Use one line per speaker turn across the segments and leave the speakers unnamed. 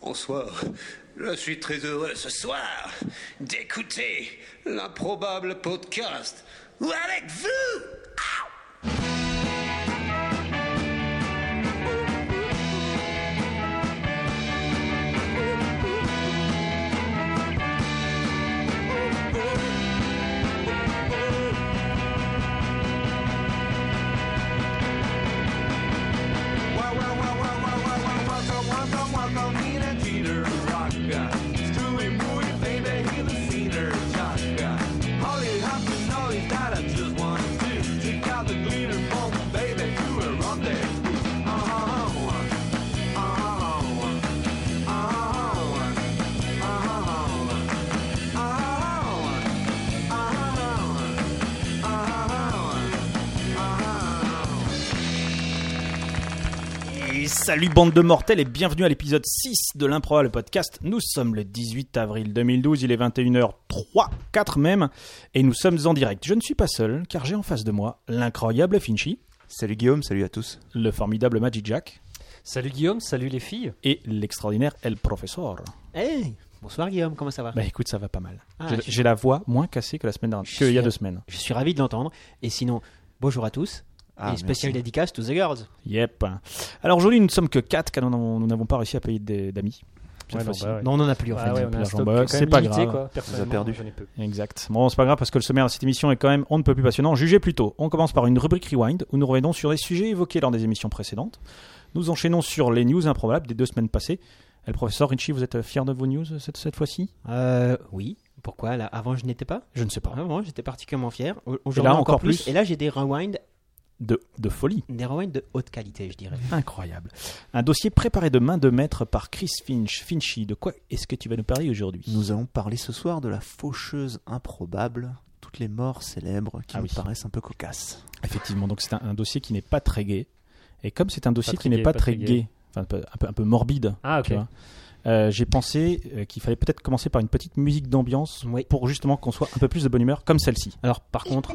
Bonsoir. Je suis très heureux ce soir d'écouter l'improbable podcast ou avec vous.
Salut bande de mortels et bienvenue à l'épisode 6 de l'improbable podcast. Nous sommes le 18 avril 2012, il est 21h03, 4 même, et nous sommes en direct. Je ne suis pas seul, car j'ai en face de moi l'incroyable Finchy,
Salut Guillaume, salut à tous.
le formidable Magic Jack
Salut Guillaume, salut les filles.
et l'extraordinaire El Professor.
Hey Bonsoir Guillaume, comment ça va
Bah écoute, ça va pas mal.
Ah,
J'ai-
je-
J'ai la voix moins cassée que la semaine dernière, qu'il y a deux semaines.
Je suis ravi de l'entendre. Et sinon, bonjour à tous.
Ah,
et spécial
merci.
dédicace to the girls.
Yep. Alors aujourd'hui, nous ne sommes que 4 car nous n'avons nous n'avons pas réussi à payer des- d'amis. cette
Ouais, non,
fois-ci.
bah ouais.
Non, on en a plus en fait.
Ah ouais, on a un
plage en
stock
bas,
quand même
c'est pas
limité,
grave.
quoi. Personnellement,
perdu.
j'en ai peu.
Exact. Bon, c'est pas grave parce que le sommaire de cette émission est quand même on ne peut plus passionnant. Jugez plutôt. On commence par une rubrique Rewind où nous revenons sur les sujets évoqués lors des émissions précédentes. Nous enchaînons sur les news improbables des deux semaines passées. Et le professeur Ritchie, vous êtes fier de vos news cette, cette fois-ci
Euh, oui. Pourquoi là Avant, je n'étais pas.
Je ne sais pas.
Avant, j'étais particulièrement fier. Au- Aujourd'hui,
là, encore plus.
Et là, j'ai des rewinds,
De, de folie.
des rewinds de haute qualité, je dirais.
Incroyable. Un dossier préparé de main de maître par Chris Finch. Finchy, de quoi est-ce que tu vas nous parler aujourd'hui
Nous allons parler ce soir de la faucheuse improbable, toutes les morts célèbres qui
Ah
nous
oui.
paraissent un peu cocasses.
Effectivement, donc c'est un, un dossier qui n'est pas très gai. Et comme c'est un dossier
très
qui n'est
gai,
pas,
pas
très
très
gai,
gai.
enfin, un peu- un peu, un peu morbide,
Ah ok.
tu vois. Euh, j'ai pensé euh, qu'il fallait peut-être commencer par une petite musique d'ambiance
Oui.
pour justement qu'on soit un peu plus de bonne humeur, comme celle-ci.
Alors, par contre,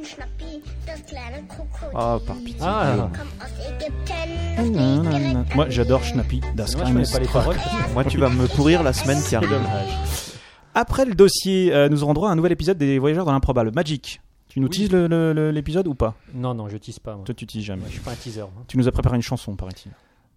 Ah, par pitié.
Ah,
Moi, j'adore Schnappi das
moi je connais
Kleines
pas les
Stück.
paroles.
Moi, tu vas me pourrir la semaine qui arrive.
Après le dossier, euh, nous aurons droit à un nouvel épisode des Voyageurs dans l'improbable. Magic, tu nous
Oui.
teases le- le- le- l'épisode ou pas
Non, non, je tease pas. Moi.
Toi, tu teases
Moi,
jamais.
je suis pas un teaser. moi.
Tu nous as préparé une chanson, paraît-il.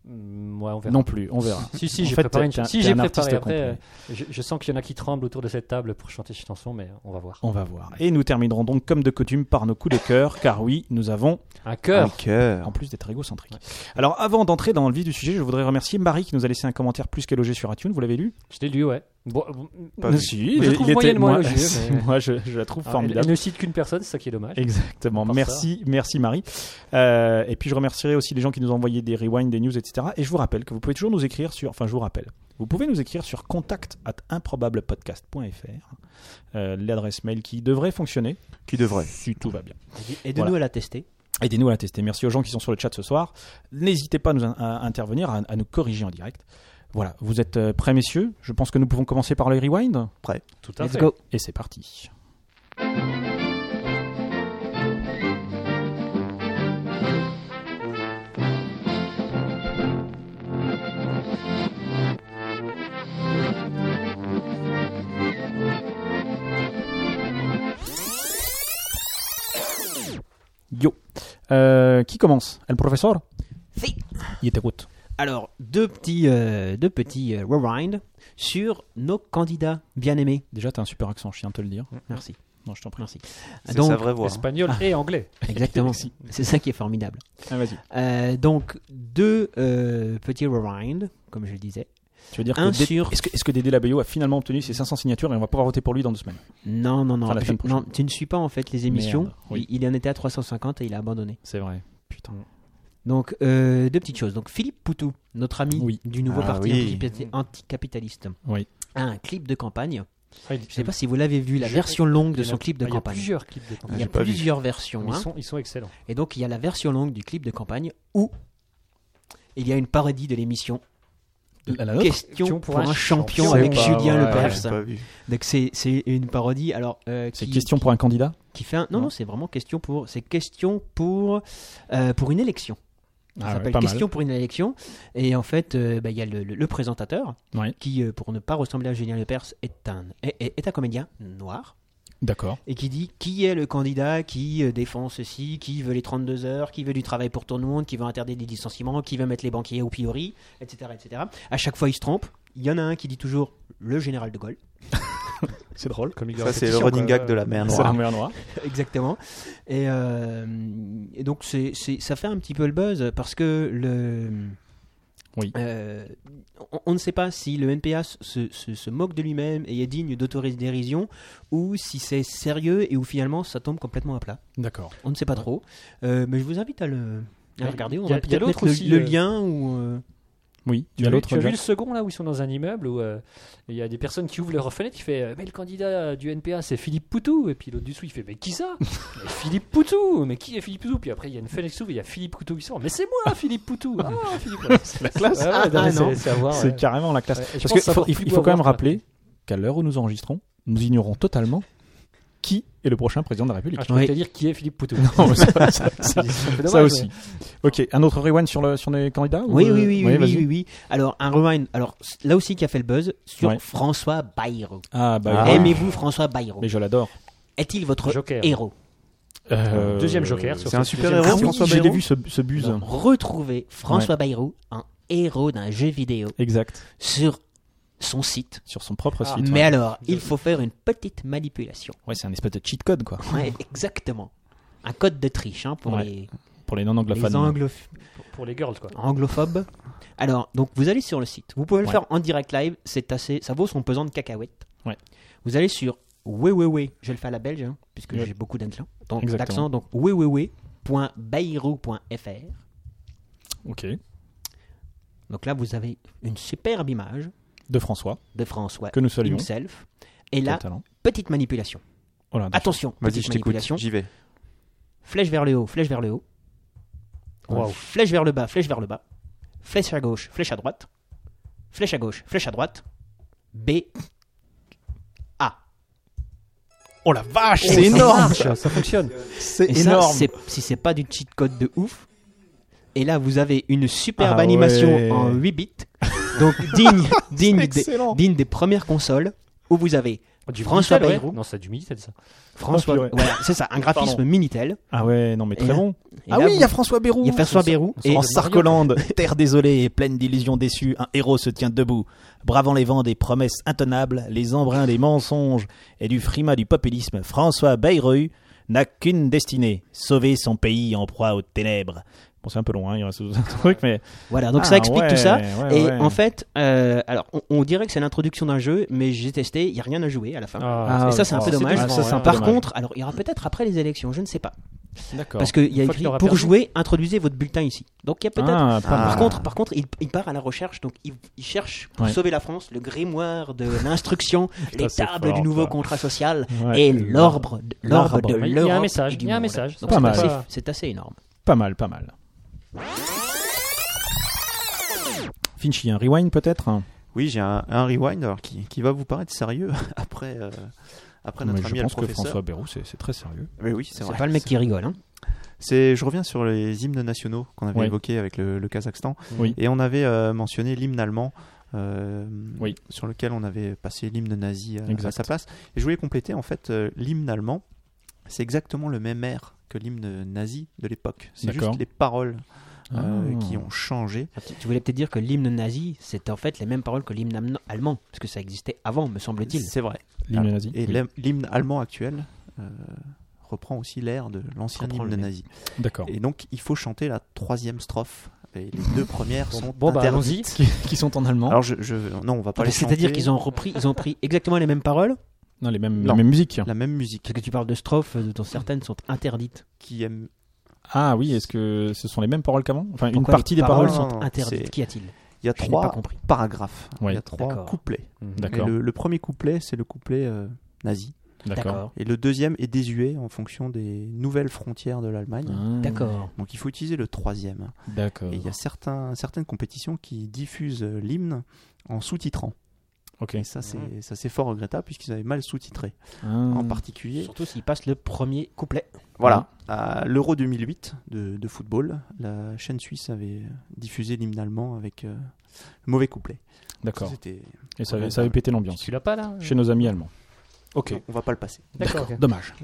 Mm, ouais, on verra.
Non plus, on verra.
Si, si,
En
j'ai
fait,
préparé
t'es un-
une Si,
t'es
j'ai
un artiste
préparé. Après,
complet.
euh, je, je sens qu'il y en a qui tremblent autour de cette table pour chanter cette chanson, mais on va voir.
On va voir. Et nous terminerons donc, comme de coutume, par nos coups de cœur, car oui, nous avons
Un
Un
cœur.
cœur.
Euh, en plus d'être égocentrique. Alors, avant d'entrer dans le vif du sujet, je voudrais remercier Marie qui nous a laissé un commentaire plus qu'élogé sur iTunes. Vous l'avez lu
Je l'ai lu, ouais. Bon, bon,
Pas
Non,
vu.
si,
Je
il-
trouve
il était-
moyennement
moi,
élogieux,
c'est-
mais-
moi, je, je la trouve
alors, elle, elle
formidable.
ne cite qu'une personne, c'est ça qui est dommage.
Exactement.
Par
Merci, merci Marie. Euh, et puis je remercierai aussi les gens qui nous ont envoyé des rewinds, des news, etc. Et je vous rappelle que vous pouvez toujours nous écrire sur, enfin je vous rappelle, vous pouvez nous écrire sur contact at improbablepodcast.fr, euh, l'adresse mail qui devrait fonctionner
Qui devrait.
si tout va bien.
aidez-nous
Voilà.
à la tester.
Aidez-nous à la tester. Merci aux gens qui sont sur le chat ce soir. N'hésitez pas à nous in- à intervenir, à, à nous corriger en direct. Voilà, vous êtes euh, prêts messieurs Je pense que nous pouvons commencer par le rewind.
Tout à
Let's
fait.
go.
Et c'est parti. Yo. Euh, qui commence Le professeur
Si.
Il était route.
Alors, deux petits, euh, deux petits euh, rewinds sur nos candidats bien-aimés.
Déjà, t'as un super accent, je tiens de te le dire.
Merci.
Non, je t'en prie.
Mm. Merci.
C'est
Donc,
sa vraie voix. hein.
Espagnol et anglais.
exactement. C'est ça qui est formidable.
Ah, vas-y.
Euh, donc, deux euh, petits rewinds, comme je le disais.
Tu veux dire
Un
que Dé-
sur-
est-ce que, est-ce que Dédé Labello a finalement obtenu ses 500 signatures et on va pouvoir voter pour lui dans deux semaines
Non, non, non.
Enfin, la
je-
semaine prochaine.
non, tu ne suis pas en fait les émissions.
Merde, oui.
il, il en était à 350 et il a abandonné.
C'est vrai. Putain.
Donc, euh, deux petites choses. Donc, Philippe Poutou, notre ami
Oui.
du nouveau
Ah
parti
oui.
anticapitaliste- anticapitaliste,
Oui.
a un clip de campagne.
Ah, il-
Je ne sais pas si vous l'avez vu, la
Je-
version longue de
il y en
son
a-
clip de
ah, Il y a
campagne.
plusieurs clips de
Il y
campagne.
a
J'ai pas vu.
plusieurs versions.
Ils
hein.
sont, ils sont excellents.
Et donc, il y a la version longue du clip de campagne où il y a une parodie de l'émission
La, la nôtre
Question pour un champion
champion.
avec
C'est pas
Julien
vrai.
Ah,
Lepers.
j'ai pas vu.
Donc, c'est c'est une parodie. Alors, euh,
C'est
qui-
question pour un candidat
qui fait un... non non, c'est vraiment question pour c'est question pour euh, pour une élection
Ah
Ça
ouais,
s'appelle
pas mal.
Question pour une élection. Et en fait, euh, bah, il y a le, le- le présentateur
Ouais.
qui, euh, pour ne pas ressembler à Julien Lepers, est un, est, est- est un comédien noir
D'accord.
et qui dit qui est le candidat qui euh, défend ceci, qui veut les 32 heures, qui veut du travail pour tout le monde, qui veut interdire les licenciements, qui veut mettre les banquiers au pilori, etc., etc. À chaque fois, il se trompe. Il y en a un qui dit toujours le général de Gaulle.
C'est drôle.
Comme il
Ça, c'est le running gag de la mer
C'est la
noire.
mer noire.
Exactement. Et, euh, et donc, c'est c'est- ça fait un petit peu le buzz parce que le.
Oui.
euh, on, on ne sait pas si le NPA se, se- se moque de lui-même et est digne d'autorise-dérision ou si c'est sérieux et où finalement ça tombe complètement à plat.
D'accord.
On ne sait pas trop. Euh, mais je vous invite à le, à le regarder. On
Y a-
va
y a
peut-être
l'autre
mettre le,
aussi,
le
euh,
lien ou. euh,
Oui.
Tu
Il y a
as vu-
l'autre.
tu as vu
Jack.
le second là où ils sont dans un immeuble où euh, il y a des personnes qui ouvrent leur fenêtre qui fait euh, mais le candidat du NPA c'est Philippe Poutou et puis l'autre du dessous il fait mais qui ça Mais Philippe Poutou mais qui est Philippe Poutou puis après il y a une fenêtre qui s'ouvre il y a Philippe Poutou qui sort mais c'est moi Philippe Poutou ah Philippe Ouais,
C'est la classe.
ouais, non, mais
Ah, non.
c'est- c'est à voir, ouais.
C'est carrément la classe.
Ouais, et
Parce
je pense
qu'il
que ça
faut,
porte
il
plus
il
beau
faut
à
quand même
voir, quoi.
rappeler qu'à l'heure où nous enregistrons, nous ignorons totalement qui est le prochain président de la République.
Ah, je peux
Oui.
te dire qui est Philippe Poutou hein.
Non, ça, ça- ça-
ça,
ça aussi. Ok, un autre rewind sur, le, sur les candidats ou,
Oui,
euh,
oui, oui, oui,
vas-y.
oui, oui. Alors, un rewind. Alors, c- là aussi qui a fait le buzz sur
Ouais.
François Bayrou.
Ah, bah
Ah.
oui.
Aimez-vous François Bayrou
Mais je l'adore.
Est-il votre
Joker.
héros
Euh,
Deuxième Joker. sur
c'est un
ce
super
deuxième
héros,
Ah
film.
oui,
François
je l'ai
Bayrou
vu ce, ce buzz.
Retrouvez François Bayrou, un héros d'un jeu vidéo,
Exact.
sur son site.
Sur son propre
Ah.
site.
Mais
ouais.
alors, il faut faire une petite manipulation.
Ouais, c'est un espèce de cheat code, quoi.
Ouais, exactement. Un code de triche hein, pour
Ouais.
les,
Pour les
les
non-anglophones.
angloph-
Pour- Pour les girls quoi.
anglophobes. Alors, donc vous allez sur le site. Vous pouvez le
Ouais.
faire en direct live. C'est assez, ça vaut son pesant de cacahuètes.
Ouais.
Vous allez sur www. Je vais le fais à la belge, hein, puisque
Ouais.
j'ai beaucoup d'accent. Donc,
Exactement.
d'accent. Donc www.bayrou.fr.
Ok.
Donc là, vous avez une superbe image
De François,
de François
que nous saluons.
himself. Et
Quel
là,
talent.
petite manipulation.
Oh là, d'accord.
Attention,
Vas-y,
petite
je t'écoute.
manipulation.
J'y vais.
Flèche vers le haut, flèche vers le haut.
Waouh.
Flèche vers le bas, flèche vers le bas. Flèche à gauche, flèche à droite. Flèche à gauche, flèche à droite. B. A.
Oh la vache,
Oh, ça
c'est énorme.
marche.
Ça fonctionne.
C'est
Et ça,
énorme.
c'est- si c'est pas du cheat code de ouf. Et là, vous avez une superbe
Ah
animation
ouais.
en 8 bits. Donc, digne, digne, des,
excellent.
digne des premières consoles où vous avez
Du
François
Minitel, ouais.
Bayrou.
Non, c'est du Minitel ça.
François.
purée.
voilà, c'est ça, un graphisme
Pardon.
Minitel.
Ah ouais, non mais
Et
très
là-
bon. Ah
Et là,
oui,
vous-
il y a François Bayrou.
il y a François Bayrou. Et
En Sarcolande, terre désolée et pleine d'illusions déçues, un héros se tient debout, bravant les vents des promesses intenables, les embruns des mensonges et du frimas du populisme. François Bayrou n'a qu'une destinée, sauver son pays en proie aux ténèbres. Bon, c'est un peu long, hein, il reste un truc, mais...
Voilà, donc
Ah,
ça explique
ouais,
tout ça.
ouais,
Et
ouais.
en fait, euh, alors on, on dirait que c'est l'introduction d'un jeu, mais j'ai testé, il n'y a rien à jouer à la fin.
Ah,
et ça, c'est un peu dommage.
Ah, ça, c'est un peu
Par
dommage.
contre, alors il y aura peut-être après les élections, je ne sais pas.
D'accord.
Parce qu'il y a
Une fois
écrit
qu'il aura
pour
perdu.
jouer, introduisez votre bulletin ici. Donc il y a peut-être.
Ah, pas
Ah.
Par contre, par contre, il, il part à la recherche, donc il, il cherche pour
Ouais.
sauver la France le grimoire de l'instruction, les
c'est
tables
fort,
du nouveau
ça.
contrat social
Ouais.
et l'orbre, de- l'orbre de
Il
l'Europe.
y a un message,
et du
il y a un
monde.
message.
Donc,
Pas
c'est
mal.
assez- C'est assez énorme.
Pas mal, pas mal. Finchy, un rewind peut-être hein
Oui, j'ai un, un rewind alors, qui, qui va vous paraître sérieux après, euh, après
Mais
notre ami
Je
le
pense que
professeur.
François Bayrou, c'est c'est très sérieux.
Mais oui, c'est
C'est
vrai.
pas le mec qui rigole. Hein.
C'est- je reviens sur les hymnes nationaux qu'on avait
Ouais.
évoqués avec le, le Kazakhstan.
Oui.
Et on avait euh, mentionné l'hymne allemand, euh,
Oui.
sur lequel on avait passé l'hymne nazi euh,
Exact.
à sa place. Et je voulais compléter, en fait, euh, l'hymne allemand, c'est exactement le même air que l'hymne nazi de l'époque. C'est
D'accord.
juste les paroles euh,
Ah.
qui ont changé.
Ah, Tu tu voulais peut-être dire que l'hymne nazi, c'est en fait les mêmes paroles que l'hymne amno- allemand, parce que ça existait avant, me semble-t-il.
C'est vrai.
L'hymne
Ah,
nazi.
Et
Oui.
l'hym- l'hymne allemand actuel euh, reprend aussi l'air de l'ancien
Reprend le
hymne
même.
nazi.
D'accord.
Et donc, il faut chanter la troisième strophe. Et les deux premières
Bon,
sont
bon, bah,
interdites.
allons-y.
Qui, qui sont en allemand.
Alors, je, je- non, on va pas
Ah,
les
C'est-à-dire
chanter.
qu'ils ont repris, ils ont pris exactement les mêmes paroles,
non, les mêmes,
non.
la même musique.
la même musique
parce que tu parles de strophes euh, dont certaines sont interdites.
qui aime.
Ah oui, est-ce que ce sont les mêmes paroles qu'avant Enfin, une
Pourquoi
partie
les
des paroles.
paroles
sont
sont-
interdites
c'est-
Qu'y a-t-il
Il y a
Je n'ai pas
trois
compris.
paragraphes.
Ouais.
Il y a trois
D'accord.
couplets. Et
D'accord.
le, le premier couplet, c'est le couplet euh, nazi.
D'accord.
D'accord.
Et le deuxième est désuet en fonction des nouvelles frontières de l'Allemagne.
Ah,
D'accord.
Donc il faut utiliser le troisième.
D'accord.
Et il y a certains, certaines compétitions qui diffusent euh, l'hymne en euh, sous-titrant.
Ok. Ah,
Et ça, c'est ça, c'est fort regrettable puisqu'ils avaient mal sous-titré,
Mhm.
en particulier.
Surtout s'il passe le premier couplet.
Voilà.
ah,
À l'Euro 2008 de, de football, la chaîne suisse avait diffusé l'hymne allemand avec euh, le mauvais couplet.
D'accord.
C'était-
Et ça, avait- ça avait pété l'ambiance
Tu l'as pas là
chez nos amis allemands. Ok.
On va pas le passer.
D'accord. ok.
Dommage.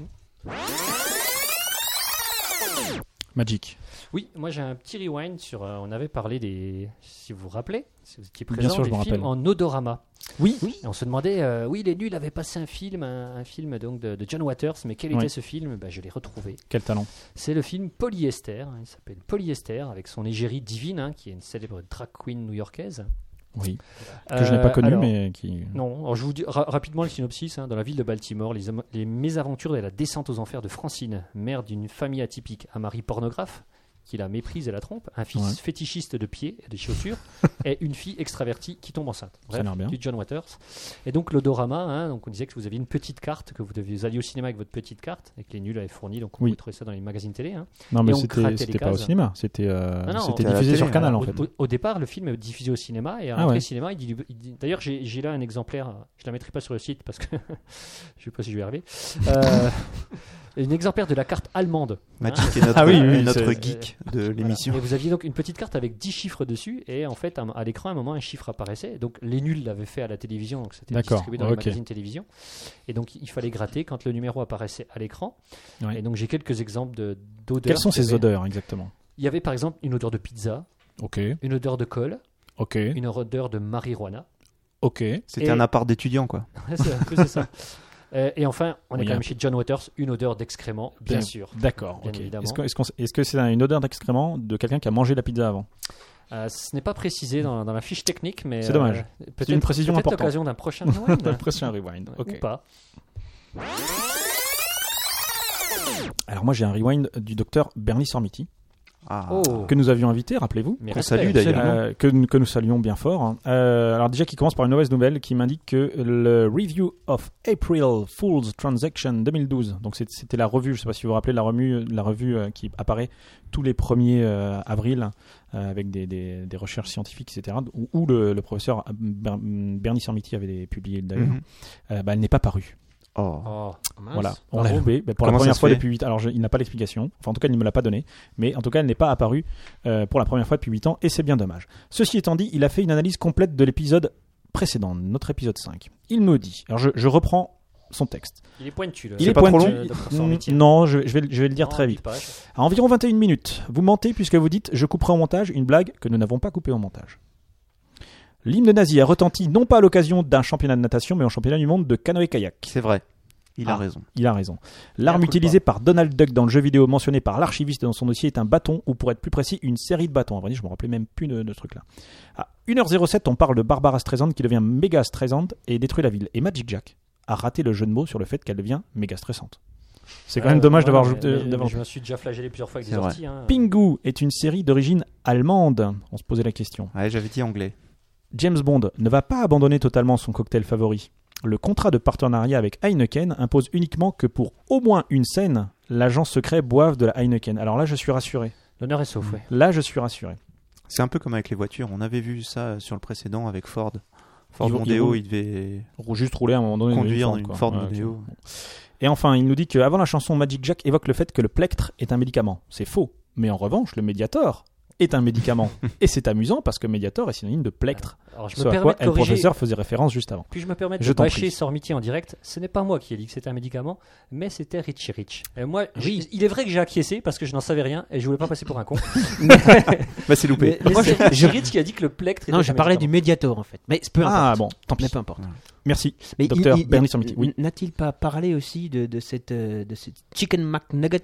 Magic.
Oui, moi j'ai un petit rewind sur. euh, on avait parlé des. Si vous vous rappelez, si vous étiez
Bien
présent,
sûr, je
des
me
films
rappelle.
en odorama.
Oui.
Et on se demandait, euh, oui, les nuls avaient passé un film, un, un film donc de, de John Waters, mais quel
Oui.
était ce film Ben, Je l'ai retrouvé.
Quel talent.
C'est le film Polyester. hein, il s'appelle Polyester avec son égérie divine, hein, qui est une célèbre drag queen new-yorkaise.
Oui. Que je n'ai
Euh,
pas connu,
alors,
mais qui.
Non, alors je vous dis ra- rapidement le synopsis. hein. dans la ville de Baltimore, les, am- les mésaventures et la descente aux enfers de Francine, mère d'une famille atypique, un mari pornographe qui la méprise et la trompe, un fils
Ouais.
fétichiste de pieds et de chaussures, et une fille extravertie qui tombe enceinte.
Ça a
Bref,
l'air bien.
du John Waters. Et donc l'odorama, hein, donc on disait que vous aviez une petite carte, que vous deviez aller au cinéma avec votre petite carte, et que les nuls avaient fourni, donc on
Oui.
pouvait trouver ça dans les magazines télé. hein.
Non, mais
on craquait
c'était
les
c'était pas au
cases.
cinéma. C'était euh,
Non, non,
c'était
on- à la
diffusé
télé,
sur Canal,
hein, au,
en fait.
au- au départ, le film est diffusé au cinéma et à
Ah
l'entrée
ouais.
cinéma, il dit, il dit- d'ailleurs, j'ai j'ai là un exemplaire. Je la mettrai pas sur le site parce que je sais pas si je vais y arriver. Euh, un exemplaire de la carte allemande.
Magic est notre,
Ah oui,
est
oui,
notre
c'est-
geek de
Voilà.
l'émission.
Et vous aviez donc une petite carte avec 10 chiffres dessus et en fait, à, à l'écran, à un moment, un chiffre apparaissait. Donc les nuls l'avaient fait à la télévision, donc c'était
D'accord,
distribué dans
ok.
les magazines télévision. Et donc il fallait gratter quand le numéro apparaissait à l'écran.
Ouais.
Et donc j'ai quelques exemples de- d'odeurs.
Quelles sont
qu'il y
ces
avait.
odeurs exactement
Il y avait par exemple une odeur de pizza,
Ok,
une odeur de colle,
ok,
une odeur de marijuana.
ok.
C'était
Et-
un appart d'étudiant, quoi.
Ouais, c'est un peu, c'est ça. Euh, et enfin, on
Oui,
est
il y a
quand
un-
même chez John Waters, une odeur d'excrément, bien,
Bien.
sûr.
D'accord.
Bien
ok.
évidemment.
Est-ce que est-ce qu'on- est-ce que c'est une odeur d'excrément de quelqu'un qui a mangé la pizza avant
Euh, ce n'est pas précisé dans, dans la fiche technique, mais
C'est dommage.
euh,
C'est une
Peut-être
précision
peut-être
importante.
l'occasion d'un prochain rewind, hein,
Après, c'est un rewind. Ok.
ou pas.
Alors moi j'ai un rewind du docteur Bernie Sormiti
Ah.
Oh,
que nous avions invité, rappelez-vous.
mais
qu'on
respect,
salue, d'ailleurs.
absolument.
Euh, que, nous- que nous saluons bien fort. hein. Euh, alors déjà qui commence par une mauvaise nouvelle qui m'indique que le Review of April Fool's Transaction 2012, donc c'est- c'était la revue, je ne sais pas si vous vous rappelez de la revue, la revue euh, qui apparaît tous les 1er euh, avril euh, avec des, des- des recherches scientifiques, etc. Où, où le, le professeur Ber- Bernie Sormiti avait des- publié d'ailleurs.
Mhm.
Euh, bah, elle n'est pas parue.
Oh.
Oh, mince.
Voilà, on l'a
Bravo.
loupé Ah mais pour la
Comment ça
première
se
fois
fait
depuis 8 ans. Alors, je- il n'a pas l'explication. Enfin, en tout cas, il ne me l'a pas donné. Mais en tout cas, elle n'est pas apparue euh, pour la première fois depuis 8 ans et c'est bien dommage. Ceci étant dit, il a fait une analyse complète de l'épisode précédent, notre épisode 5. Il nous dit, alors je, je reprends son texte.
Il est pointu.
Il
le-
Euh, C'est
est
pas trop
pointu.
long Dr.
Mm,
Sormiti.
Non, je, vais- je vais, le- je vais le dire
Non,
très
dix
vite.
pages.
À environ 21 minutes, vous mentez puisque vous dites je couperai au montage une blague que nous n'avons pas coupée au montage. L'hymne nazi a retenti non pas à l'occasion d'un championnat de natation, mais au championnat du monde de canoë-kayak.
C'est vrai. Il
Ah.
a raison.
Il a raison. L'arme
coule
utilisée par Donald Duck dans le jeu vidéo mentionné par l'archiviste dans son dossier est un bâton, ou pour être plus précis, une série de bâtons. À vrai dire, je me rappelais même plus de, de ce truc-là. À 1h07, on parle de Barbara Streisand qui devient méga Streisand et détruit la ville. Et Magic Jack a raté le jeu de mots sur le fait qu'elle devient méga stressante. C'est quand même
Ouais,
dommage
Euh, ouais,
d'avoir
mais-
jou- de-
mais-
d'avoir-
mais Je me suis déjà flagellé plusieurs fois avec
C'est
des
vrai.
orties. hein.
Pingu est une série d'origine allemande. On se posait la question.
Ouais, j'avais dit anglais.
James Bond ne va pas abandonner totalement son cocktail favori. Le contrat de partenariat avec Heineken impose uniquement que pour au moins une scène, l'agent secret boive de la Heineken. Alors là, je suis rassuré.
L'honneur est sauf, ouais.
Là, je suis rassuré.
C'est un peu comme avec les voitures. On avait vu ça sur le précédent avec Ford. Ford
Ils vont-
Mondeo,
ils
il devait
Rou- Juste rouler à un moment donné. dans
conduire
quoi.
une Ford
Ouais, ok.
Mondeo.
Et enfin, il nous dit qu'avant la chanson, Magic Jack évoque le fait que le plectre est un médicament. C'est faux. Mais en revanche, le Mediator est un médicament. Et c'est amusant parce que Mediator est synonyme de plectre.
Alors je
Ce
me
à quoi
permets
le
de corriger.
professeur faisait référence juste avant.
Puis-je me permettre
Je
de
t'en
bâcher
prie.
Sormiti en direct Ce n'est pas moi qui ai dit que c'était un médicament, mais c'était Richie Rich. Et moi,
Oui.
je- il est vrai que j'ai acquiescé parce que je n'en savais rien et je voulais pas passer pour un con.
Bah, c'est
mais
loupé.
mais
Moi,
c'est
je-
Richie Rich qui a dit que le plectre était
Non, je
un
parlais du
médicament.
médiator en fait. Mais c'est peu
Ah
importe.
bon, tant pis.
Mais peu importe.
Merci.
Mais
Docteur
il- il-
Bernie
il-
Sormiti, oui.
N'a-t-il pas parlé aussi de, de cette, euh, de cette Chicken McNuggets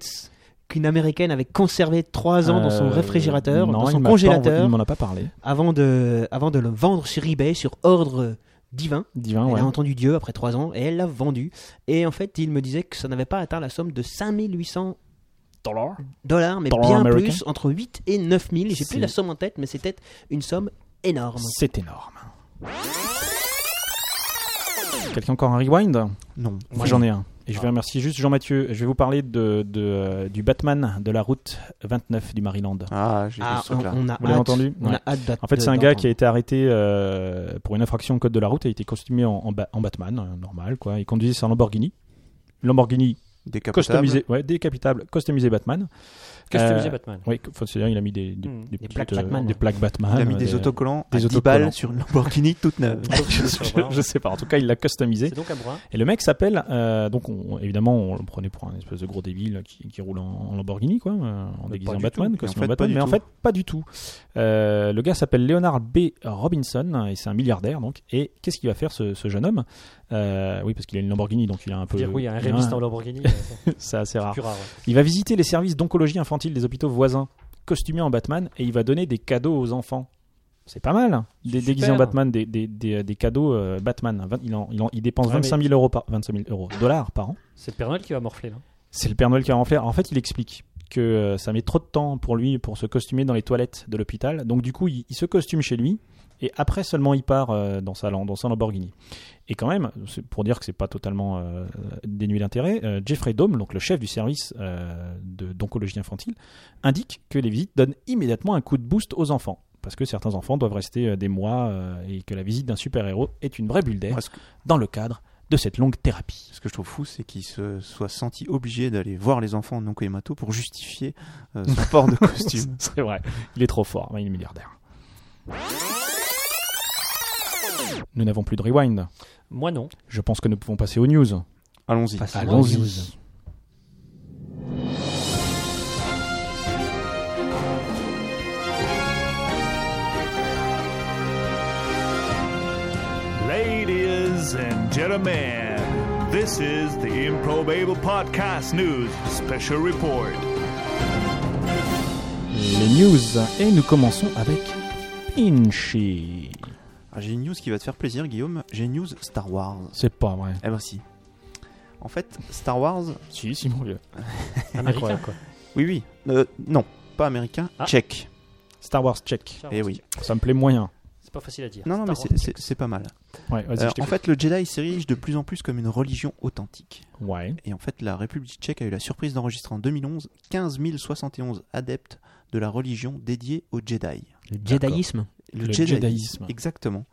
qu'une américaine avait conservé 3 ans dans son
Euh,
réfrigérateur,
non,
dans
il
son
m'a pas envoyé-
congélateur,
Il m'en a pas parlé.
avant, de, avant de le vendre sur eBay sur ordre divin
Divin,
Elle
Ah ouais.
a entendu Dieu après trois ans et elle l'a vendu. Et en fait, il me disait que ça n'avait pas atteint la somme de 5800
Dollar.
dollars, mais
Dollars
bien
américains.
plus, entre 8 et 9000. J'ai
C'est-
plus la somme en tête, mais c'était une somme énorme.
C'est énorme. Quelqu'un encore un rewind
Non.
Moi j'en ai un. Et
Ah.
je vais remercier juste Jean-Mathieu. Je vais vous parler de, de, euh, du Batman de la route 29 du Maryland.
Ah, j'ai vu
Ah,
ce
on,
truc-là.
on a
Vous l'avez
hâte-
entendu
On
Ouais.
a hâte d'att-
En fait, c'est un
de-
gars
d'entendre.
qui a été arrêté euh, pour une infraction au code de la route. Il a été costumé en, en Ba- en Batman, euh, normal quoi. Il conduisait sa Lamborghini. Lamborghini
Décapotable.
customisée, ouais, décapitable, customisé Batman.
Customisé
Euh,
Batman.
Oui, co- enfin, c'est-à-dire il a mis des, des,
Hmm.
des
Des
petites,
plaques Batman.
des plaques Batman,
Il a mis
euh,
des autocollants
des
à 10
autocollants.
balles sur une Lamborghini toute neuve.
je, je sais pas. En tout cas, il l'a customisé.
C'est donc un brun.
Et le mec s'appelle, euh, donc on- évidemment, on le prenait pour un espèce de gros débile qui, qui roule en, en Lamborghini, quoi, euh, en déguisé en
du
Batman,
tout.
quoi,
Et en
c'est
fait,
un
pas
Batman,
du
mais en
tout.
fait, pas du tout. Euh, le gars s'appelle Leonard B. Robinson, et c'est un milliardaire, donc. Et qu'est-ce qu'il va faire, ce, ce jeune homme Euh, Oui, parce qu'il a une Lamborghini, donc il a un peu. Ah.
Faut dire, oui, il y a un Rémi en Lamborghini. euh, c'est
C'est assez rare.
plus rare. ouais.
Il va visiter les services d'oncologie infantile des hôpitaux voisins, costumé en Batman, et il va donner des cadeaux aux enfants. C'est pas mal. hein. Des,
Super.
déguisés en Batman, des, des, des, des cadeaux euh, Batman. Vingt- Il, en- il, en- il dépense
Ouais,
25 000 euros par 25 000 euros dollars par an.
C'est le Père Noël qui va morfler là.
C'est le Père Noël qui a renflé. Alors, En fait, il explique que euh, ça met trop de temps pour lui pour se costumer dans les toilettes de l'hôpital. Donc du coup, il, il se costume chez lui et après seulement il part euh, dans sa lam- dans sa Lamborghini. Et quand même, c'est pour dire que c'est pas totalement euh, dénué d'intérêt, euh, Jeffrey Dome, donc le chef du service euh, de- d'oncologie infantile, indique que les visites donnent immédiatement un coup de boost aux enfants. Parce que certains enfants doivent rester euh, des mois euh, et que la visite d'un super-héros est une vraie bulle d'air
Moi, ce, que,
dans le cadre de cette longue thérapie.
ce que je trouve fou, c'est qu'il se soit senti obligé d'aller voir les enfants en onco-hémato pour justifier euh, son port de costume.
C'est vrai, il est trop fort, mais il est milliardaire. Nous n'avons plus de rewind.
Moi non.
Je pense que nous pouvons passer aux news.
Allons-y.
Passons
Allons-y.
aux news.
Ladies and gentlemen, this is the Improbable Podcast News Special Report.
Les news. Et nous commençons avec Pinchy.
Ah, J'ai une news qui va te faire plaisir, Guillaume. J'ai une news Star Wars.
C'est pas vrai.
Eh ben si. En fait, Star Wars.
Si, si, mon vieux.
Américain quoi.
Oui, oui. Euh, non, pas américain.
Ah.
Tchèque.
Star Wars check.
Eh oui.
Ça me plaît moyen.
C'est pas facile à dire.
Non, non, mais
Star
c'est-
Wars.
c'est c'est pas mal.
Ouais, vas-y,
Euh,
je
en
t'écoute.
fait, le Jedi s'érige de plus en plus comme une religion authentique.
Ouais.
Et en fait, la République tchèque a eu la surprise d'enregistrer en 2011 15 071 adeptes de la religion dédiée aux Jedi.
Le Jediisme.
Le
Jedi-
Jediisme.
Exactement.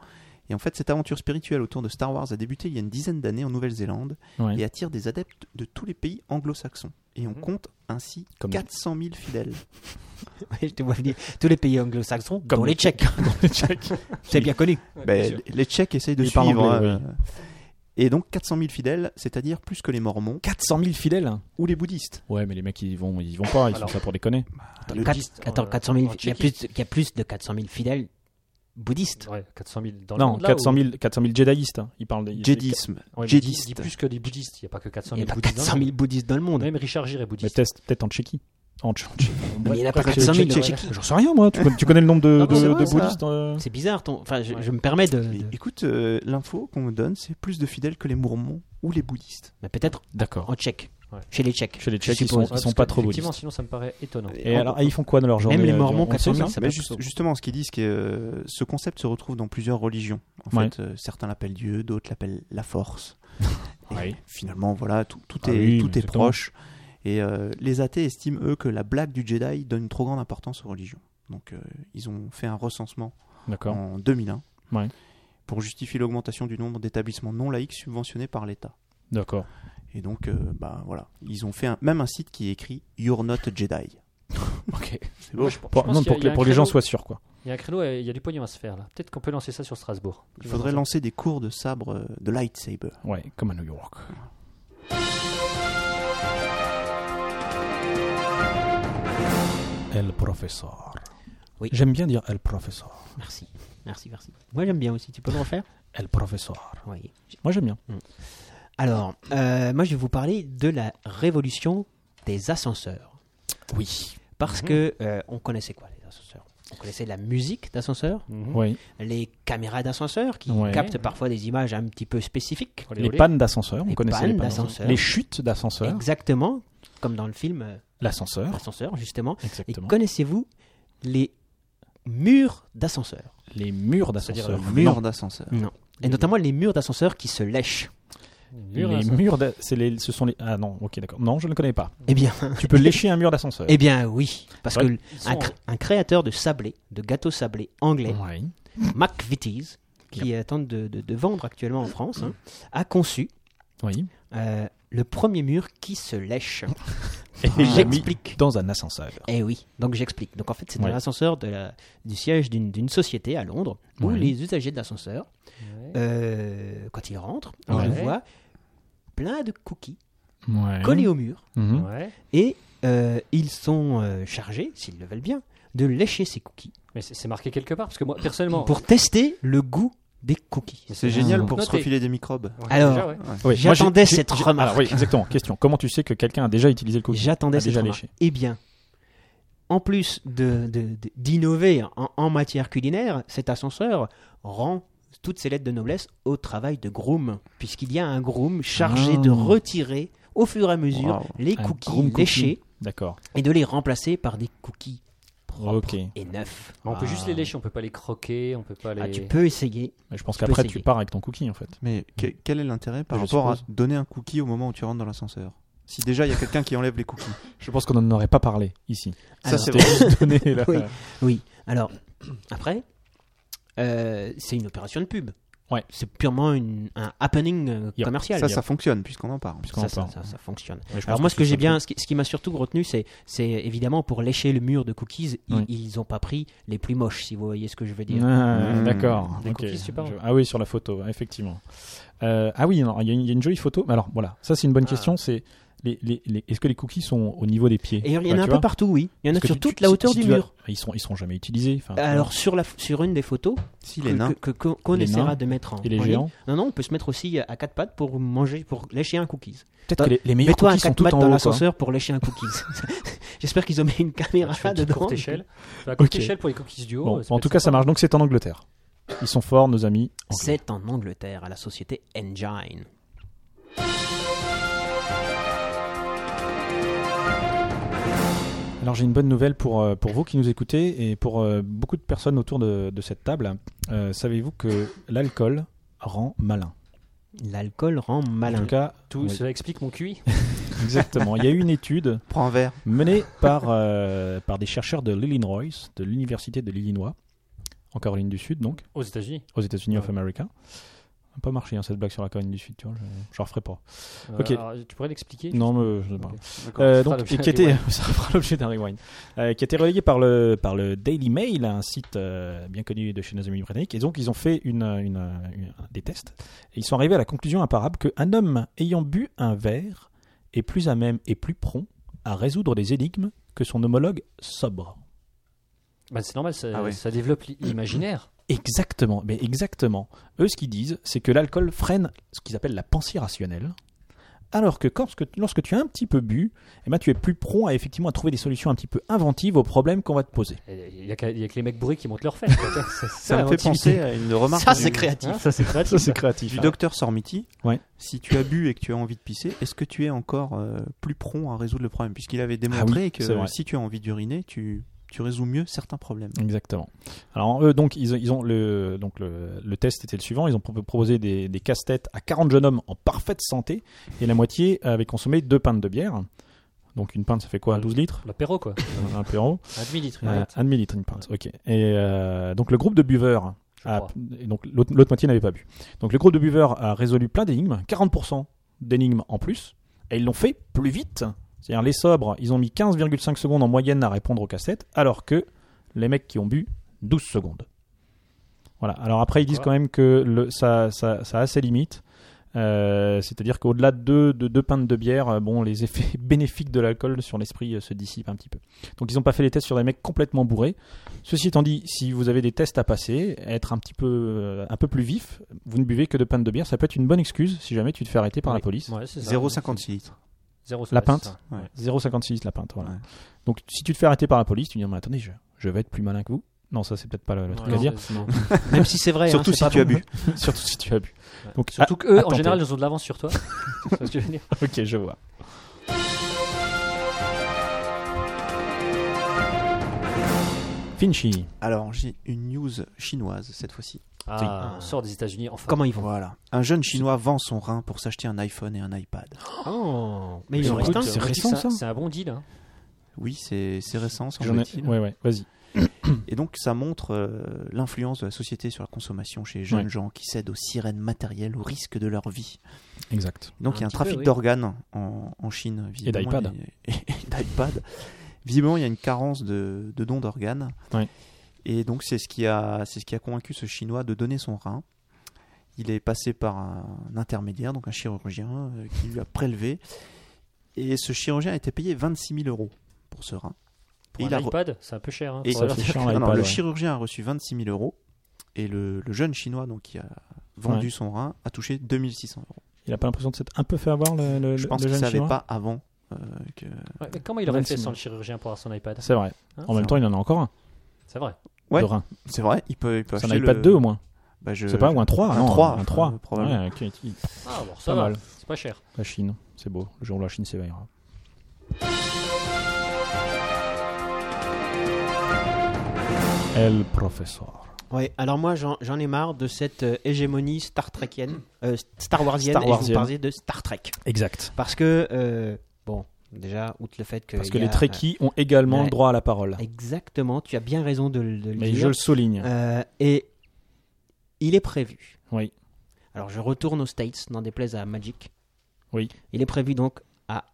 Et en fait, cette aventure spirituelle autour de Star Wars a débuté il y a une dizaine d'années en Nouvelle-Zélande
Ouais.
et attire des adeptes de tous les pays anglo-saxons. Et on compte ainsi
Comme-
400 000 fidèles.
Ouais, je te vois venir. Tous les pays anglo-saxons,
Comme
dont
le-
les Tchèques. C'est bien connu.
Ben, les Tchèques essayent de
Ils parlent
suivre.
anglais,
hein. Et donc 400 000 fidèles, c'est-à-dire plus que les Mormons
400 000 fidèles. hein.
ou les bouddhistes.
Ouais, mais les mecs, ils vont, ils vont pas. Ils
Alors-
font ça pour déconner.
Ah,
Attends,
Le
quatre-
Jist,
attends,
en-
400 000 il
en
y, a plus,
Tchéquie.
il y a plus de 400 000 fidèles bouddhistes.
Ouais, 400 000 dans le
Non,
monde, là,
400
ou-
000, 400 000 Jediistes. hein. Ils parlent des.
Jediisme.
Ouais, mais
Jediistes.
dis- dis plus que des bouddhistes. Il n'y a pas que 400
Il n'y a
000
pas
bouddhistes. dans
400
le
000 bouddhistes dans le
monde.
monde.
Même Richard Gere est
Mais
bouddhiste.
peut-être peut-être en Tchéquie. En Tchéquie.
Mais il n'y en a pas
Ouais,
400 000
c'est-
Tchèques.
c'est-
J'en sais rien, moi. Tu, con- tu connais le nombre de,
Non,
de-
non, c'est
de
vrai, ça.
bouddhistes euh
C'est bizarre. Ton... Enfin, je,
Ouais.
je me permets de.
Mais
de-
écoute, euh, l'info qu'on me donne, c'est plus de fidèles que les Mormons ou les bouddhistes.
Mais peut-être
D'accord.
en Tchèque.
Ouais.
Chez les Tchèques.
Chez les Tchèques,
Je
ils sont,
suppose,
ils
Ouais,
sont
parce
pas
que,
trop
effectivement,
bouddhistes.
sinon ça me paraît étonnant.
Et alors, et ils font quoi dans leur journée
Même les
euh,
Mormons,
on sait
400 000,
ça
ça
Mais
va
juste-
plutôt.
justement, ce qu'ils disent, c'est que euh, ce concept se retrouve dans plusieurs religions. En
Ouais.
fait, euh, certains l'appellent Dieu, d'autres l'appellent la force. Et
Ouais.
Finalement, voilà, tout, tout
Ah
est,
oui,
tout est
exactement.
proche. Et euh, les athées estiment, eux, que la blague du Jedi donne une trop grande importance aux religions. Donc, euh, ils ont fait un recensement
D'accord.
en 2001
Ouais.
pour justifier l'augmentation du nombre d'établissements non laïcs subventionnés par l'État.
D'accord.
Et donc, euh, bah, voilà. Ils ont fait un- même un site qui écrit You're not a Jedi.
Ok.
C'est beau.
Pour, non, pour que les- pour que les gens soient sûrs, quoi.
Il y a un créneau, et il y a du pognon à se faire là. Peut-être qu'on peut lancer ça sur Strasbourg.
Il faudrait lancer des cours de sabre, euh, de lightsaber.
Ouais, comme à New York. El Professor.
Oui.
J'aime bien dire El Professor.
Merci. Merci, merci. Moi, j'aime bien aussi. Tu peux le refaire
El Professor.
Oui.
Moi, j'aime bien.
Alors, euh, moi, je vais vous parler de la révolution des ascenseurs.
Oui.
Parce que euh, on connaissait quoi, les ascenseurs On connaissait la musique d'ascenseur,
Oui.
les caméras d'ascenseur qui
Ouais.
captent parfois des images un petit peu spécifiques.
Les pannes d'ascenseur, on
Les
connaissait les pannes
pannes d'ascenseur.
Les chutes d'ascenseur.
Exactement, comme dans le film euh,
L'ascenseur.
Ascenseur, justement. Et
Ah. Exactement.
connaissez-vous les murs d'ascenseur
Les murs
C'est-à-dire
d'ascenseur.
le
Non.
Mur d'ascenseur.
Non. Et notamment les murs d'ascenseur qui se lèchent.
Les murs,
Les
hein,
murs, d'a- c'est les, ce sont les. Ah non, ok, d'accord. Non, je ne connais pas.
Eh bien,
Tu peux lécher un mur d'ascenseur.
eh bien oui, parce
Ouais,
que
sont
un, cr- un créateur de sablé, de gâteaux sablés anglais,
Ouais.
McVitie's, qui est tente de, de- de vendre actuellement en
Mm.
France, hein, a conçu
Oui.
euh, le premier mur qui se lèche.
Et j'ai mis
J'explique.
dans un ascenseur.
Eh oui, donc j'explique. Donc en fait, c'est dans
Ouais.
l'ascenseur de la- du siège d'une d'une société à Londres où
Ouais.
les usagers de l'ascenseur,
Ouais.
euh, quand ils rentrent, on
Ouais.
le voit plein de cookies
Ouais.
collés au mur
Mhm.
Ouais.
et euh, ils sont euh, chargés, s'ils le veulent bien, de lécher ces cookies
Mais c'est c'est marqué quelque part, parce que moi, personnellement.
pour tester le goût des cookies.
C'est génial
Ah.
pour se
Noté.
refiler des microbes.
Ouais,
Alors,
déjà, ouais.
Oui, moi, j'ai-
J'attendais
j'ai-
cette
j'ai-
remarque.
Alors oui, exactement. Question. Comment tu sais que quelqu'un a déjà utilisé le cookie
J'attendais
a
cette
déjà
remarque.
léché.
Eh bien, en plus de- de- de- d'innover en, en matière culinaire, cet ascenseur rend toutes ses lettres de noblesse au travail de groom, puisqu'il y a un groom chargé
Ah.
de retirer au fur et à mesure
Wow.
les
Un
cookies
groom cookie.
léchés
D'accord.
et de les remplacer par des cookies propres
Ok.
et neufs.
Mais on peut juste
Ah.
les lécher, on peut pas les croquer, on peut pas les.
Ah, tu peux essayer.
Mais je pense
Tu peux
qu'après
essayer.
tu pars avec ton cookie en fait.
Mais que- quel est l'intérêt par
Je
rapport
suppose.
à donner un cookie au moment où tu rentres dans l'ascenseur Si déjà il y a quelqu'un qui enlève les cookies.
Je pense qu'on n'en aurait pas parlé ici.
Alors,
C'était juste donné là.
Ah Oui. Alors, après, euh, c'est une opération de pub.
Ouais.
C'est purement une- un happening euh,
Yep.
commercial.
Ça, ça fonctionne puisqu'on en parle.
Puisqu'on
ça,
en
ça,
parle.
ça- ça fonctionne.
Mais je pense
Alors moi, ce que
c'est
j'ai
ça.
bien, ce qui, ce qui m'a surtout retenu, c'est, c'est évidemment pour lécher le mur de cookies, ils-
Oui.
ils n'ont pas pris les plus moches, si vous voyez ce que je veux dire.
Ah,
Mmh.
D'accord.
Des
Ok.
cookies, tu parles.
Je- Ah oui, sur la photo, effectivement. Euh, ah oui, non, il y, a une- il y a une jolie photo. Mais alors voilà, ça c'est une bonne
Ah.
question. C'est les, les- les- est-ce que les cookies sont au niveau des pieds
Et il y
Bah,
en
tu
a un
vois,
peu partout, oui. Il y en
parce
a
que
sur
tu-
toute
tu-
la
si-
hauteur
si
du
tu Ah, dois-
mur.
Ils sont ils sont jamais utilisés. Enfin, tu vois.
Alors sur la, sur une des photos
Si
que-
les nains.
que- que- qu'on
Les
essaiera
nains
de mettre en,
et les
en ligne.
géants.
Non, non, on peut se mettre aussi à quatre pattes pour manger, pour lécher un cookies. Bah,
Peut-être que les, les meilleurs
Mets-toi à
cookies sont
quatre
tout
pattes
en
dans
haut. quoi.
l'ascenseur pour lécher un cookies. J'espère qu'ils ont mis une caméra
Ah,
Tu fais une petite
dedans.
courte échelle. La courte
Ok.
échelle pour les cookies
oh,
du haut.
Bon,
euh,
en
peut
tout
être
cas, ça
sympa.
marche. Donc c'est en Angleterre. Ils sont forts, nos amis. anglais.
C'est en Angleterre, à la société Engine.
Alors j'ai une bonne nouvelle pour, euh, pour vous qui nous écoutez et pour euh, beaucoup de personnes autour de, de cette table. Euh, Savez-vous que l'alcool rend malin
L'alcool rend
En
malin.
tout cas,
Tout
oui,
cela explique mon QI.
exactement. Il y a eu une étude
Prends un verre.
menée par, euh, par des chercheurs de l'Illinois, de l'université de l'Illinois, en Caroline du Sud donc,
Aux États-Unis.
aux États-Unis of
Ouais.
America. Ça n'a Pas marché hein, cette blague sur la Caroline du Sud, tu vois, je, je la referai pas.
Euh,
Ok.
alors, tu pourrais l'expliquer
Non, mais je sais pas.
Ok.
Euh,
Ça fera
donc,
l'objet
et qui
d'un
était,
rewind.
ça fera l'objet d'un rewind, Euh, qui a été relayé par le, par le Daily Mail, un site euh, bien connu de chez nos amis britanniques. Et donc, ils ont fait une, une, une- des tests. Et ils sont arrivés à la conclusion imparable qu'un homme ayant bu un verre est plus à même et plus prompt à résoudre des énigmes que son homologue sobre.
Bah, c'est normal, ça,
Ah ouais.
ça développe l'i- l'imaginaire.
Exactement, mais exactement. Eux, ce qu'ils disent, c'est que l'alcool freine ce qu'ils appellent la pensée rationnelle. Alors que quand- lorsque, lorsque tu as un petit peu bu, eh ben, tu es plus prompt à effectivement à trouver des solutions un petit peu inventives aux problèmes qu'on va te poser.
Il y, a qu'à- il y a que les mecs bourrés qui montent leurs fesses. quoi. C'est- c'est
Ça me fait
l'inventivité.
penser à une remarque
Ça,
du-
c'est créatif.
Hein, ça, c'est créatif.
c'est créatif. hein.
du docteur Sormiti.
Ouais.
Si tu as bu et que tu as envie de pisser, est-ce que tu es encore euh, plus prompt à résoudre le problème Puisqu'il avait démontré
c'est vrai.
que si tu as envie d'uriner, tu, tu résous mieux certains problèmes.
Exactement. Alors eux, donc, ils, ont- ils ont le, donc le, le test était le suivant. Ils ont pro- proposé des, des casse-têtes à 40 jeunes hommes en parfaite santé et la moitié avait consommé deux pintes de bière. Donc une pinte, ça fait quoi 12 litres
L'apéro, quoi.
Un apéro
Un demi-litre. une
Euh,
pinte.
un demi-litre, une pinte, ok. Et euh, donc le groupe de buveurs, a-
crois.
Ah, et donc l'autre l'autre moitié n'avait pas bu. Donc le groupe de buveurs a résolu plein d'énigmes, 40% d'énigmes en plus, et ils l'ont fait plus vite. C'est-à-dire les sobres, ils ont mis 15,5 secondes en moyenne à répondre aux cassettes, alors que les mecs qui ont bu, 12 secondes. Voilà. Alors après, ils disent
Voilà.
quand même que le, ça, ça, ça a ses limites. Euh, C'est-à-dire qu'au-delà de deux, de deux pintes de bière, euh, bon, les effets bénéfiques de l'alcool sur l'esprit euh, se dissipent un petit peu. Donc ils n'ont pas fait les tests sur des mecs complètement bourrés. Ceci étant dit, si vous avez des tests à passer, être un petit peu, euh, un peu plus vif, vous ne buvez que deux pintes de bière, ça peut être une bonne excuse si jamais tu te fais arrêter par la
Oui.
police.
Ouais, c'est ça.
0,56 litres.
Zéro-
La
ouais,
pinte.
c'est ça.
Ouais.
0,56 la pinte, voilà.
Ouais.
Donc si tu te fais arrêter par la police, tu dis mais attendez, je, je vais être plus malin que vous. Non, ça c'est peut-être pas le, le truc
Ouais,
à dire.
c'est- non.
Même si c'est vrai.
Surtout
hein, c'est
si
pas
tu as
bon.
bu.
Surtout si tu as bu. Donc,
Surtout qu'eux, en
attendez.
général, ils ont de l'avance sur toi. C'est ce que je veux dire.
ah, ok, je vois. Finchy.
Alors j'ai une news chinoise cette fois-ci.
Ah, on sort des États-Unis, enfin.
Comment ils vont
Voilà. Un jeune chinois vend son rein pour s'acheter un iPhone et un iPad.
Oh, Mais
Mais
il en reste
écoute,
un.
c'est
on dit que
récent,
c'est
ça
un- C'est un bon deal. hein.
Oui, c'est c'est récent,
J'en ai-
semble-t-il.
Ouais, ouais, vas-y.
Et donc, ça montre euh, l'influence de la société sur la consommation chez les jeunes
Ouais.
gens qui cèdent aux sirènes matérielles au risque de leur vie.
Exact.
Donc,
Un
il y a un
petit peu,
trafic
oui.
d'organes en, en Chine. visiblement,
d'iPad.
il y a- et d'iPad. Visiblement, il y a une carence de, de dons d'organes.
Ouais.
Et donc, c'est ce, qui a- c'est ce qui a convaincu ce Chinois de donner son rein. Il est passé par un intermédiaire, donc un chirurgien, euh, qui lui a prélevé. Et ce chirurgien a été payé 26 000 euros pour ce rein. Et
Pour
il a
un
re-
iPad, c'est un peu cher. hein,
Et
Ah,
pour
ça
leur-
fait chiant,
Non, non,
l'iPad,
le
ouais.
chirurgien a reçu 26 000 euros et le, le jeune chinois donc, qui a vendu son rein a touché 2600 euros.
Il a pas l'impression de s'être un peu fait avoir le, le,
Je
le-
pense
le
qu'il ne
jeune
savait
chinois
pas avant euh, que.
Ouais, mais comment il aurait fait
26
sans le chirurgien pour avoir son iPad
Ah, C'est vrai.
Hein,
En même
c'est
temps, il en a encore un.
C'est vrai.
Ouais.
De rein.
C'est vrai, il peut, il peut
C'est
acheter.
un iPad
le...
2 au moins.
Bah, je-
C'est pas ou un 3
un
non,
3,
Un 3.
euh, probablement.
Ouais, ok, ok.
Ah, bon, ça
Pas
va.
mal.
C'est pas cher.
La Chine, c'est beau. Le jour où la Chine s'éveillera. El Professor.
Ouais, alors moi j'en j'en ai marre de cette euh, hégémonie Star Trekienne, euh, Star Warsienne,
Star
et je vous
Warsienne.
parlais de Star Trek.
Exact.
Parce que, euh, bon, déjà, outre le fait que.
Parce que
il y a-
les Trekkies ont également
ouais.
le droit à la parole.
Exactement, tu as bien raison de, le- de le
Mais
dire.
je le souligne.
Euh, et il est prévu.
Oui.
Alors je retourne aux States, n'en déplaise à Magic.
Oui.
Il est prévu donc à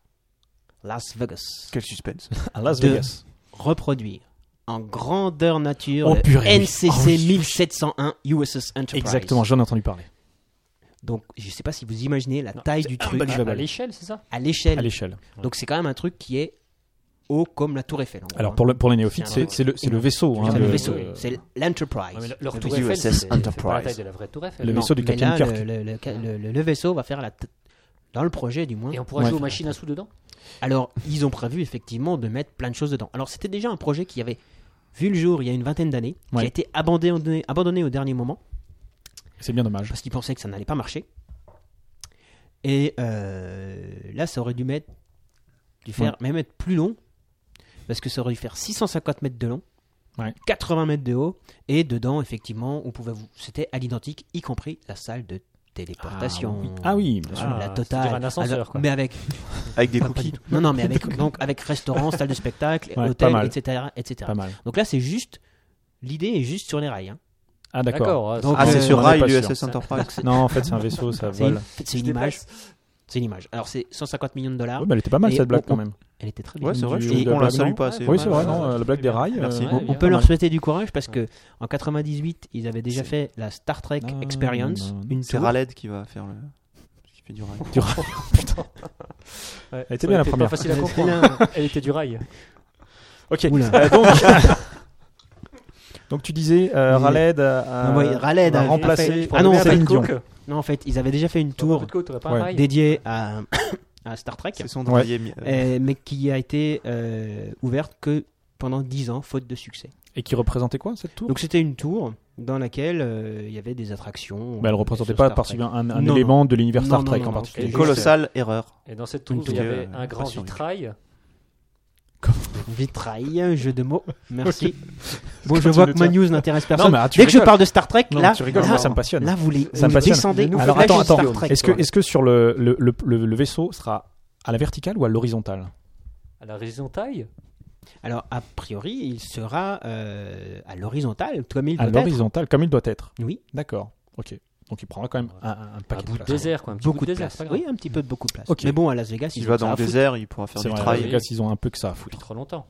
Las Vegas.
Quel suspense.
À Las
de-
Vegas.
Reproduire en grandeur nature
Oh,
le
purée, oui.
NCC
Oh, oui.
1701 USS Enterprise.
Exactement, j'en ai entendu parler.
Donc, je ne sais pas si vous imaginez la
Non,
taille du truc
Ah, À,
Imaginable.
à l'échelle, c'est ça
à
À
l'échelle.
l'échelle.
Donc, c'est quand même un truc qui est haut comme la Tour Eiffel. en gros,
Alors
hein.
pour, le, pour les néophytes,
C'est un
c'est
truc
c'est le, c'est le
énorme.
vaisseau. hein,
C'est le
le-
vaisseau,
le-
c'est l'enterprise.
Ouais, mais leur
Le
tour
vaisseau.
Eiffel,
USS
c'est c'est pas la
Enterprise.
taille de la vraie tour Eiffel.
Le
Non,
vaisseau du
mais
capitaine
là,
Kirk.
Le, le- le- le- le vaisseau va faire la t- dans le projet du moins.
Et on pourra
Ouais.
jouer aux machines à sous dedans
Alors, ils ont prévu effectivement de mettre plein de choses dedans. Alors, c'était déjà un projet qui avait vu le jour il y a une vingtaine d'années, qui
Ouais.
a été abandonné, abandonné au dernier moment
C'est bien dommage.
parce qu'ils pensaient que ça n'allait pas marcher. Et euh, là, ça aurait dû mettre, dû faire
Ouais.
même être plus long parce que ça aurait dû faire 650 mètres de long.
Ouais.
80 mètres de haut et dedans effectivement on pouvait vous c'était à l'identique y compris la salle de téléportation
Ah oui.
Bien sûr,
Ah,
la
c'est-à-dire
totale.
un ascenseur,
Alors,
quoi.
Mais avec,
Avec des cookies.
non, non, mais avec, donc, avec restaurant, salle de spectacle,
Ouais, pas
hôtel,
mal.
etc. etc.
Pas mal.
Donc là, c'est juste. L'idée est juste sur les rails. hein.
Ah d'accord.
ah,
Donc,
Ah,
euh,
c'est sur
on en est
rail
pas
USS
sûr.
Enterprise.
Non, en fait, c'est un vaisseau, ça
C'est
vole.
une, c'est une image. C'est une image. Alors, c'est 150 millions de dollars.
Oui, mais elle était pas mal
Et
cette blague
on-
quand même.
Elle était très bien.
Ouais, c'est vrai,
Du-
je
Et
trouve qu'on la
blague,
salue
non
pas assez.
Ouais,
Oui, c'est vrai,
ouais,
non,
ouais,
euh, la blague des rails.
Merci.
euh,
Ouais,
on, on
bien.
peut
Non,
leur
mais-
souhaiter du courage parce que en 98, ils avaient déjà
C'est-
fait la Star Trek
Non,
Experience,
non, non, non.
une
C'est
tour.
Raled qui va faire le. qui fait du rail.
Elle
était bien, la première. Ah
Pas facile à comprendre. Elle était du rail.
Ok.
Oula.
Euh, donc... donc tu disais euh,
Mais-
Raled a, a-
Non, ouais, Raled
a
a- a
remplacé.
fait- Ah non,
Céline
Céline
Dion.
Non, en fait, ils avaient déjà fait une
Tour.
tour
T'aurais pas
Ouais.
un rail
dédiée à, à Star Trek,
C'est son
Ouais.
dernier. mi- euh,
euh, mais qui a été euh, ouverte que pendant 10 ans, faute de succès.
euh, Et qui représentait quoi cette tour
Donc c'était une tour dans laquelle euh, il y avait des attractions.
bah, Elle
euh,
représentait
sur
pas
Star
par un, un
Non,
élément de l'univers
Non,
Star
non,
Trek
non,
en
non,
particulier.
c'était
euh,
Colossale erreur.
Et dans cette tour,
Une
il y
tour,
avait
euh,
un grand
pas sûr.
vitrail.
Vitrail, jeu de mots. Merci.
Quand
bon, je
tu
vois
le
que ma
tiens.
news n'intéresse
Non,
personne.
mais ah, tu
Dès que je
rigoles.
parle de Star Trek,
Non,
là,
tu rigoles,
là,
moi, ça me passionne.
là, vous les
Ça me
vous
passionne.
descendez.
Mais nous,
au
Alors
flash
attends,
de Star
attends.
Trek,
Est-ce que,
quoi.
est-ce que sur le, le, le, le- le vaisseau sera à la verticale ou à l'horizontale
À la horizontale
Alors, a priori, il sera euh, à l'horizontale, comme il
À
doit être.
l'horizontale, comme il doit être.
Oui,
D'accord. Ok. Donc il prendra quand même un, un- un
Un
paquet
bout de
place.
désert, quoi. Un petit
beaucoup
bout
de
de désert.
place. Oui,
hein.
un petit peu de beaucoup de place.
Ok.
Mais bon, à Las Vegas,
Il
ils
va
ont
dans
ça
le
à foutre.
désert, il pourra faire
C'est
du
vrai, les
trail.
Vegas, ils ont un peu que ça à foutre.
Depuis trop longtemps.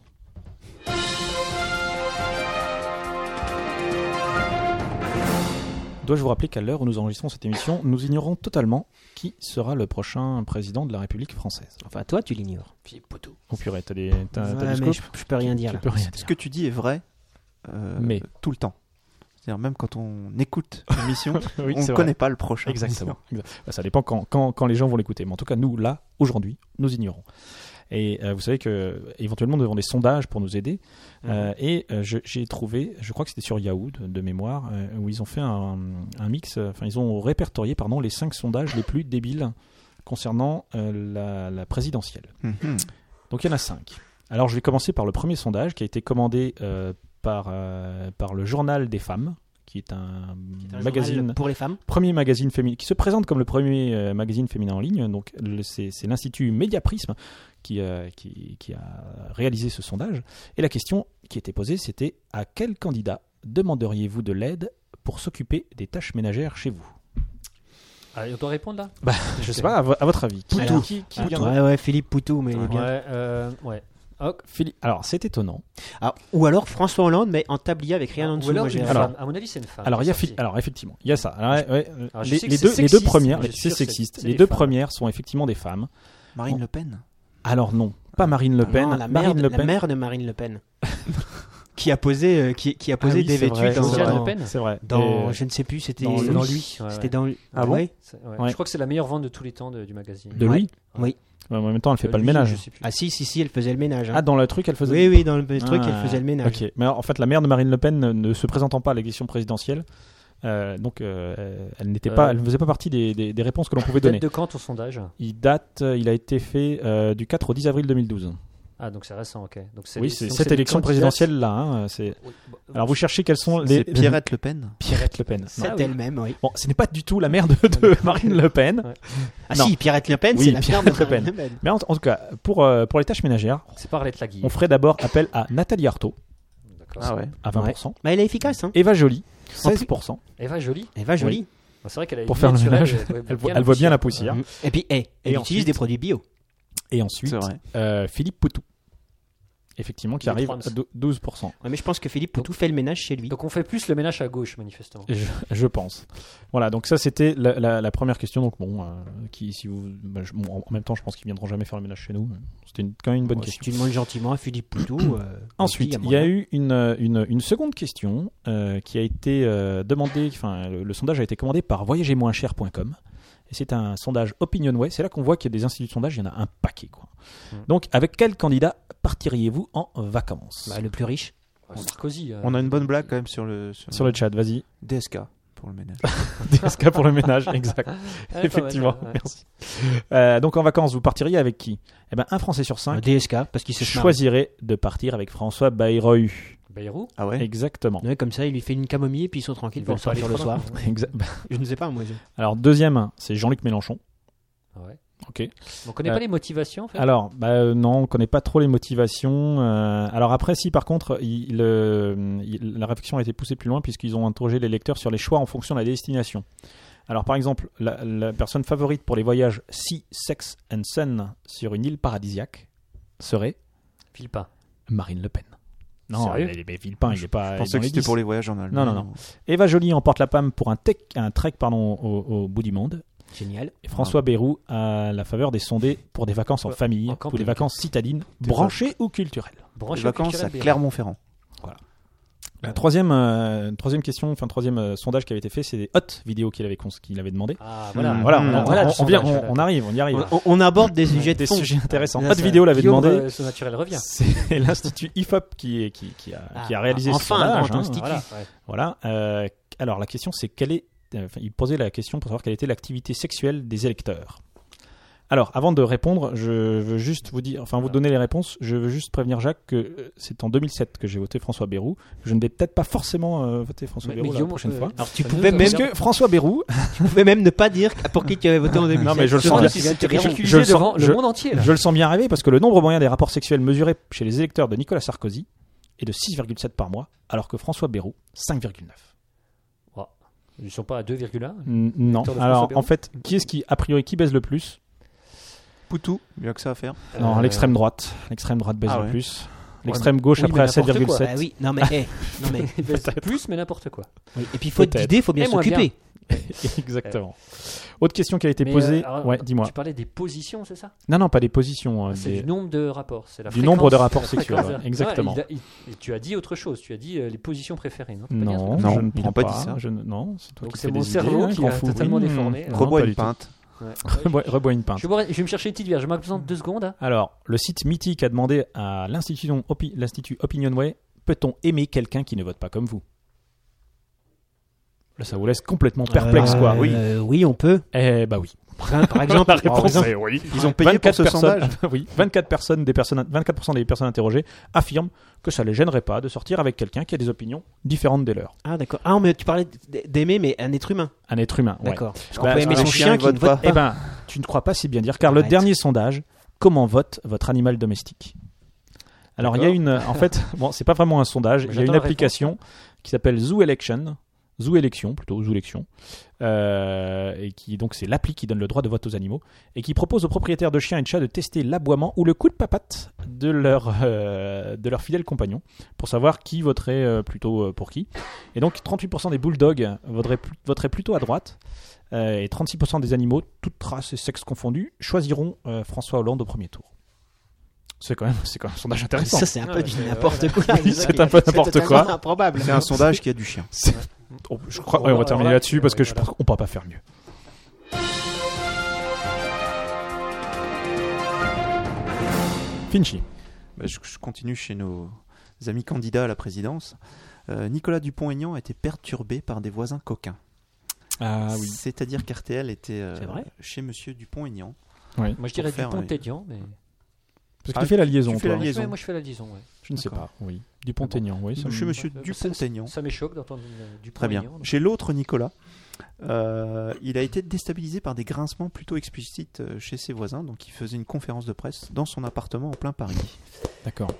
Dois-je vous rappeler qu'à l'heure où nous enregistrons cette émission, nous ignorons totalement qui sera le prochain président de la République française.
Enfin, toi, tu l'ignores.
Puis poteau.
Oh purée, t'as des, t'as,
Ouais,
t'as du
mais
scoop
je, je peux rien dire.
Tu
là.
peux rien
Ce
dire.
que tu dis est vrai. euh,
Mais.
Tout le temps. C'est-à-dire, même quand on écoute l'émission,
Oui, c'est
on ne
vrai.
connaît pas le prochain.
Exactement. Exact. Bah, Ça dépend quand, quand, quand les gens vont l'écouter. Mais en tout cas, nous, là, aujourd'hui, nous ignorons. Et euh, vous savez que éventuellement nous avons des sondages pour nous aider. Euh, et euh, je- j'ai trouvé, je crois que c'était sur Yahoo de, de mémoire, euh, où ils ont fait un, un mix, euh, enfin ils ont répertorié pardon, les cinq sondages les plus débiles concernant euh, la- la présidentielle.
Mhm.
Donc il y en a cinq. Alors je vais commencer par le premier sondage qui a été commandé euh, par, euh, par le Journal des Femmes, qui est un,
C'est un
magazine
journal pour les femmes.
premier magazine féminin qui se présente comme le premier euh, magazine féminin en ligne. Donc le- c'est c'est l'institut Médiaprisme qui, euh, qui, qui a réalisé ce sondage. Et la question qui était posée, c'était à quel candidat demanderiez-vous de l'aide pour s'occuper des tâches ménagères chez vous
Allez, Ah, on doit répondre là
Bah, Je sais pas, à, vo- à votre avis. Qui,
Poutou.
qui- qui
Poutou.
viendra
Ouais, ouais, Philippe Poutou, mais il est bien.
Ouais, euh, ouais. Hop.
Philippe- Alors c'est étonnant.
Ah, ou alors François Hollande, mais en tablier avec rien en
Ou
dessous.
alors,
moi, j'ai-
une
Ah, Alors-
femme. à mon avis, Ah, c'est une femme.
Alors, il y a,
Sorti.
fi- alors effectivement, il y a ça. Alors, ouais, ouais, euh,
Alors, je
les,
sais que
les
c'est
deux, les deux
sexiste,
premières,
mais je suis
c'est
sûr que c'est-
sexiste.
c'est
Les
des
deux
femmes.
premières sont effectivement des femmes.
Marine
Bon.
Le Pen
Alors non, pas Marine Le Pen.
Ah Non, la, mère,
Marine
de-
Le
la
Pen.
mère de Marine Le Pen. qui a posé, euh, qui, qui a posé
Ah oui,
des
c'est vrai,
vêtus dans,
Jean-Pierre
dans,
Le Pen.
C'est vrai.
dans-
Et-
je ne sais plus, c'était
Dans
Louis.
dans lui. ouais,
C'était
ouais.
dans
Ah bon
ouais.
C'est- ouais.
Ouais.
Je crois que c'est la meilleure vente de tous les temps de- du magazine.
De lui
Oui.
Ouais, mais en même temps, elle fait
Euh,
pas le
lui,
ménage.
Je sais plus.
Ah si, si, si, elle faisait le ménage. hein.
Ah, dans le truc, elle faisait.
oui, oui, dans le truc,
Ah,
elle faisait le ménage.
Ok, mais en fait, la mère de Marine Le Pen ne- ne se présentant pas à l'élection présidentielle, euh, donc euh, elle n'était pas,
Euh.
elle ne faisait pas partie des, des- des réponses que l'on pouvait donner.
Date de quand ton sondage
Il date, euh, il a été fait euh, du 4 au 10 avril 2012.
Ah, donc c'est récent, ok. Donc c'est-
Oui, c'est
donc
cette
c'est des
élection
candidates-
présidentielle là. c'est...
Oui, bon,
Alors vous cherchez quelles sont les
C'est Pierrette Le Pen
Pierrette Le Pen. Non.
C'est
Ah oui.
elle-même, oui.
Bon, ce n'est pas du tout la mère de, de Marine Le Pen,
Ah
Non.
si, Pierrette Le Pen,
Oui,
c'est la
Pierrette
mère de
Le Pen.
Marine Le Pen.
mais en, en tout cas pour euh, pour les tâches ménagères,
C'est pas Arlette Laguille.
on ferait d'abord appel à Nathalie Arthaud
D'accord.
Ah ouais.
à 20%,
Bah, elle est efficace, hein.
Eva Jolie
En plus-
16%.
Eva Jolie.
Elle va jolie.
C'est vrai qu'elle a
Pour
une
faire le
lunette sur
ménage,
elle, elle
Elle, voit- elle voit bien la poussière. Mhm.
Mm. Et puis, eh, elle
Et
utilise
ensuite-
des produits bio.
Et ensuite,
C'est vrai.
euh, Philippe Poutou. Effectivement, qui
Les
arrive à
Trams.
dou- 12%,
Ouais, mais je pense que Philippe Poutou fait le ménage chez lui.
Donc on fait plus le ménage à gauche, manifestement.
je, je pense. Voilà, donc ça c'était la, la- la première question. Donc bon, euh, qui, si vous, bah, je- bon, en- en même temps, je pense qu'ils viendront jamais faire le ménage chez nous. C'était une- quand même une bonne
Ouais, Oh, si
question.
tu demandes gentiment à Philippe Poutou. euh,
Ensuite,
dit,
il y a
moyen.
eu une, euh, une, une seconde question euh, qui a été euh, demandée, enfin le, le sondage a été commandé par voyagermoinscher.com. Et c'est un sondage OpinionWay. C'est là qu'on voit qu'il y a des instituts de sondage, il y en a un paquet. Quoi.
Mm.
Donc avec quel candidat partiriez-vous en vacances
Bah, le plus riche.
Ah, Sarkozy. euh,
On a une bonne blague quand même sur le, sur
Sur le chat, vas-y.
DSK pour le ménage.
DSK pour le ménage, exact.
elle est pas mal,
Effectivement,
ouais.
merci. Euh, donc en vacances, vous partiriez avec qui Eh ben, un Français sur
Le
cinq
DSK, parce qu'il se choisit.
choisirait de partir avec François Bayrou.
Bayrou.
Ah
euh,
ouais
Exactement.
Ouais, comme ça, il lui fait une camomille et puis ils sont tranquilles
Ils
pour
veulent pas
sortir le
aller trop
soir.
loin.
Exact.
Je ne sais pas, moi. je-
Alors deuxième, c'est Jean-Luc Mélenchon.
Ouais.
Ok.
On connaît
Euh,
pas les motivations, en fait.
Alors, bah, euh, non, on connaît pas trop les motivations. Euh, alors après, si par contre, il, il, euh, il- la réflexion a été poussée plus loin puisqu'ils ont interrogé les lecteurs sur les choix en fonction de la destination. Alors par exemple, la, la personne favorite pour les voyages Sea, Sex and Sun sur une île paradisiaque serait
File pas.
Marine Le Pen. Non,
Sérieux
mais, mais Villepin, il n'est pas.
Je
dans
pensais que
les
c'était
10.
pour les voyages en
Non,
Allemagne.
non, non. Eva Jolie emporte la PAM pour un, tech- un trek pardon, au, au bout du monde.
Génial.
Et
Ah.
François Bayrou à la faveur des sondés pour des vacances en
Euh,
Ouais,
famille ou
en
des
camping.
vacances citadines,
Des
branchées ou culturelles.
Les
Branche
vacances à
culturelle, Bayrou.
Clermont-Ferrand.
La troisième, euh, troisième question, enfin troisième euh, sondage qui avait été fait, c'est des hot vidéos qu'il avait, cons- qu'il avait demandé.
Ah, voilà.
Mm.
Hmm. Voilà,
Mm.
on, on-
Voilà,
on-
du
on vient-
sondage,
on-
voilà.
on arrive, on y arrive.
On, on- on aborde des sujets de
Des
fond.
sujets intéressants.
Là,
Hot
ça-
vidéo l'avait
Guillaume,
demandé.
euh, son naturel revient.
C'est l'Institut IFOP qui, est- qui, qui, a,
Ah,
qui a réalisé ce
enfin, un
sondage.
grand
hein,
institut.
voilà.
Ouais.
Voilà. Euh, alors la question c'est quelle est. euh, enfin, il posait la question pour savoir quelle était l'activité sexuelle des électeurs. Alors, avant de répondre, je veux juste vous dire, enfin vous donner les réponses. Je veux juste prévenir Jacques que euh, c'est en 2007 que j'ai voté François Bayrou. Je ne vais peut-être pas forcément euh, voter François
Mais- mais
Bayrou la
Guillaume,
prochaine
euh,
fois.
Alors, tu
Ça
pouvais,
nous-
même,
Parce que François Bayrou,
tu pouvais même ne pas dire pour qui tu avais voté en 2007.
mais je le
Surtout
sens,
si
là.
c'était
Je
Bayrou.
suis
je le
accusé
sens-
devant
je-
le monde entier. là.
je le sens bien arriver parce que le nombre moyen des rapports sexuels mesurés chez les électeurs de Nicolas Sarkozy est de 6,7 par mois, alors que François Bayrou 5,9.
Oh. Ils ne sont pas à 2,1.
N- Non.
Victor de François
Alors,
Bayrou
en fait, qui est-ce qui, a priori, qui baise le plus
Poutou, mieux que ça à faire.
Non,
Euh,
l'extrême droite. L'extrême droite baisse
Ah
le
ouais.
plus. L'extrême gauche
Oui,
après
mais
à
n'importe quoi.
Bah
7,7.
oui, non mais, eh, non mais,
Ils baissent plus, mais n'importe quoi.
oui. et puis faut être
Peut-être.
guidé, faut Eh, bien
Et moins
s'occuper.
Exactement. Autre question qui a été
Ah Mais,
posée.
euh, alors,
ouais, dis-moi.
Tu parlais des positions, c'est ça
Non, non, pas des positions. euh,
Ah, C'est
des-
du nombre de rapports. C'est la
Du nombre de
fréquence-
rapports
la
sexuels,
fréquence.
ouais, exactement.
Ouais, il a- il- et tu as dit autre chose. Tu as dit euh, les positions préférées. Non, Tu peux pas dire ça.
Non,
Non,
je ne
il a
prends
pas dit ça.
Je ne- Non, c'est toi
Donc
qui
c'est
fais
mon
des
cerveau
idées, hein,
qui
grand
a
fou.
totalement
Mmh.
déformé.
Non,
Rebois
pas
une
du tout.
pinte.
Ouais.
Rebois- Rebois une
Je
pinte.
vais, boire- je vais me chercher une petite bière. Je m'absente deux secondes. hein.
Alors, le site mythique a demandé à l'Institut Opi- l'Institut Opinionway peut-on aimer quelqu'un qui ne vote pas comme vous Là, ça vous laisse complètement
Ah,
perplexe, quoi.
Euh, euh, oui, on peut. Ah,
Eh bah oui.
Par par exemple,
La
par
réponse
exemple,
Eh
est oui.
Ils ont payé pour ce
personnes,
sondage.
oui, 24 personnes des personnes, 24% des personnes interrogées affirment que ça les gênerait pas de sortir avec quelqu'un qui a des opinions différentes des leurs.
Ah d'accord. Ah mais tu parlais d- d'aimer mais un être humain.
Un être humain. ouais.
D'accord.
Parce
On
que, bah,
peut aimer
parce
son
que-
chien
il
qui ne
vote
vote
Eh
pas.
ben, tu ne crois pas si bien dire, car le
Arrête.
dernier sondage, comment vote votre animal domestique Alors il y a une, en fait, bon, c'est pas vraiment un sondage,
Mais
il y a une
j'attends la
application qui s'appelle Zoo Election, Zoo Election plutôt, Zoo Election, euh, et qui donc c'est l'appli qui donne le droit de vote aux animaux et qui propose aux propriétaires de chiens et de chats de tester l'aboiement ou le coup de papate de leur euh, de leur fidèle compagnon pour savoir qui voterait euh, plutôt euh, pour qui. Et donc 38% des bulldogs voteraient, pl- voteraient plutôt à droite. euh, et 36% des animaux, toutes races et sexes confondus, choisiront euh, François Hollande au premier tour. C'est quand même, c'est quand même un sondage intéressant.
Ça c'est un
Ah,
peu du
ouais,
n'importe quoi.
Oui, c'est un peu n'importe
totalement
quoi.
Improbable.
C'est un sondage qui a du chien.
Oh, je crois, ouais, on va
Voilà,
terminer
voilà.
là-dessus parce que je
Voilà.
pense qu'on ne peut pas faire mieux. Finchy.
Bah, je, je continue chez nos amis candidats à la présidence. Euh, Nicolas Dupont-Aignan a été perturbé par des voisins coquins.
Ah
C'est-à-dire qu'RTL était euh,
C'est vrai
chez Monsieur Dupont-Aignan.
Moi, je dirais
faire,
Dupont
oui.
Tédian, mais.
Parce que
Ah,
tu fais la liaison,
tu fais
toi. hein.
la
Ouais,
liaison.
Moi, je fais la liaison, ouais.
Je ne sais
D'accord.
pas, oui. Dupont-Aignan, oui. ça me-
Chez Monsieur
Ouais,
Dupont-Aignan.
Ça m'échoque d'entendre euh, Dupont
Très bien.
Tédian, donc.
Chez l'autre Nicolas, euh, il a été déstabilisé par des grincements plutôt explicites euh, chez ses voisins. Donc il faisait une conférence de presse dans son appartement en plein Paris.
D'accord.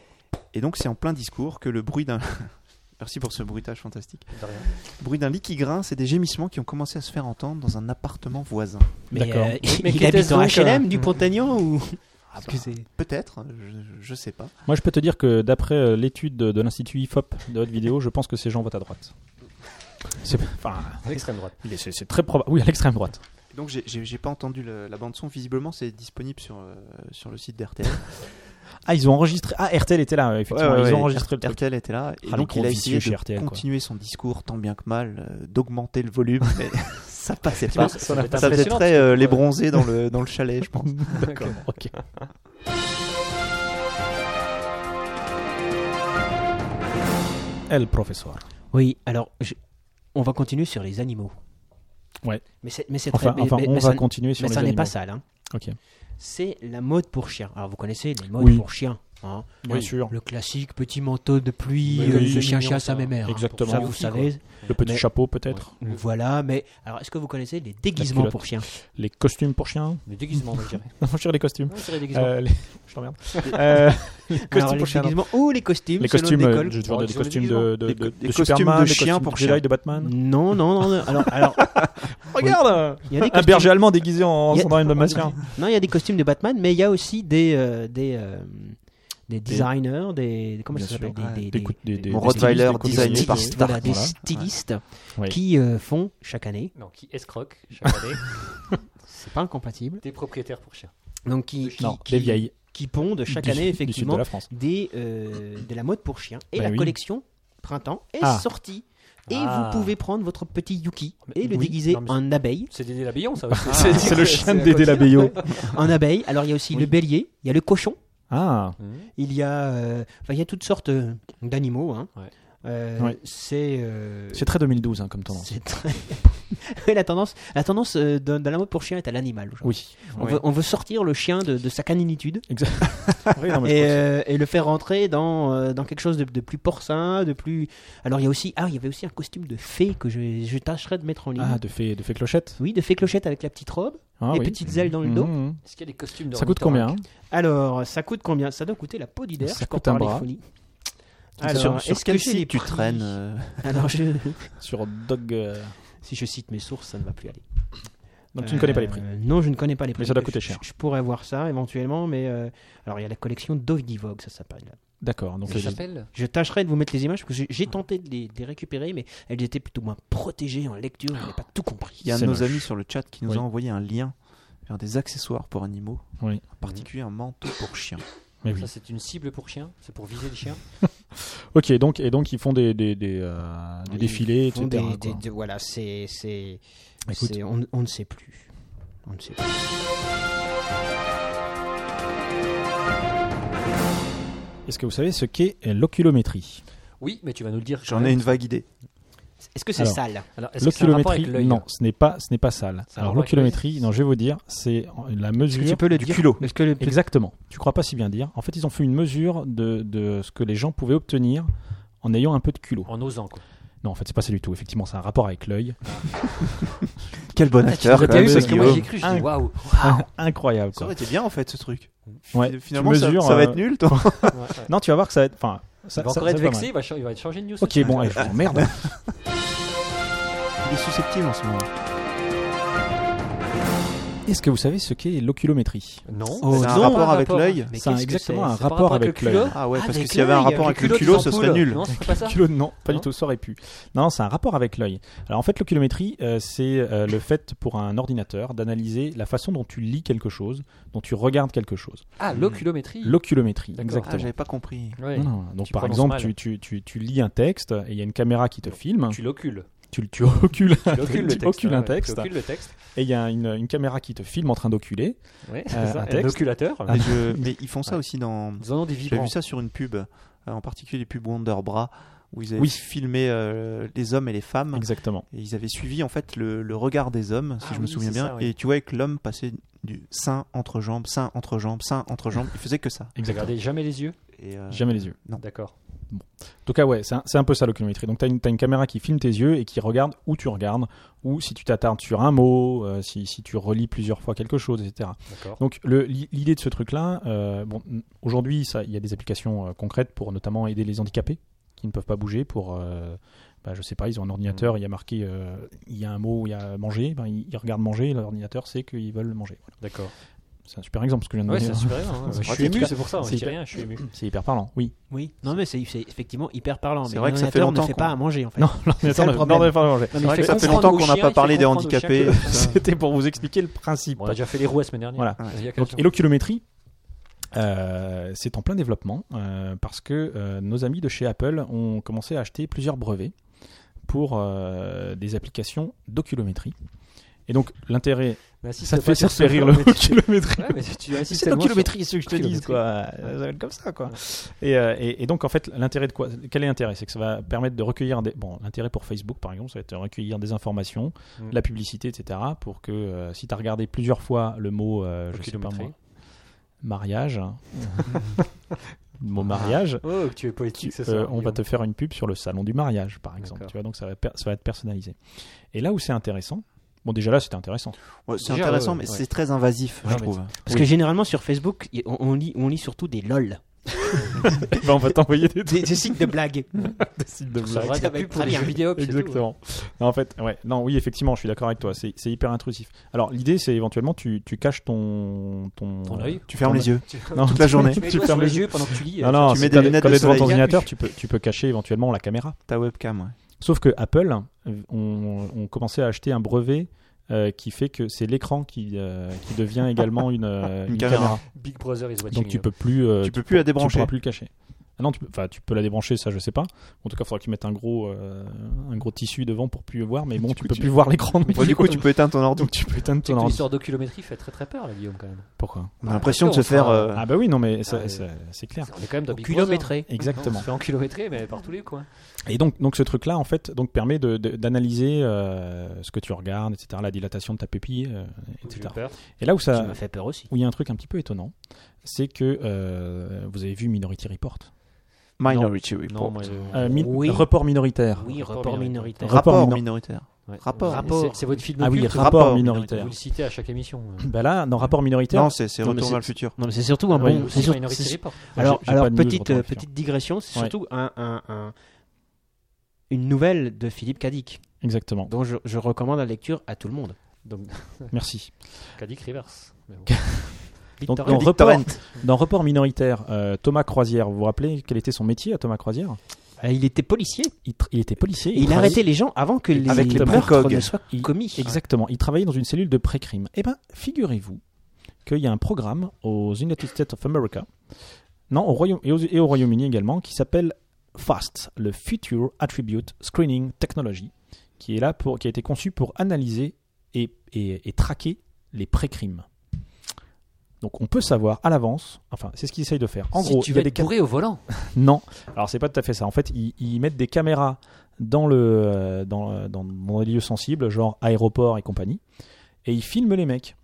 Et donc c'est en plein discours que le bruit d'un... Merci pour ce bruitage fantastique.
De rien.
Bruit d'un lit qui grince et des gémissements qui ont commencé à se faire entendre dans un appartement voisin.
Mais,
D'accord.
euh,
Mais
il
qui
habite
était-ce
en
donc, euh
HLM du Pontagnan ou
Ah bah,
Excusez.
Peut-être, je- je sais pas.
Moi, je peux te dire que d'après euh, l'étude de, de l'Institut IFOP de haute vidéo, je pense que ces gens votent à droite. C'est enfin,
À L'extrême droite.
il est- c'est c'est très probable. Oui, à l'extrême droite.
Donc j'ai- j'ai j'ai pas entendu le- la bande son. Visiblement, c'est disponible sur euh, sur le site d'RTL.
Ah, ils ont enregistré. Ah, RTL était là, euh, effectivement. ils ont enregistré le truc.
RTL était là et
Ah, les
donc
gros
il a
vicieux
essayé
chez
de
RTL, quoi.
continuer son discours tant bien que mal, euh, d'augmenter le volume, mais ça passait pas.
Ça doit être
Bah, Ça faisait
impressionnant,
très
parce que,
euh, les
euh,
bronzés dans le dans le chalet, je pense.
D'accord. Ok. El professeur.
Oui, alors je- on va continuer sur les animaux.
Ouais.
Mais c'est mais c'est
Enfin,
très mais-
enfin,
mais-
on
mais
va
ça-
continuer sur
mais
les
ça n'est
animaux.
pas sale. hein.
Ok.
C'est la mode pour chien. Alors vous connaissez les modes
Oui.
pour chien. hein.
Bien sûr.
Le classique petit manteau de pluie,
Oui,
euh,
oui,
ce
oui,
chien
mignon,
chasse à
ça.
mes mères. hein.
Exactement. Mm.
Ça, vous
Aussi,
savez.
Le petit
Mais-
chapeau, peut-être.
Voilà, mais alors est-ce que vous connaissez les déguisements
culotte.
pour chien
Les costumes pour chiens.
Le déguisement, moi, je dirais.
Non, je dirais les costumes.
Moi, je dirais déguisement.
Euh, les- Je t'emmerde. Euh, les costumes
Alors,
pour
les
chiens, non.
déguisements ou les costumes
Les
selon
costumes,
l'école.
euh, je te
Oh,
vois des
ils ont des
costumes
déguisements.
de, de,
Des
de-
co-
de
des costumes
Superman,
de
des
chiens
costumes
pour
de Jedi,
chiens.
de Batman.
Non, non, non. non. Alors, alors,
Regarde
il y a des
Un
costumes-
berger allemand déguisé en
Il y a-
gendarme dalmatien.
Non, il y a des costumes de Batman, mais il y a aussi des euh, des euh, des designers, des comment
Bien
ça s'appelle,
sûr.
des-
Ah,
des-
Des
des-
cou- des- des-
Mon
des stylistes,
Rottweiler
des costumes.
designé par
stylistes,
Stark,
voilà, des
voilà.
stylistes
Ouais.
qui euh, font chaque année,
Non, qui escroque chaque année
c'est pas incompatible,
des propriétaires pour chiens.
donc qui qui,
Non,
qui,
les vieilles.
qui pondent chaque
du-
année
du sud
effectivement
de la France.
des euh, de la mode pour chiens et
Bah
la
oui.
collection printemps est
Ah.
sortie et
Ah.
vous pouvez prendre votre petit Yuki et le
Oui.
déguiser
Non, mais
en abeille,
C'est Dédé Labillon, ça aussi.
C'est le chien de Dédé Labello.
en abeille. Alors il y a aussi le bélier, il y a le cochon.
Ah,
Mmh.
Il y a, euh, enfin, il y a toutes sortes euh, d'animaux. hein.
Ouais.
Euh,
Ouais.
C'est. euh,
c'est très 2012 hein, comme tendance.
c'est très- Oui, la tendance, la tendance euh, de, de la mode pour chien est à l'animal. aujourd'hui.
Oui.
On, veut, on veut sortir le chien de, de sa caninitude
Oui, non, mais je
et,
pense-
euh, et le faire rentrer dans, euh, dans quelque chose de, de plus porcin, de plus. Alors il y a aussi, ah, il y avait aussi un costume de fée que je, je tâcherai de mettre en ligne.
Ah, de fait, de fait clochette.
Oui, de fée clochette avec la petite robe,
Ah,
les
oui.
petites ailes dans le dos.
Mhm.
Est-ce qu'il y a des costumes
Ça coûte combien hein
Alors, ça coûte combien Ça doit coûter la peau du derche
Ça
quand
coûte
on
un
parle
bras.
folie.
Sur-
Alors,
Ah, Sur
est-ce que
quel
j'ai les
site tu
prix
traînes euh,
Alors, je...
hein, Sur Dog. euh,
si je cite mes sources, ça ne va plus aller.
Donc tu ne connais pas les prix.
Euh, Non, je ne connais pas les prix.
Mais ça doit coûter
Je-
cher.
Je, je pourrais voir ça éventuellement, mais euh, alors il y a la collection Dovidivogue, ça s'appelle.
D'accord. Donc euh,
Ça
les-
s'appelle
Je tâcherai de vous mettre les images parce que j'ai- j'ai tenté de les, de les récupérer, mais elles étaient plutôt moins protégées en lecture. Je n'ai pas tout compris.
Il y a un
C'est
de nos
moche.
amis sur le chat qui nous
Oui.
a envoyé un lien vers des accessoires pour animaux,
Oui.
en particulier un manteau pour chien.
Mais Eh oui.
Ça, c'est une cible pour chiens C'est pour viser les chiens
Ok, donc et donc ils font des des, des, euh, des
Ils
défilés,
font
etc.
des-
quoi. Bah,
des- des- voilà, c'est c'est
Écoute.
c'est- on, on ne sait plus. On ne sait plus.
Est-ce que vous savez ce qu'est l'oculométrie
Oui, mais tu vas nous le dire. quand
J'en ai
même.
une vague idée.
Est-ce que c'est
Alors,
sale
Alors, est-ce que c'est un rapport avec
L'oculométrie,
l'œil
non, ce n'est pas, ce n'est pas sale.
C'est un
Alors
rapport avec
l'oculométrie, non, je vais vous dire, c'est la
Est-ce
mesure.
que tu peux le
du
dire
culot.
Est-ce que le-
Exactement. Tu crois pas si bien dire. En fait, ils ont fait une mesure de, de ce que les gens pouvaient obtenir en ayant un peu de culot.
En osant, quoi.
Non, en fait, c'est pas ça du tout. Effectivement, c'est un rapport avec l'œil.
Quel bon acteur
nous as
quand
pas
même,
eu,
ce
parce que moi,
Guillaume.
j'ai
cru,
je dis,
waouh.
Incroyable.
Ça
Quoi.
aurait été bien en fait ce truc.
Ouais,
Fin-
tu
Finalement, ça,
mesures,
ça va
euh,
être nul toi.
Non, tu vas voir que ça va être. Enfin, ça,
Il
ça-
va encore
ça
être
va pas
vexé,
mal.
il va, cha- il va être changé de news.
Ok, bon,
ah,
allez, je vous emmerde.
Il est susceptible en ce moment.
Est-ce que vous savez ce qu'est l'oculométrie
Non.
Oh,
C'est
un
non.
rapport
Un
avec
rapport.
l'œil.
Mais
Ça a
qu'est-ce que
exactement
c'est
un
C'est par
rapport avec
le
l'œil.
culot
Ah ouais, parce que
Avec
s'il y avait un
l'œil,
rapport
le
avec le
culot des
culot, ce serait
ampoules.
nul. Ah,
Non, c'est pas ça.
Culot, non, pas
Non
du tout, ça aurait pu. Non, c'est un rapport avec l'œil. Alors en fait, l'oculométrie, euh, c'est euh, le fait pour un ordinateur d'analyser la façon dont tu lis quelque chose, dont tu regardes quelque chose.
Ah, l'oculométrie.
L'oculométrie,
D'accord.
exactement.
Ah, j'avais pas compris.
Ouais.
Non, non, Donc
Tu
par
prononces
exemple,
mal.
tu, tu, tu, tu lis un texte et il y a une caméra qui te filme, tu,
Tu l'ocules.
tu, tu ocules,
Tu l'ocules le
tu
texte.
ocules un
ouais,
texte
Tu ocules le texte.
et il y a une, une caméra qui te filme en train d'oculer.
Ouais,
Euh,
c'est ça.
un
Un
texte.
oculateur.
Ah.
Mais, je- mais ils font ça aussi dans.
Ils en ont des
J'ai
vibrants.
vu ça sur une pub, euh, en particulier les pubs Wonder Bra, où ils avaient
Oui.
filmé euh, les hommes et les femmes.
Exactement.
Et ils avaient suivi en fait le, le regard des hommes, si
Ah
je me
oui,
souviens
c'est
bien.
ça, oui.
Et tu voyais que l'homme passait du sein entre jambes, sein entre jambes, sein entre jambes. Il faisait que ça.
Exactement.
Regardez jamais les yeux.
Et, euh,
Jamais les yeux.
D'accord.
En tout cas, ouais, c'est un, c'est un peu ça l'oculométrie. Donc, tu as, une caméra qui filme tes yeux et qui regarde où tu regardes, ou si tu t'attardes sur un mot, euh, si, si tu relis plusieurs fois quelque chose, etc.
D'accord.
Donc, le- l'i- l'idée de ce truc-là, euh, bon, n- aujourd'hui, ça, il y a des applications euh, concrètes pour notamment aider les handicapés qui ne peuvent pas bouger pour. euh, bah, je sais pas, ils ont un ordinateur, il y a marqué, euh, il y a un mot, où il y a manger, ben, ils, ils regardent manger, et l'ordinateur sait qu'ils veulent manger. Voilà.
D'accord.
C'est un super exemple ce que je viens de
Ouais,
donner.
c'est super. bien, hein.
C'est
Je suis
pratique.
ému, c'est pour ça. Je
C'est
dis
hyper-
rien, je suis ému.
C'est hyper parlant, oui.
Oui. Non, mais c'est c'est effectivement hyper parlant.
C'est
mais
vrai que ça fait
l'ordinateur
longtemps
ne fait
qu'on-
pas à manger en fait.
Non, l'ordinateur
le
ne-
problème.
n'en a pas mangé.
Non, mais
C'est vrai
il
que
fait
ça fait
comprendre
longtemps
aux
qu'on n'a
chiens,
pas
il
parlé
fait
des
comprendre aux chiens
handicapés.
que-
C'était pour vous expliquer le principe.
Bon, On a déjà fait les roues la semaine dernière.
Voilà.
Il y a
Donc,
quelques
et l'oculométrie, euh, c'est en plein développement euh, parce que euh, nos amis de chez Apple ont commencé à acheter plusieurs brevets pour euh, des applications d'oculométrie. Et donc l'intérêt,
Mais assiste
ça
pas
fait, ça
sur
fait
ce
rire
plan, mais tu-
l'oculométrie.
Ouais, mais tu insistes
C'est
tellement sur-
l'oculométrie, ce que je te dis, quoi. Ça va être comme ça, quoi. Et, euh, et- et donc, en fait, l'intérêt de quoi Quel est l'intérêt C'est que ça va permettre de recueillir des. Bon, l'intérêt pour Facebook, par exemple, ça va être de recueillir des informations,
Mm.
la publicité, etc. Pour que euh, si tu as regardé plusieurs fois le mot, euh, je sais pas
Oculométrie.
moi, mariage, hein. le mot mariage,
Oh, que tu es poétique, c'est ça.
euh, on va te faire une pub sur le salon du mariage, par exemple.
D'accord.
Tu vois, donc ça va, per- ça va être personnalisé. Et là où c'est intéressant, bon, déjà là, c'était intéressant.
ouais, c'est
Déjà,
intéressant,
ouais,
mais
ouais.
c'est très invasif,
Non,
je
mais
trouve.
Parce
Oui.
que généralement sur Facebook, y- on, on lit, on lit surtout des lol,
Eh ben, on va t'envoyer des,
des, des sites de blagues.
des sites de
Ça
blagues.
aura
Ça
des
va
pubs
être
pour
très
les
bien.
jeux vidéo. puis c'est tout,
Exactement. Non, en fait, ouais, non, oui, effectivement, je suis d'accord avec toi. C'est c'est hyper intrusif. Alors, l'idée, c'est éventuellement, tu, tu caches ton. Ton,
Ton œil.
Tu fermes
Ton-
les yeux
Non,
toute la journée.
Tu mets
tu
toi
fermes
sur
les
les
yeux.
yeux pendant que tu lis.
Non, non,
Tu
si
mets des
t'as-
lunettes
quand
de
t'es devant ton
soleil.
ordinateur, tu peux, tu peux cacher éventuellement la caméra.
ta webcam. Ouais.
Sauf que Apple euh, ont, ont commencé à acheter un brevet. euh, qui fait que c'est l'écran qui, euh, qui devient également une, euh,
Une caméra.
Big Brother is watching.
Donc tu peux plus, euh,
tu peux plus la
tu pourras
débrancher.
plus le cacher. Ah non, tu peux, enfin, tu peux la débrancher, ça je sais pas. En tout cas, il faudra qu'ils mettent un gros, euh, un gros tissu devant pour plus voir, mais bon, tu
coup,
peux
tu-
plus voir l'écran. non
Ouais,
plus.
du coup, tu peux éteindre ton ordi.
Donc tu peux éteindre ton
Ton
ordi.
histoire d'oculométrie fait très très peur, là, Guillaume, quand même.
Pourquoi
On a l'impression de se
on
faire.
sera-
euh,
Ah bah oui, non mais ça-
Ah, oui.
ça- c'est clair.
On est quand même dans Big Brother.
Kilométré.
On
Exactement.
se fait en kilométré, mais par tous les coins.
Et donc, donc ce truc-là, en fait, donc permet de- de- d'analyser euh, ce que tu regardes, etc., la dilatation de ta pupille, euh,
J'ai
etc.
peur.
Et là où
Ça
ça,
m'a fait peur aussi.
où il y a un truc un petit peu étonnant, c'est que euh, vous avez vu Minority Report.
Minority Report.
moi, je-
Euh, mi-
Oui.
Report minoritaire.
Oui,
Rapport
rapport
minoritaire.
minoritaire.
Rapport
minor-
minoritaire.
Ouais.
Rapport.
Mais c'est- C'est votre film
Ah oui,
d'occulte,
rapport,
Rapport
minoritaire.
Vous le citez à chaque émission.
Bah là, dans rapport minoritaire,
Non, c'est c'est
Non, mais
Retour
c'est-
vers le futur.
Non, mais c'est surtout un
Ah oui,
bon.
aussi
c'est sur-
Minority
c'est-
Report.
J'ai-
Alors,
j'ai pas
alors
de news,
petite,
Retour vers
euh,
le futur.
petite digression, c'est
Ouais.
surtout un, un- un- une nouvelle de Philippe Cadic,
exactement.
dont je, je recommande la lecture à tout le monde.
Donc,
Merci.
Cadic Reverse. Mais bon.
Donc,
Victor
dans,
Hugo.
Dick
report,
Torrent.
dans Report minoritaire, euh, Thomas Croisière, vous vous rappelez quel était son métier à Thomas Croisière
Euh, il était policier
il, tr- il était policier.
et il
travaillait-
arrêtait les gens avant que les
Avec les
meurtres
précogs.
ne soient
Il-
commis.
Exactement. Il travaillait dans une cellule de pré-crime. Eh ben, figurez-vous qu'il y a un programme aux United States of America, non, au Royaume et, aux- et au Royaume-Uni également, qui s'appelle FAST, le Future Attribute Screening Technology, qui est là pour, qui a été conçu pour analyser et, et- et traquer les pré-crimes. Donc, on peut savoir à l'avance. Enfin, c'est ce qu'ils essayent de faire. En
si
gros, il
tu
y
vas
a des
être bourré au volant.
non, alors c'est pas tout à fait ça. En fait, ils, ils mettent des caméras dans, le, euh, dans, euh, dans, dans les lieux sensibles, genre aéroport et compagnie, et ils filment les mecs.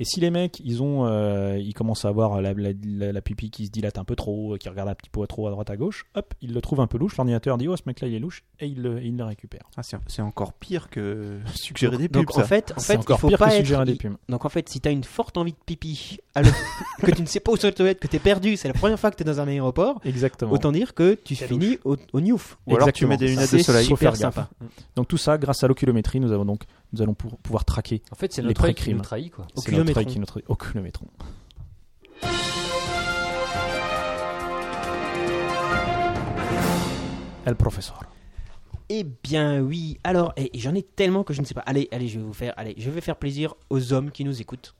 Et si les mecs, ils ont, euh, ils commencent à avoir la, la- la- la pupille qui se dilate un peu trop, euh, qui regarde un petit peu trop à droite à gauche, hop, ils le trouvent un peu louche. L'ordinateur dit oh ce mec-là il est louche et il le, il le récupère.
Ah, c'est c'est encore pire que suggérer des pubs.
Donc en
ça.
fait, en
C'est
fait, il
encore
faut
pire
pas
que
être.
suggérer des
il-
pubs.
Donc en fait, si t'as une forte envie de pipi, alors que tu ne sais pas où sont les toilettes, que t'es perdu, c'est la première fois que t'es dans un aéroport.
Exactement.
Autant dire que tu
Quelle
finis au, au Newf.
Ou alors tu mets des
Exactement.
lunettes de
C'est
soleil.
Faut faire
Super
gaffe.
sympa.
Donc tout ça, grâce à l'oculométrie, nous avons donc, nous allons pour- pouvoir traquer.
En fait, c'est
Les
notre œil qui
pré-crimes.
nous trahit, quoi.
C'est notre œil
Oculométron.
qui notre oculométron. El professeur.
Eh bien oui. Alors, et, et j'en ai tellement que je ne sais pas. Allez, allez, je vais vous faire. Allez, je vais faire plaisir aux hommes qui nous écoutent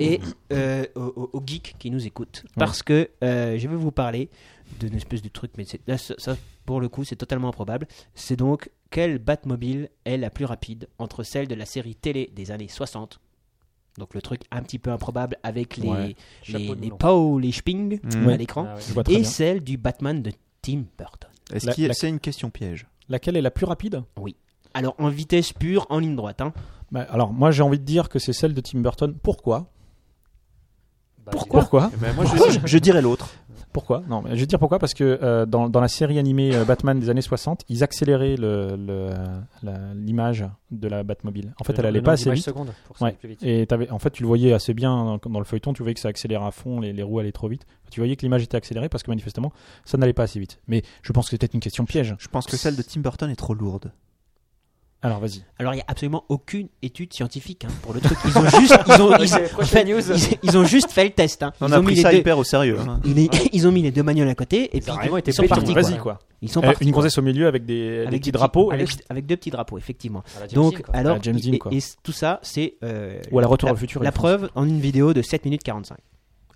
et euh, aux, aux- aux geeks qui nous écoutent, parce que euh, je vais vous parler d'une espèce de truc, mais c'est- là, ça, ça, pour le coup, c'est totalement improbable. C'est donc quelle Batmobile est la plus rapide entre celle de la série télé des années 60, donc le truc un petit peu improbable avec les
Ouais.
les,
Chapeau de
les
melon.
Paul et Sping
Mmh.
à l'écran,
Ah ouais.
Je vois très
et
bien.
celle du Batman de Tim Burton.
Est-ce
La-
qu'il y a-
la-
c'est une question piège
Laquelle est la plus rapide
Alors en vitesse pure, en ligne droite. hein.
Bah, Alors moi j'ai envie de dire que c'est celle de Tim Burton. Pourquoi
Bah,
Pourquoi
Pourquoi
Pourquoi je, je dirais l'autre.
Pourquoi Non, mais je vais te dire pourquoi parce que euh, dans, dans la série animée euh, Batman des années 60, ils accéléraient le- le- la- l'image de la Batmobile. En fait,
Le-
elle
le
allait
nombre
pas assez
d'images
vite.
secondes pour que ça
Ouais.
aille plus vite.
Et t'avais- en fait, tu le voyais assez bien dans, comme dans le feuilleton, tu voyais que ça accélérait à fond, les, les roues allaient trop vite. Tu voyais que l'image était accélérée parce que manifestement, ça n'allait pas assez vite. Mais je pense que c'est peut-être une question piège.
Je pense que celle de Tim Burton est trop lourde.
Alors vas-y.
Alors il n'y a absolument aucune étude scientifique hein, pour le truc. Ils ont juste, ils ont, ils ont-
Ok,
en
prochaine
fait,
news.
ils- ils ont juste fait le test. hein.
On
ils
a
ont
pris
mis
ça
les deux,
hyper au sérieux. hein.
il est- ils ont mis les deux manuels à côté et
Ils
puis
ont vraiment été
ils sont
pétés,
partis.
quoi.
quoi.
Vas-y quoi.
Ils sont
Euh,
partis.
une
quoi.
grossesse au milieu avec des, des
Avec
petits
des
drapeaux.
petits-
et-
avec, avec deux petits drapeaux effectivement.
À la James
Donc
Dean, quoi.
alors
À la James Dean,
et-
quoi.
et, c- tout ça c'est euh,
Ou à la Retour
la,
vers le futur,
La
ils font
preuve en une vidéo de 7 minutes 45.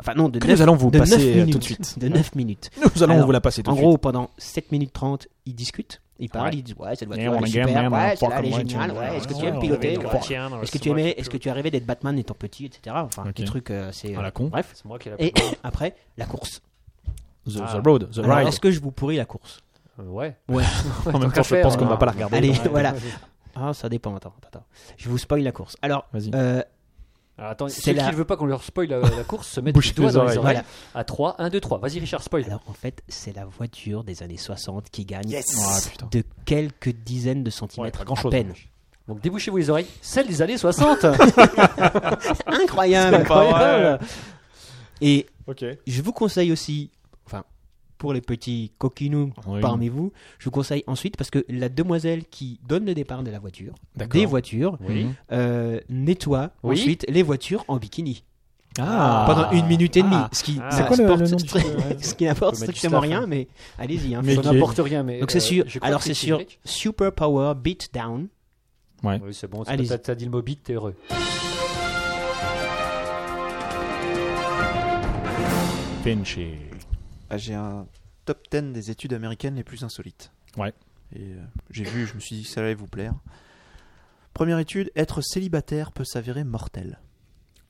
Enfin non de
que
9
nous allons vous
de neuf
passer euh,
minutes.
tout de suite.
De 9 minutes.
Nous allons
Alors,
vous la passer tout
En
de
gros, pendant 7 minutes 30, ils discutent, ils parlent,
Ouais.
ils disent Ouais, cette
Et
voiture
on
elle est
la
super,
gagne, hein, on la
ouais,
porte
celle-là elle
comme
est
moi, tu
géniale,
veux.
ouais, est-ce que tu
Ouais,
aimes
on
piloter
la
ouais.
gagne.
Est-ce que tu aimais, est-ce que tu rêvais d'être Batman étant petit, etc. Enfin,
Ok.
des trucs euh, assez.
suite.
euh,
À la con.
Bref.
C'est moi qui ai la
Et
plus grande.
après, la course.
The, the
Ah.
road, the
Alors,
ride.
Est-ce que je vous pourris la course
Euh, Ouais.
En
Ouais.
même
Tant
temps,
qu'à
je
faire,
pense qu'on
euh,
va pas la regarder.
Allez,
Ouais.
voilà. Ah, ça dépend. Attends, attends, attends. Je vous spoil la course. Alors,
Vas-y.
euh,
Alors, attends,
C'est
ceux
la-
qui ne veulent pas qu'on leur spoil la, la course se mettent
Bouche
les doigts
les
dans les
oreilles.
oreilles.
voilà.
À 3, 1, 2, 3. Vas-y, Richard, spoil.
Alors, en fait, c'est la voiture des années 60 qui gagne
Ah, putain.
de quelques dizaines de
Ouais,
centimètres
pas grand
à
chose.
peine.
Donc, débouchez-vous les oreilles. Celle des années 60.
Incroyable,
Incroyable.
Et
Ok.
je vous conseille aussi, enfin, pour les petits coquinous
Oui.
parmi vous, je vous conseille ensuite parce que la demoiselle qui donne le départ de la voiture,
D'accord.
des voitures,
Oui.
euh, nettoie
Oui.
ensuite les voitures en bikini
Ah.
pendant une minute et demie.
Ah.
Ce qui
Ah.
C'est quoi le-
n'apporte
le nom du
stri-
film, ouais.
ce qui n'apporte
Faut mettre du
strictement
staff,
rien,
hein.
mais allez-y. hein,
Mais
Ça
qui
faut-
est-
n'apporte rien, mais.
Donc
euh,
c'est sûr.
je crois
Alors
que
c'est sûr.
Kubrick.
Super Power Beat Down.
Oui, c'est bon.
Allez-y.
T'as t'as dit le mot bite, t'es heureux.
Pinchy.
Ah, J'ai un top 10 des études américaines les plus insolites.
Ouais.
Et euh, j'ai vu, je me suis dit que ça allait vous plaire. Première étude, être célibataire peut s'avérer mortel.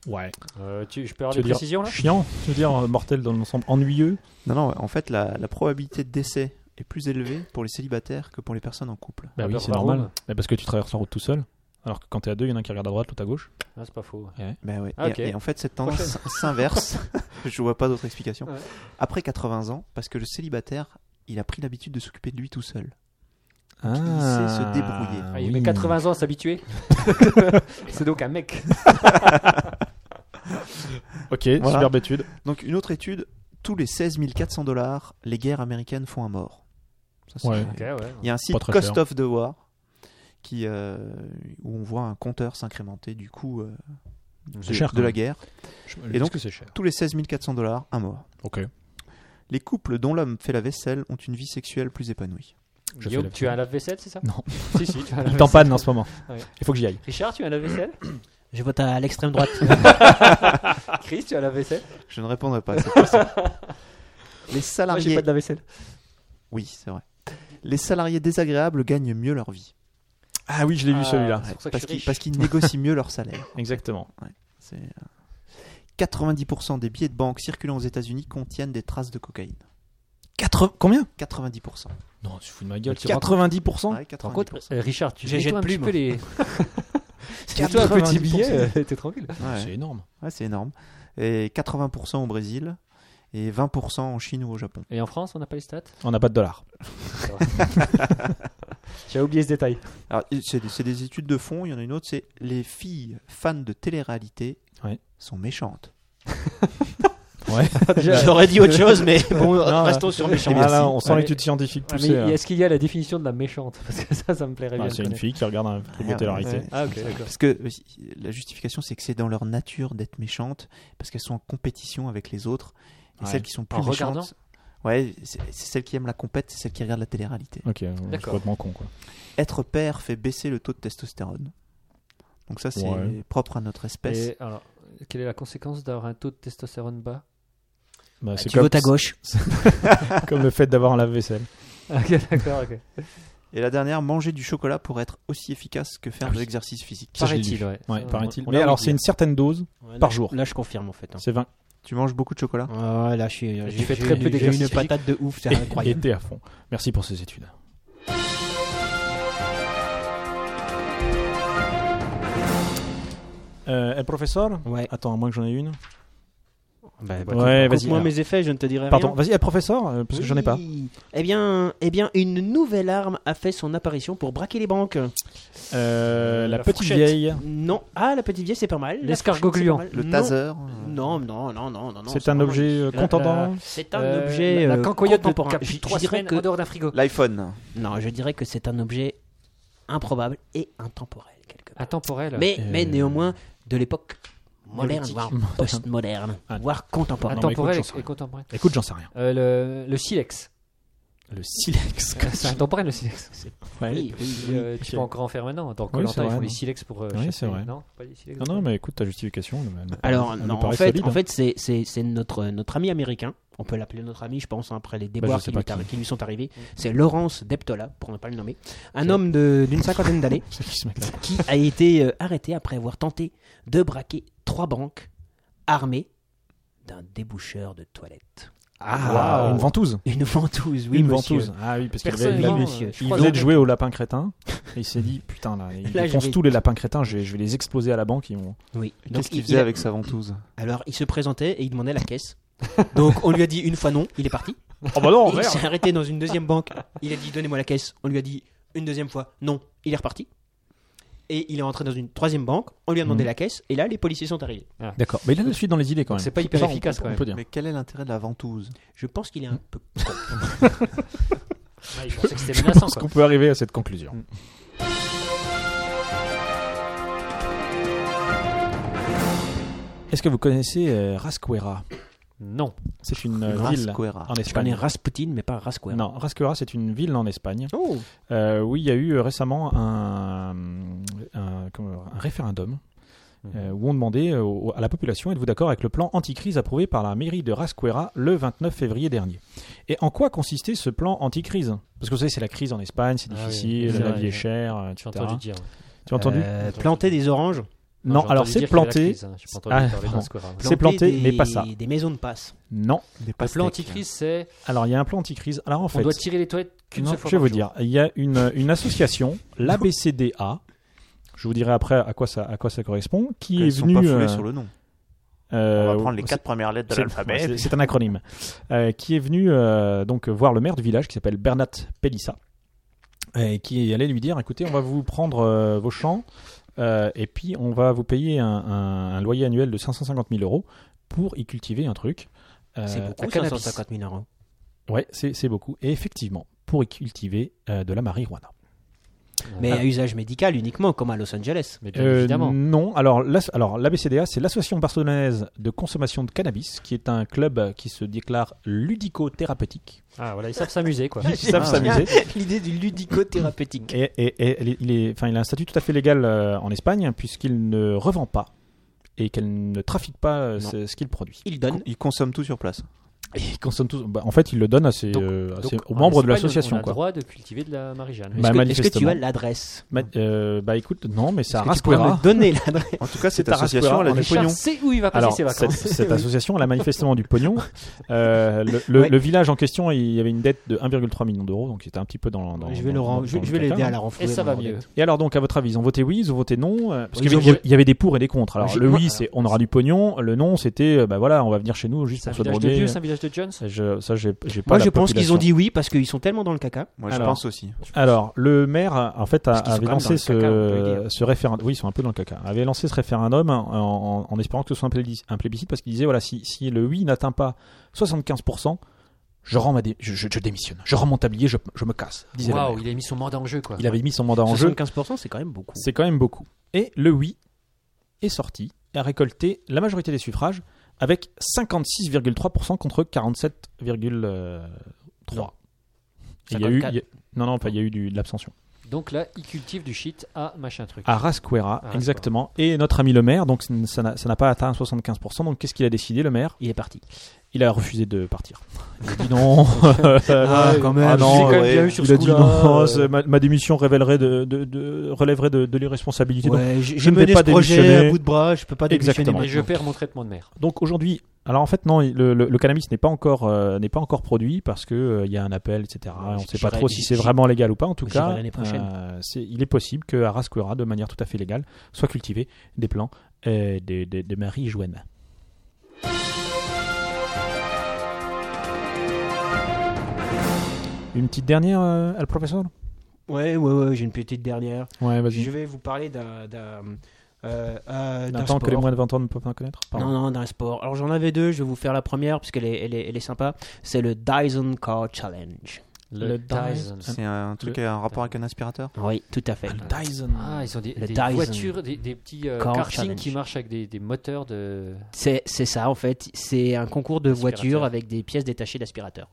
Ouais.
Euh, tu- je peux avoir
Tu veux
des
dire
précisions là
chiant Tu veux dire euh, mortel dans l'ensemble Ennuyeux
Non, non, en fait, la, la probabilité de décès est plus élevée pour les célibataires que pour les personnes en couple.
Bah
Ah,
oui,
bah,
c'est
bah,
normal.
Rome.
Mais parce que tu traverses la route tout seul. Alors que quand t'es à deux, il y en a un qui regarde à droite, l'autre à gauche.
Ah, C'est pas faux.
Ben ouais.
Ah,
Et-
ok.
et, en fait, cette tendance s'inverse. je vois pas d'autre explication.
Ouais.
Après 80 ans, parce que le célibataire, il a pris l'habitude de s'occuper de lui tout seul.
Ah,
sait se débrouiller.
Ah, il
oui.
met 80 ans à s'habituer. c'est donc un mec.
Ok,
Voilà.
superbe étude.
Donc, une autre étude, tous les 16 400 dollars, les guerres américaines font un mort. Ça, c'est-
Ouais.
Ok, ouais.
Il y a un site
Pas très
Cost
cher.
of the War qui, euh, où on voit un compteur s'incrémenter du coût euh, de,
C'est cher, quand
de la
même.
guerre.
Et
donc-
donc, que c'est cher.
Tous les 16 400 dollars, un mort.
Ok.
Les couples dont l'homme fait la vaisselle ont une vie sexuelle plus épanouie.
Je fais
Guillaume,
la-
tu as un lave-vaisselle, c'est ça
Non.
si, si, tu as un
Il
lave-vaisselle.
t'en panne en ce moment.
Ouais.
Il faut que j'y aille.
Richard, tu as un lave-vaisselle
Je vote à l'extrême droite.
Chris, tu as un lave-vaisselle
Je ne répondrai pas à cette question. Les
Moi, j'ai
salariés.
pas de lave-vaisselle.
Oui, c'est vrai. Les salariés désagréables gagnent mieux leur vie.
Ah oui, je l'ai
Ah.
vu celui-là.
C'est pour ça que
parce
je suis
qu'ils
riche.
parce qu'ils négocient mieux leur salaire.
Exactement.
C'est, euh, 90% des billets de banque circulant aux États-Unis contiennent des traces de cocaïne.
80... Combien
90%.
Non, je fous de ma gueule.
Tu rentres-
90%
Ouais, 90%.
Par contre, euh, Richard, tu
J'ai
mets-toi
jet de
un petit
plume.
peu les. C'est toi un petit
90%.
billet, euh, t'es tranquille.
Ouais.
C'est énorme.
Ouais, c'est énorme. Et 80% au Brésil et 20% en Chine ou au Japon.
Et en France, on n'a pas les stats
On n'a pas de dollars.
J'ai oublié ce détail.
Alors, il- c'est c'est des études de fond. Il y en a une autre, c'est les filles fans de télé-réalité
Ouais.
sont méchantes.
Déjà,
J'aurais dit autre chose, mais bon,
Non,
restons sur mes
Eh
Ah là, on sent
Ouais.
l'étude scientifique
Ah, mais
poussée. hein.
Est-ce qu'il y a la définition de la méchante Parce que ça, ça me plairait
Ah,
bien. de
c'est une
connaître.
fille qui regarde un truc de
Ouais,
télé-réalité.
ouais.
Ah, ok, d'accord.
Parce que euh, si- la justification, c'est que c'est dans leur nature d'être méchantes parce qu'elles sont en compétition avec les autres. Et
Ouais.
celles qui sont plus
En regardant
méchantes. Ouais, c'est c'est celles qui aiment la compète, c'est celles qui regardent la télé-réalité.
Ok, ouais, c'est
D'accord.
complètement con quoi.
Être père fait baisser le taux de testostérone. Donc ça, c'est
Ouais.
propre à notre espèce.
Et alors, quelle est la conséquence d'avoir un taux de testostérone bas
Bah,
Ah, Tu votes à gauche.
comme le fait d'avoir un lave-vaisselle.
Ah, Ok, d'accord, ok.
Et la dernière, manger du chocolat pour être aussi efficace que faire
Ah
de
oui.
l'exercice physique.
Ça, je l'ai
Paraît-il,
lu.
ouais.
Ouais,
Ça,
paraît-il.
on- on
Mais
a
alors,
oublié.
c'est une certaine dose par jour.
Là, je confirme en fait. hein.
C'est 20
Tu manges beaucoup de chocolat
Ouais, là, je suis. euh,
Tu
j'ai-
fais
j'ai-
très peu
j'ai
d'exercice
une
physique.
patate de ouf, c'est
Et-
incroyable.
Et t'es à fond. Merci pour ces études. Euh, eh, professeur
Ouais.
Attends, à moins que j'en ai une. bah,
Bah,
Ouais, coupe- vas-y, coupe-moi
Moi,
alors.
mes effets, je ne te dirai
Pardon, vas-y, eh, professeur, euh, parce que j'en ai pas.
Eh bien, eh bien, une nouvelle arme a fait son apparition pour braquer les banques.
Euh, la,
La
petite
fourchette.
vieille,
Non. Ah, la petite vieille, c'est pas mal. La
L'escargot
fourchette, c'est
gluant.
pas mal.
Le
Non.
taser euh,
Non, non, non, non, non. non,
c'est un
vraiment-
objet euh, contendant.
C'est un
Euh,
objet.
La,
euh,
la cancoyote de
contemporain.
cap-
Je- je
trois
dirais
semaines
que-
en dehors d'un frigo.
L'iPhone.
Non, je dirais que c'est un objet improbable et intemporel quelque part.
Intemporel.
Mais,
Euh,
mais néanmoins de l'époque moderne,
néolithique.
voire postmoderne,
Ah.
voire contemporaine.
Attends.
Intemporel
écoute, j'en sais
et contemporain.
Écoute, j'en sais rien.
Euh, le, le silex.
Le silex.
Euh, C'est intemporel le silex.
Ouais.
Oui, oui, oui.
Euh,
ok.
Tu peux encore en faire maintenant. En tant que
Oui,
longtemps,
c'est
ils
vrai,
font les
non.
silex pour. euh,
Oui,
chasser.
c'est vrai.
Non, pas les silex.
Non, non, mais écoute, ta justification. elle- elle-
Alors,
elle me
non, en
paraît
fait,
solide,
en
hein.
fait c'est- c'est c'est notre, notre ami américain. On peut l'appeler notre ami, je pense, hein, après les déboires
Bah, je sais
qui, lui
pas
tar-
qui.
qui lui sont arrivés. C'est Laurence Deptola, pour ne pas le nommer. Un homme de- d'une cinquantaine d'années
C'est qui se met là
qui a été euh, arrêté après avoir tenté de braquer trois banques armées d'un déboucheur de toilette.
Ah,
Wow.
une ventouse.
Une ventouse, oui,
une
monsieur.
ventouse. Ah oui, parce qu'il avait- il
Personnellement,
avait-
Oui, monsieur.
euh, je
Il
crois
venait de
jamais-
jouer au lapin crétin et il s'est dit putain là, ils
Là, je
défoncent
vais-
tous les lapins crétins, je vais, je vais les exploser à la banque. Ils vont...
Oui. Donc,
Qu'est-ce qu'il
il-
faisait
il a-
avec sa ventouse
Alors, il se présentait et il demandait la caisse. Donc, on lui a dit une fois non, il est parti.
Oh bah non,
il s'est arrêté dans une deuxième banque. Il a dit donnez-moi la caisse. On lui a dit une deuxième fois non, il est reparti. Et il est rentré dans une troisième banque. On lui a demandé
Mhm.
la caisse. Et là, les policiers sont arrivés.
D'accord, mais là je suis dans les idées quand
Donc,
même.
C'est pas hyper
Ça, on-
efficace quand
On
même.
peut dire.
Mais quel est l'intérêt de la ventouse
Je pense qu'il est un peu.
Ouais, ils pensaient que c'était
Je
menaçant.
pense
quoi.
qu'on peut arriver à cette conclusion. Est-ce que vous connaissez euh, Rascuera
Non.
C'est une euh, ville en
Rasquera.
Je connais
Espagne.
Rasputin, mais pas Rasquare.
Non, Rascuera, c'est une ville en Espagne.
Oh.
Euh, oui, il y a eu euh, récemment un, un- comment- un référendum
Mhm.
euh, où on demandait euh, au- à la population êtes-vous d'accord avec le plan anticrise approuvé par la mairie de Rasquera le 29 février dernier Et en quoi consistait ce plan anticrise Parce que vous savez, c'est la crise en Espagne, c'est
Ah oui,
difficile,
c'est
la
vrai,
vie est
j'ai-
chère, euh, etc.
J'ai entendu dire.
Tu as entendu
Euh, planter des oranges.
Non,
j'ai
alors
entendu
c'est
dire qu'il y avait la
planté.
crise, hein. J'ai pas
Ah,
entendu parler d'un
pardon.
square, hein.
C'est planté,
Planter
mais
des-
pas ça.
Des maisons de passe.
Non.
Le plan antichrist, c'est
Alors il y a un plan anticrise. Alors en
on
fait,
doit tirer les toilettes qu'une
Non,
seule fois.
je vais
par
vous
jour.
dire, il y a une, une association, l'ABCDA, je vous dirai après à quoi ça, à quoi ça correspond, qui
Ils
est
sont pas
venue...
foulés
euh,
sur le nom.
euh,
On va prendre les
c'est-
quatre premières lettres de
c'est-
l'alphabet.
c'est- C'est un acronyme. Euh, qui est venu euh, donc voir le maire du village qui s'appelle Bernat Pellissa et qui allait lui dire écoutez, on va vous prendre euh, vos champs euh, et puis on va vous payer un, un- un loyer annuel de 550 000 euros pour y cultiver un truc. euh,
C'est
un
beaucoup,
cannabis. Ah.
550 000 euros.
Ouais, c'est c'est beaucoup. Et effectivement, pour y cultiver euh, de la marijuana.
Mais à usage médical uniquement, comme à Los Angeles.
Mais bien
Euh,
évidemment.
Non, alors l'as- alors, l'ABCDA, c'est l'Association barcelonaise de consommation de cannabis, qui est un club qui se déclare ludico-thérapeutique.
Ah voilà, ils savent s'amuser quoi.
Ils savent
Ah,
s'amuser.
L'idée du ludico-thérapeutique.
Et, et- et elle est- il, est, enfin, il a un statut tout à fait légal euh, en Espagne, puisqu'il ne revend pas et qu'elle ne trafique pas euh,
Non.
ce, ce qu'il produit.
Il donne.
Ils consomment tout sur place.
Et ils consomment tous. bah, en fait, ils le donnent à ses,
Donc-
euh, à
Donc,
ses- aux
en
membres de
Espagne, on
l'association.
a
quoi.
le droit de cultiver de la marie-jeanne.
Bah,
Est-ce que- est-ce que, tu
manifestement.
as l'adresse
Ma- euh, bah écoute, non, mais
Est-ce
ça
que tu pourrais
Raspuera.
me donner l'adresse
En tout cas, cette
C'est Tarasque,
association, elle a
on
du
est
Richard
pognon.
sait où il va passer
Alors,
ses
cette,
vacances.
cette association, elle a manifestement du pognon. Euh, le, le-
Ouais.
le village en question, il y avait une dette de 1,3 million d'euros, donc c'était un petit peu dans. dans
Je vais
dans-
le ren-
dans-
je-
dans
je
le
vais l'aider
caca.
à la renflouer.
Et ça va
dans
mieux.
Et alors, donc, à votre avis, ils ont voté oui, ils ont voté non euh, Parce qu'il y,
Ils
avait-
ont-
il y avait des pour et des contre. Alors,
Ils
le
ont-
oui, c'est on aura du pognon. Le non, c'était euh, bah voilà, on va venir chez nous juste
C'est un
pour se
village de
droguer.
vieux, c'est un village de Jones.
Ça, je- ça, j'ai j'ai pas
Moi,
la
je pense qu'ils
population. Bah,
ont dit oui parce qu'ils sont tellement dans le caca.
Moi, je
Alors.
pense aussi.
Alors, le maire, en fait, a-
Parce qu'ils sont
avait
quand même dans
lancé
le
ce,
caca, on peut le
ce référendum. Oui, ils sont un peu dans le caca. Avait lancé ce référendum en, en- en espérant que ce soit un plébiscite, un plébiscite parce qu'il disait voilà, si, si le oui n'atteint pas 75%, je, rends ma dé- je, je- je démissionne. Je rends mon tablier, je, je me casse. Disait le
Waouh,
maire.
il a mis son mandat en jeu, quoi.
Il avait mis son mandat en jeu.
75%, c'est quand même beaucoup.
C'est quand même beaucoup. Et le oui est sorti et a récolté la majorité des suffrages avec 56,3% contre 47,3%. Et il y a eu- il y a- non, non, enfin, il y a eu du- de l'abstention.
Donc là, il cultive du shit à machin truc.
À Rasquera,
Rasquera.
exactement. Et notre ami le maire, donc ça n'a ça n'a pas atteint 75%. Donc qu'est-ce qu'il a décidé, le maire
Il est parti.
Il a refusé de partir. Il a dit non.
Ah, quand même.
Ah non,
J'ai quand même
ouais.
bien eu sur
il a
ce
dit
coup-là,
non.
euh,
c'est- Ma, ma démission révélerait de, de- de- relèverait de, de l'irresponsabilité. Donc,
Ouais, j'ai
je
j'ai
ne vais
mené
pas
ce projet
démissionner.
à bout de bras, je peux pas démissionner.
Exactement.
Et je
maintenant.
perds mon traitement de mer.
donc, aujourd'hui, alors en fait non, le, le- le cannabis n'est pas encore euh, n'est pas encore produit parce que euh, il y a un appel, etc.
Ouais,
On ne
j-
sait pas
j'irai-
trop si
j-
c'est
j-
vraiment légal ou pas. En tout
j'irai
cas,
l'année prochaine.
euh, c'est- il est possible que à Rasquera, de manière tout à fait légale, soit cultivé des plants euh, de, de, de marijuana. Une petite dernière, euh, al professeur
Ouais, ouais, ouais, j'ai une petite dernière.
Ouais,
Je vais vous parler d'un. d'un euh, euh, d'un
Attends que les
sport.
moins de 20 ans ne peuvent pas connaître. Pardon.
Non, non, d'un sport. Alors j'en avais deux, je vais vous faire la première parce qu'elle est, elle est, elle est sympa. C'est le Dyson Car Challenge.
Le
Le
Dyson.
Dyson.
C'est un truc à un rapport avec un aspirateur.
Oui, tout à fait.
Le Dyson.
Ah, ils ont des,
Le
des
Dyson.
voitures, des, des petits euh,
Car
kartings
Challenge.
qui marchent avec des, des moteurs de.
C'est c'est ça en fait. C'est un concours de
Aspirateur.
voitures avec des pièces détachées d'aspirateur.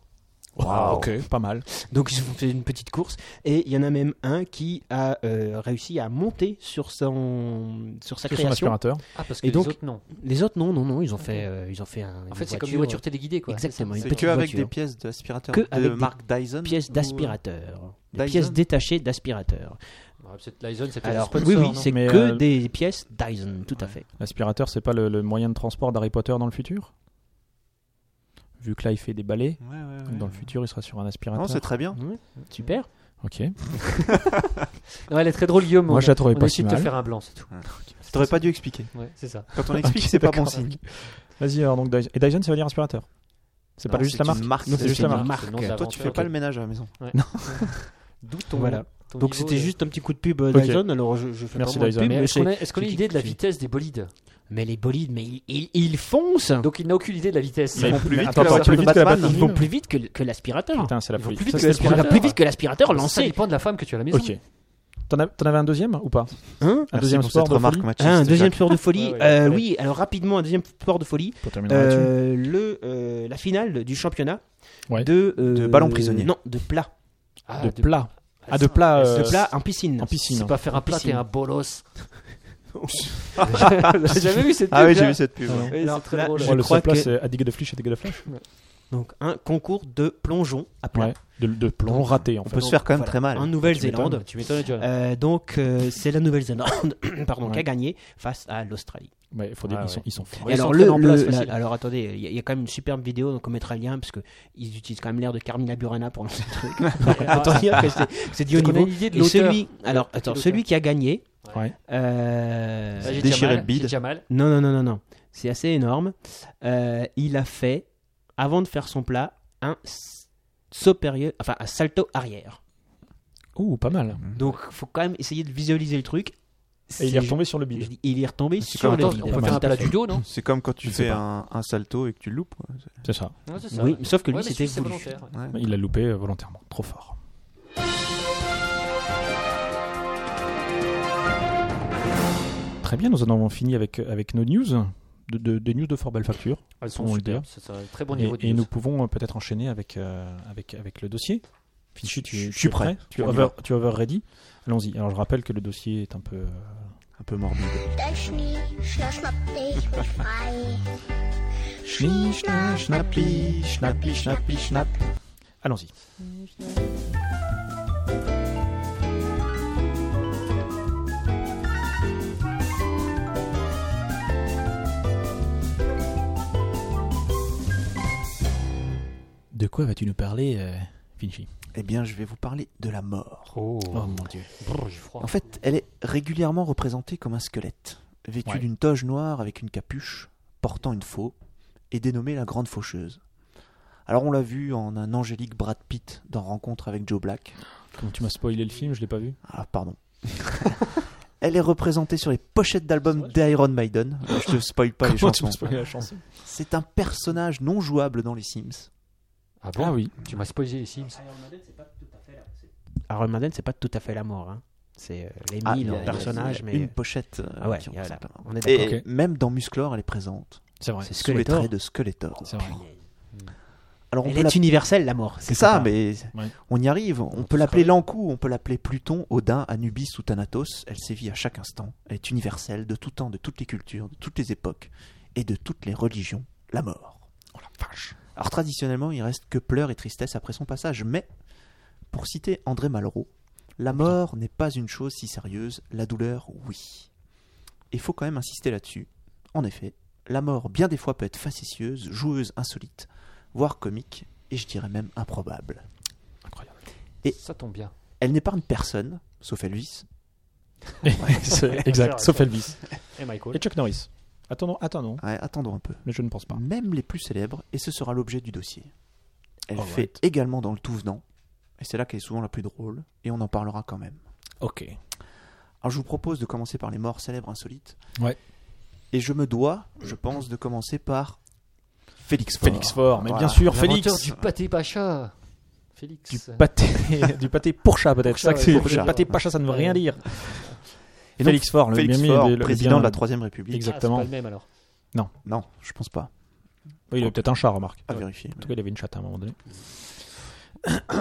Wow, Ok, pas mal.
Donc ils ont fait une petite course et il y en a même un qui a euh, réussi à monter sur son sur sa
Sur son
création.
aspirateur.
Ah, parce que
Et donc-
les autres non.
Les autres non non non ils ont fait euh, ils ont fait un.
En fait, c'est comme des voitures téléguidées, quoi.
Exactement,
C'est
une
ça.
C'est
petite
que avec
voiture.
des pièces d'aspirateur
Que
de
avec des
marque Dyson.
pièces
euh,
ou- euh,
d'aspirateur. Des
Dyson
pièces détachées d'aspirateur.
Ouais, peut-être Dyson, c'est peut-être
Alors
un
oui
sponsor,
oui
non
c'est
Mais,
que
euh,
des pièces Dyson tout à fait.
L'aspirateur, c'est pas le, le moyen de transport d'Harry Potter dans le futur Vu que là, il fait des balais,
Ouais, ouais, ouais.
dans le futur, il sera sur un aspirateur.
Non, c'est très
Ah.
bien.
Ouais, super.
Ok.
Non, elle est très drôle, Guillaume.
Moi,
on-
je la trouvais
on
pas
essaie
si
de te
mal.
faire un blanc, c'est tout.
T'aurais pas dû expliquer.
Ouais, c'est ça.
Quand on explique,
Ok,
c'est pas bon
d'accord.
signe.
Vas-y, alors donc Dyson. Et Dyson, ça veut dire aspirateur. C'est pas
Non,
juste la
une
marque.
marque.
Non, c'est juste la marque.
C'est le nom de
Toi, tu fais pas le ménage à la maison.
D'où ton.
Voilà.
ton
Donc
niveau
c'était
de-
juste un petit coup de pub euh,
Ok.
Dyson. Alors je, je fais
Merci
pas moins de
Dyson.
pub,
Mais
mais,
est-ce
c'est-
qu'on a, est-ce qu'on a
c'est-
l'idée de la
c'est-
vitesse des bolides
mais les bolides, mais ils, ils, ils foncent.
Donc il n'a aucune idée de la vitesse.
Mais-
vont plus
mais
vite
attends,
que la
attends,
voiture
plus
de
vite que la
Batman.
Batman.
Ils vont plus vite que, l- que l'aspirateur.
Putain, c'est la folie.
plus vite
Ça,
que
c'est
Ils vont
l'aspirateur.
plus vite que l'aspirateur
Ça
lancé.
dépend de la femme que tu as à la maison.
Ok. T'en av- t'en avais un deuxième ou pas
Hein
Un
Merci
deuxième
pour
sport
cette
de
remarque,
folie
Mathis.
Ah, un
Déjà.
deuxième sport de folie.
Ah
Ouais, ouais,
Euh,
ouais.
oui, alors rapidement un deuxième sport de folie.
Pour terminer là-dessus.
Euh, le euh, la finale du championnat
Ouais.
de euh,
De ballon prisonnier.
Non, de plat.
Euh,
Ah,
de plat. Ah, de plat. euh,
de plat en piscine.
en piscine.
C'est pas faire un plat,
Piscine.
t'es un bolos. J'ai jamais vu cette
Ah oui,
pub-là.
j'ai vu cette pub. ouais.
Ouais,
Alors,
c'est très
là,
drôle.
Oh,
je
le
crois
seul plat,
que-
c'est à diguer de flèche et diguer de flèche.
Donc un concours de plongeon à plat.
Ouais. De, de plomb raté en
On
fait.
peut se faire quand même
Voilà.
très mal.
En
Zélande,
Nouvelle-Zélande.
tu m'étonnes, John.
Euh, donc euh, c'est la Nouvelle-Zélande pardon,
Ouais.
qui a gagné face à l'Australie.
Ouais, faut
Ah
dire,
Ouais,
ils,
ouais.
Sont, ils sont forts.
Ouais,
Et
ils
alors,
sont
le-
très en
le-
place,
la-
facile.
alors attendez, il y, a- il y a quand même une superbe vidéo, donc on mettra le lien parce que ils utilisent quand même l'air de Carmina Burana pour lancer le truc. Attends, dire que c'est- c'est dit au
Est-ce qu'on a
niveau.
une idée de
Et
l'auteur
celui,
Ah,
alors attends,
l'auteur.
celui qui a gagné.
Ouais.
euh,
Ah, j'ai
Déchirer
déjà mal,
le bide.
j'ai déjà mal.
non non non non non, c'est assez énorme. Euh, il a fait avant de faire son plat un s- saut périlleux- enfin un salto arrière.
Ouh, pas mal.
Mm.
Donc faut quand même essayer de visualiser le truc.
Et il est retombé sur le
Je
bide.
dis, Il est retombé
C'est
sur
comme
le
Attends,
vide.
on peut
Ouais,
faire un
Tout à
plat
fait.
du dos, non
C'est comme quand tu
Je sais
fais
pas.
un, un salto et que tu le loupes. quoi.
C'est ça.
Non, c'est ça.
Oui, sauf que
Ouais,
lui,
mais
c'était
c'est
voulu.
volontaire.
Ouais.
Il l'a loupé euh, volontairement. Trop fort. Très bien, nous en avons fini avec, avec nos news, de, de- des news de fort belle facture.
Elles
On
sont
le
superbes,
dit.
c'est ça, très bon
et
niveau de
et
news.
nous pouvons euh, peut-être enchaîner avec, euh, avec, avec le dossier. Fichu, tu,
Je
tu
suis
es
prêt.
Tu es
On y
over, tu es over ready Allons-y. Alors je rappelle que le dossier est un peu... euh,
Un peu morbide.
Dein Schnee, schnapp, schnapp, ich mich frei.
Schnie, schna, schnappi, schnappi, schnappi, schnapp.
Allons-y. De quoi vas-tu nous parler, euh, Vinci
Eh bien, je vais vous parler de la mort.
Oh,
mon dieu.
brr, j'ai froid.
En fait, elle est régulièrement représentée comme un squelette, vêtue
Ouais.
d'une toge noire avec une capuche, portant une faux, et dénommée la Grande Faucheuse. Alors on l'a vu en un angélique Brad Pitt dans Rencontre avec Joe Black.
Comment tu m'as spoilé le film, je l'ai pas vu.
Ah, pardon. elle est représentée sur les pochettes d'albums d'Iron Maiden. Euh, Je te spoil pas les
Comment tu
chansons.
m'as spoilé la chanson
C'est un personnage non jouable dans les Sims.
Ah bon
Ah oui.
Tu m'as spoilé les
Ah,
Sims.
Iron Maiden, c'est pas tout à fait la mort. Hein. C'est euh, les
Ah,
mille
il y a-
personnages,
il y a
mais.
Une pochette. euh,
Ah ouais,
qui
il y a la-
représente la mort.
on est
Et
d'accord.
Ok.
même dans Musclor, elle est présente.
C'est vrai.
C'est
Sous les
Skeletor.
traits de Skeletor.
C'est vrai.
Alors on
Elle
peut la
est universelle, la mort.
C'est ça, mais
Ouais.
on y arrive. On peut l'appeler Lankou, on peut l'appeler Pluton, Odin, Anubis ou Thanatos. Elle sévit à chaque instant. Elle est universelle, de tout temps, de toutes les cultures, de toutes les époques et de toutes les religions. La mort.
Oh la vache.
Alors traditionnellement, il reste que pleurs et tristesse après son passage. Mais, pour citer André Malraux, la mort n'est pas une chose si sérieuse, la douleur, oui. Il faut quand même insister là-dessus. En effet, la mort, bien des fois, peut être facétieuse, joueuse, insolite, voire comique, et je dirais même improbable.
Incroyable.
Et-
Ça tombe bien.
Elle n'épargne personne, sauf Elvis.
C'est exact, sauf Elvis.
Et
Et
Michael
Chuck Norris. Attendons, attendons,
Ouais, attendons un peu.
mais je ne pense pas.
Même les plus célèbres, et ce sera l'objet du dossier. Elle
Alright.
fait également dans le tout venant, et c'est là qu'elle est souvent la plus drôle, et on en parlera quand même.
Ok.
Alors je vous propose de commencer par les morts célèbres insolites.
Ouais.
Et je me dois, je pense, de commencer par Félix Faure.
Félix Fort, mais
Voilà.
bien sûr,
L'inventeur
Félix.
du pâté pacha. Félix.
Du pâté, du pâté pour chat peut-être.
Pour
Ça,
chat,
c'est-
ouais,
pour
Le
chat.
pâté pour chat, ça ne veut rien dire.
Et donc,
Félix Fort, le
Félix
bien-
Faure,
le- le
président
bien-
de la Troisième République.
Ah, c'est
Exactement.
pas le même alors.
Non, je pense pas.
Oui, il avait peut-être un chat, remarque.
À
En
vérifier.
tout cas, il avait une chatte à un moment donné.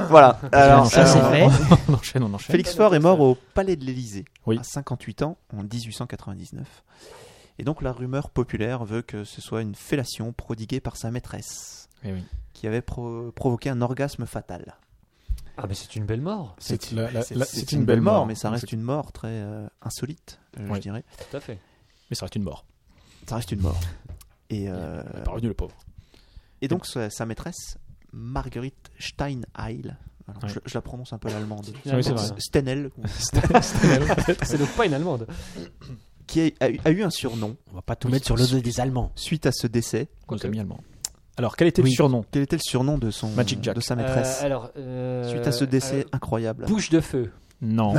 Voilà. Alors,
Ça, c'est
euh,
vrai.
On enchaîne, on enchaîne.
Félix Faure est mort au Palais de l'Élysée
Oui.
à 58 ans en 1899. Et donc la rumeur populaire veut que ce soit une fellation prodiguée par sa maîtresse
Eh oui.
qui avait pro- provoqué un orgasme fatal.
Ah, mais c'est une belle mort.
C'est
C'est
la- la-
c'est-
la-
c'est une, belle mort, mais ça reste
C'est-
une mort très euh, insolite, euh,
Oui.
je dirais.
Tout à fait.
Mais ça reste une mort.
Ça reste une mort. Et, euh,
Il n'est pas revenu le pauvre.
et donc sa, sa maîtresse, Marguerite Steinheil, alors
Ouais.
je, je la prononce un peu l'allemande,
Ah oui, c'est
vrai.
Stenel,
c'est donc pas une allemande.
qui a, a eu- a eu un surnom
On va pas tout
Oui.
mettre sur le dos des Allemands.
suite à ce décès.
Nos
Quoique.
amis allemands. Alors, quel était le
Oui.
surnom
Quel était le surnom de, son,
Magic Jack.
de sa maîtresse
Euh, alors, euh,
Suite à ce décès
euh,
incroyable.
Bouche de feu.
Non.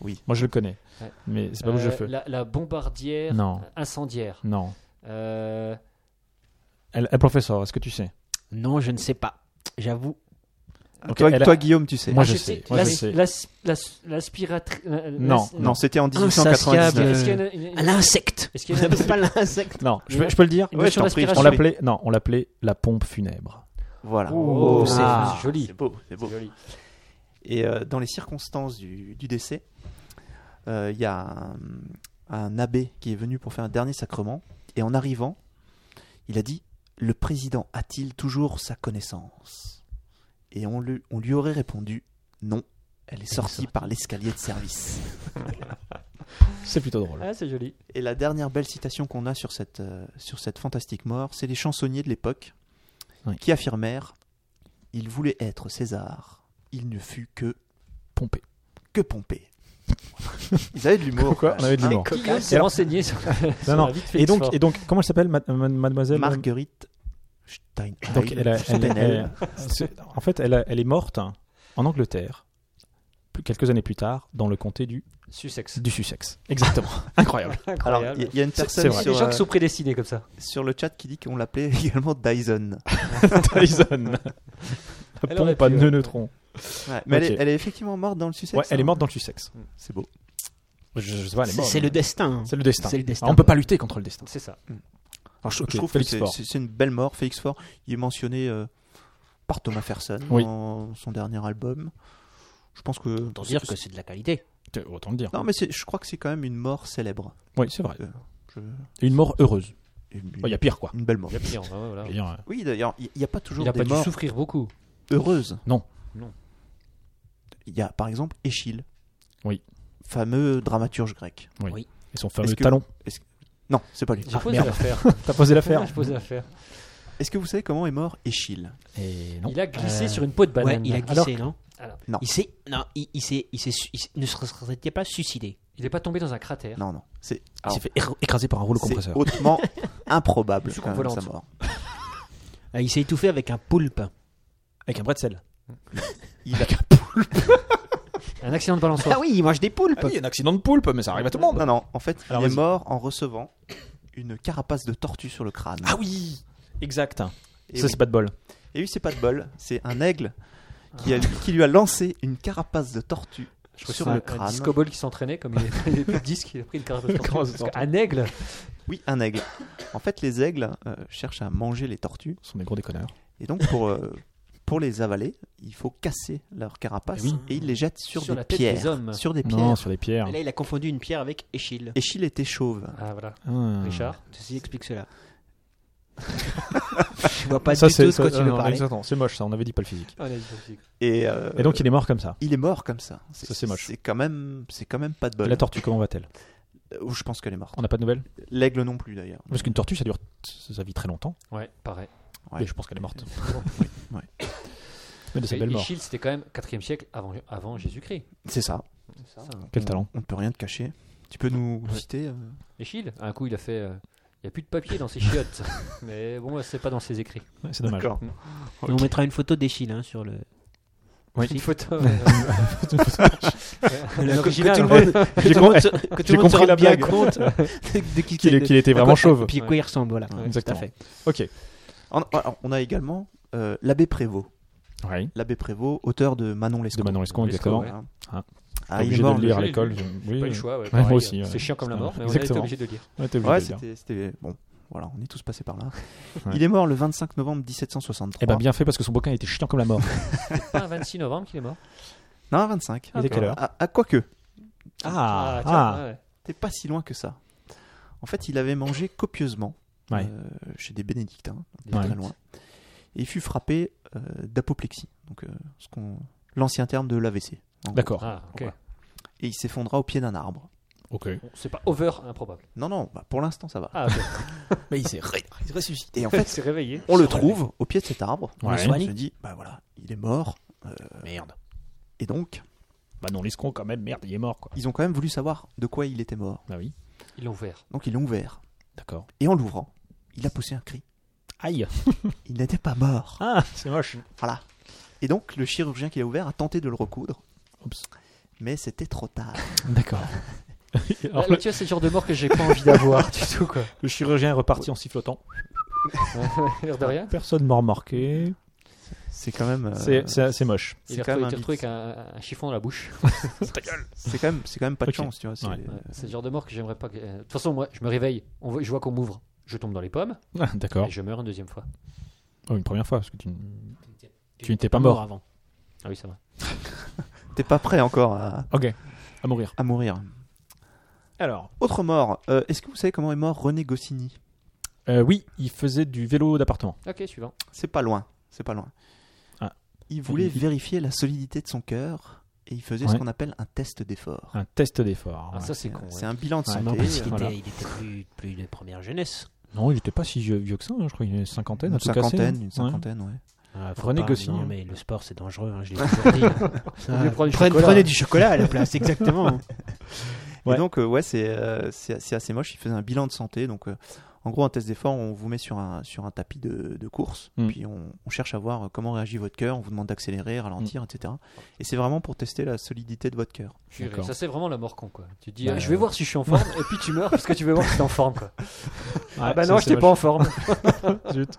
Oui.
Moi, je le connais.
Ouais.
Mais c'est pas bouche de
Euh,
feu.
La, la bombardière
Non.
incendiaire.
Non.
Euh,
Elle, elle, professeur, est-ce que tu sais
Non, je ne sais pas. J'avoue.
ok,
toi,
elle a-
toi, Guillaume, tu sais.
Moi,
ah,
je sais. Moi, je
l'as-
sais.
l'as- l'as- L'aspiratrice. la- la-
Non,
la-
non, c'était en
Est-ce qu'il y a-
1899.
Insatiable.
est-ce qu'il y a une- une-
L'insecte
est-ce qu'il
On
y a une-
n'appelle Ah, pas l'insecte.
Non, je
Il
peux,
a-
je peux le dire
une
Ouais, je
notion
t'en prie, je t'en
On
d'aspiration
prie.
l'appelait, non, on l'appelait la pompe funèbre.
Voilà.
Oh, c'est
Ah.
c'est joli.
C'est beau, c'est beau.
C'est joli.
Et euh, dans les circonstances du, du décès, euh, il y a un, un abbé qui est venu pour faire un dernier sacrement. Et en arrivant, il a dit Le président a-t-il toujours sa connaissance Et on lui, on lui aurait répondu Non, elle est sortie par l'escalier de service.
C'est plutôt drôle.
Ah, c'est joli.
Et la dernière belle citation qu'on a sur cette, euh, sur cette fantastique mort, c'est les chansonniers de l'époque
Oui.
qui affirmèrent Il voulait être César, il ne fut que,
Pompée.
que Pompée. Ils avaient de l'humour.
Pourquoi On avait de
Hein
l'humour.
Qui s'est
alors-
renseigné sur,
Non,
sur
non.
la vie de
Et
Félix
donc,
Faure.
et donc, comment elle s'appelle, mad- mad- mademoiselle
Marguerite Steinheil.
Donc, elle a- elle-
Steinheil.
elle- c'est- en fait, elle, a- elle est morte en Angleterre, plus, quelques années plus tard, dans le comté du,
Sussex.
du Sussex. Exactement. Incroyable.
Alors,
Incroyable.
il y a- il y a une
C'est- c'est
personne
Il y a
vrai.
des
sur,
gens
euh,
qui sont prédestinés comme ça.
sur le chat qui dit qu'on l'appelait également Dyson.
Dyson. La
Elle aurait
pompe à
pu,
deux
ouais.
neutrons.
Ouais, mais elle,
Ok.
est, elle est effectivement morte dans le Sussex.
Ouais, elle est
hein.
morte dans le Sussex.
C'est beau.
Je, je sais pas, elle est
C'est
morte.
c'est le destin.
C'est le destin. hein.
C'est le destin.
Alors, on peut pas lutter contre le destin.
C'est ça.
Alors, je,
Ok,
je trouve
Félix
que c'est-
Faure.
c'est- c'est une belle mort. Félix Faure, il est mentionné euh, par Thomas Ferson
Oui.
dans son dernier album. Je pense que.
Autant dire que c'est de la qualité.
Autant le dire.
Non, mais c'est- je crois que c'est quand même une mort célèbre.
Oui, c'est vrai.
Euh, je-
Une mort heureuse.
une,
Il y a pire, quoi.
une belle mort.
Il y a pire, Ah, ouais, voilà.
Je veux dire, euh,
Oui, d'ailleurs, il n'y a pas toujours
Il a
des
pas dû
morts
souffrir beaucoup.
heureuses.
Non.
Non.
Il y a par exemple Échille.
Oui.
Fameux dramaturge grec.
Et son fameux
Est-ce que-
talon.
Non, c'est pas lui.
J'ai posé
merde.
l'affaire.
T'as posé l'affaire
J'ai posé l'affaire.
Est-ce que vous savez comment est mort Échille
Et non.
Il a glissé
Euh,
sur une peau de
Ouais,
banane.
il a glissé,
Alors,
non
alors,
Non.
Il s'est. Non, il, il s'est. Il, s'est su- il s- ne se serait-il pas suicidé
il est pas tombé dans un cratère.
Non, non. C'est
Il
alors,
s'est fait écr- écraser par un rouleau
c'est
compresseur.
hautement improbable
Sous
quand même,
volante.
sa mort.
Ah, Il s'est étouffé avec un poulpe.
Avec un bretzel.
Il a-
Un accident de balançoire.
Ah oui, il mange des poulpes
Ah oui, un accident de poulpe, mais ça arrive à tout le monde.
Oh, Non, non. En fait,
Alors,
il est
vas-y.
mort en recevant une carapace de tortue sur le crâne.
Ah oui Exact. Ça,
Et oui.
c'est pas de bol.
Et lui, c'est pas de bol, c'est un aigle qui, a- qui lui a lancé une carapace de tortue
Je crois que
sur
c'est un-
le
Un
crâne.
disco ball qui s'entraînait, comme il est- il est plus de disque, il a pris le carapace de tortue.
carapace de
Parce qu'un aigle,
Oui, un aigle. En fait, les aigles euh, cherchent à manger les tortues,
Ce sont des gros déconneurs.
et donc pour, euh, pour les avaler, il faut casser leur carapace
Eh oui.
et ils les jettent sur,
Sur
des
la tête
pierres.
des hommes.
Sur des
Non,
pierres.
sur les pierres.
Et là, il a confondu une pierre avec Échille.
Échille était chauve.
Ah voilà,
Ah.
Richard.
Ceci explique cela. Je vois pas
ça,
du tout
c'est
de quoi
ça- euh,
tu veux
non,
parler.
exactement, c'est moche, ça. On avait dit pas le physique.
Ah, Et, euh,
Et donc, il est mort comme ça.
il est mort comme ça.
Ça, c'est moche.
C'est quand même, c'est quand même pas de bol.
La tortue, comment va-t-elle
Euh, Je pense qu'elle est morte.
On n'a pas de nouvelles
L'aigle non plus d'ailleurs.
Parce qu'une tortue, ça dure sa vie très longtemps.
Ouais, pareil.
Ouais.
Mais je pense qu'elle est morte.
ouais.
Mais de sa
Et
belle mort.
Ischil, c'était quand même 4 siècle avant, avant Jésus-Christ.
C'est ça.
Quel
on,
talent.
On ne peut rien te cacher. Tu peux nous citer euh,
Échille, un coup, il a fait. euh, Il n'y a plus de papier dans ses chiottes. Mais bon, c'est pas dans ses écrits.
Ouais, c'est dommage.
D'accord.
On mettra une photo d'Échille hein, sur le.
Oui.
Une photo. euh,
le-
l'original,
que tout le
ouais.
monde- que
J'ai
tout le monde
com-
se- que tout
j'ai
le monde se
compris la
rende bien
blague.
compte de- de qui
Qu'il est-
de-
qu'il était
à quoi-
vraiment chauve.
Puis à quoi il ressemble, voilà.
Ouais,
Tout à
exactement.
fait.
Ok.
on, alors, on a également euh, l'abbé Prévost.
Ouais.
L'abbé Prévost, auteur de Manon Lescaut.
De Manon Lescon,
Lescaut,
exactement.
ouais.
Hein.
Ah.
Ah, il est
obligé
mort.
de le lire à
je l'ai
l'école.
lu.
je- oui,
Pas eu
oui.
le choix, ouais,
moi
pareil.
aussi, ouais.
C'est chiant comme la
Putain,
mort, mais on a été
exactement.
obligé de le dire.
Ouais, t'es obligé de
Ouais,
le dire.
c'était, c'était- Bon, voilà, on est tous passés par là.
Ouais.
Il est mort le 25 novembre 1763.
Eh ben bien fait parce que son bouquin était chiant comme la mort.
C'est pas un 26 Ah, novembre qu'il est mort.
Non, 25.
Il est quelle heure
à, à quoique,
Ah,
tiens,
ah.
ouais.
t'es pas si loin que ça. En fait, il avait mangé copieusement
Ouais.
euh, chez des bénédictins,
Des
pas très
petites.
loin. Et il fut frappé euh, d'apoplexie, donc euh, ce qu'on... l'ancien terme de l'AVC. en gros.
D'accord.
Ah, ok.
Ouais. Et il s'effondra au pied d'un arbre.
Ok.
Bon, C'est pas over improbable.
Non, non, bah, pour l'instant ça va.
Ah, ok.
Mais il s'est ressuscité.
Et en
il
fait,
s'est réveillé.
on le trouve au pied de cet arbre.
Ouais.
On se dit, bah voilà, il est mort.
Euh, Merde.
Et donc,
Bah non, l'escroc quand même, merde, il est mort quoi.
ils ont quand même voulu savoir de quoi il était mort.
Bah oui,
Ils l'ont ouvert.
Donc ils l'ont ouvert.
d'accord.
Et en l'ouvrant, il a poussé un cri.
Aïe
Il n'était pas mort.
Ah, c'est moche
Voilà. Et donc, le chirurgien qui l'a ouvert a tenté de le recoudre.
Oups.
Mais c'était trop tard.
D'accord.
Alors,
Alors, le,
tu vois, c'est le genre de mort que j'ai pas envie d'avoir du tout, quoi.
le chirurgien est reparti en sifflotant.
L'air de rien.
Personne m'a remarqué.
C'est quand même. euh,
C'est- C'est c'est moche.
Il est
quand même
retrouvé, il est retrouvé
un
avec
bit.
un, un chiffon dans la bouche.
C'est quand même, c'est quand même pas de
Ok.
chance, tu vois. c'est-
Ouais.
Ouais, c'est le genre de mort que j'aimerais pas. que- euh, De toute façon, moi, je me réveille, on voit- je vois qu'on m'ouvre, je tombe dans les pommes
Ah, d'accord.
et je meurs une deuxième fois.
Oh, une première fois, parce que tu, n- tu n'étais pas mort.
avant.
Ah oui, ça va.
T'es pas prêt encore à,
Ok. À mourir.
à mourir.
Alors
Autre mort. euh, Est-ce que vous savez comment est mort René Goscinny
euh, Oui, il faisait du vélo d'appartement.
Ok, suivant.
C'est pas loin. C'est pas loin.
Ah.
Il voulait
Il-
vérifier la solidité de son cœur et il faisait ce
Ouais.
qu'on appelle un test d'effort.
Un test d'effort.
Ah,
ouais.
ça, c'est
Euh,
con.
C'est
ouais.
un bilan de
Ouais,
santé.
non,
Parce qu'il était,
Voilà.
il était plus, plus de première jeunesse.
Non, il n'était pas si vieux, vieux que ça, hein, je crois qu'il avait une cinquantaine
une
à tout casser,
cinquantaine,
hein.
une cinquantaine, ouais.
Ouais.
Faut
René
pas-
Ah, Goscinny. hein.
Non, mais le sport, c'est dangereux, hein, je l'ai toujours dit. hein. Ça,
Vous voulez prendre du
prenez,
chocolat.
prenez du chocolat à la place, exactement.
Ouais.
Et donc, euh, ouais, c'est euh, c'est c'est assez moche. Il faisait un bilan de santé. Donc, euh, en gros, un test d'effort, on vous met sur un, sur un tapis de, de course.
Mm.
Puis, on, on cherche à voir euh, comment réagit votre cœur. On vous demande d'accélérer,
Mm.
ralentir, etc. Et c'est vraiment pour tester la solidité de votre cœur.
Purée,
D'accord.
Ça, c'est vraiment la mort con, quoi. Tu te dis,
Bah,
ah, je vais
euh,
voir si je suis en forme, et puis tu meurs parce que tu veux voir si t'es en forme, quoi.
Ouais,
ah bah
ça,
non,
c'est
j'étais pas en forme.
moche. Zut.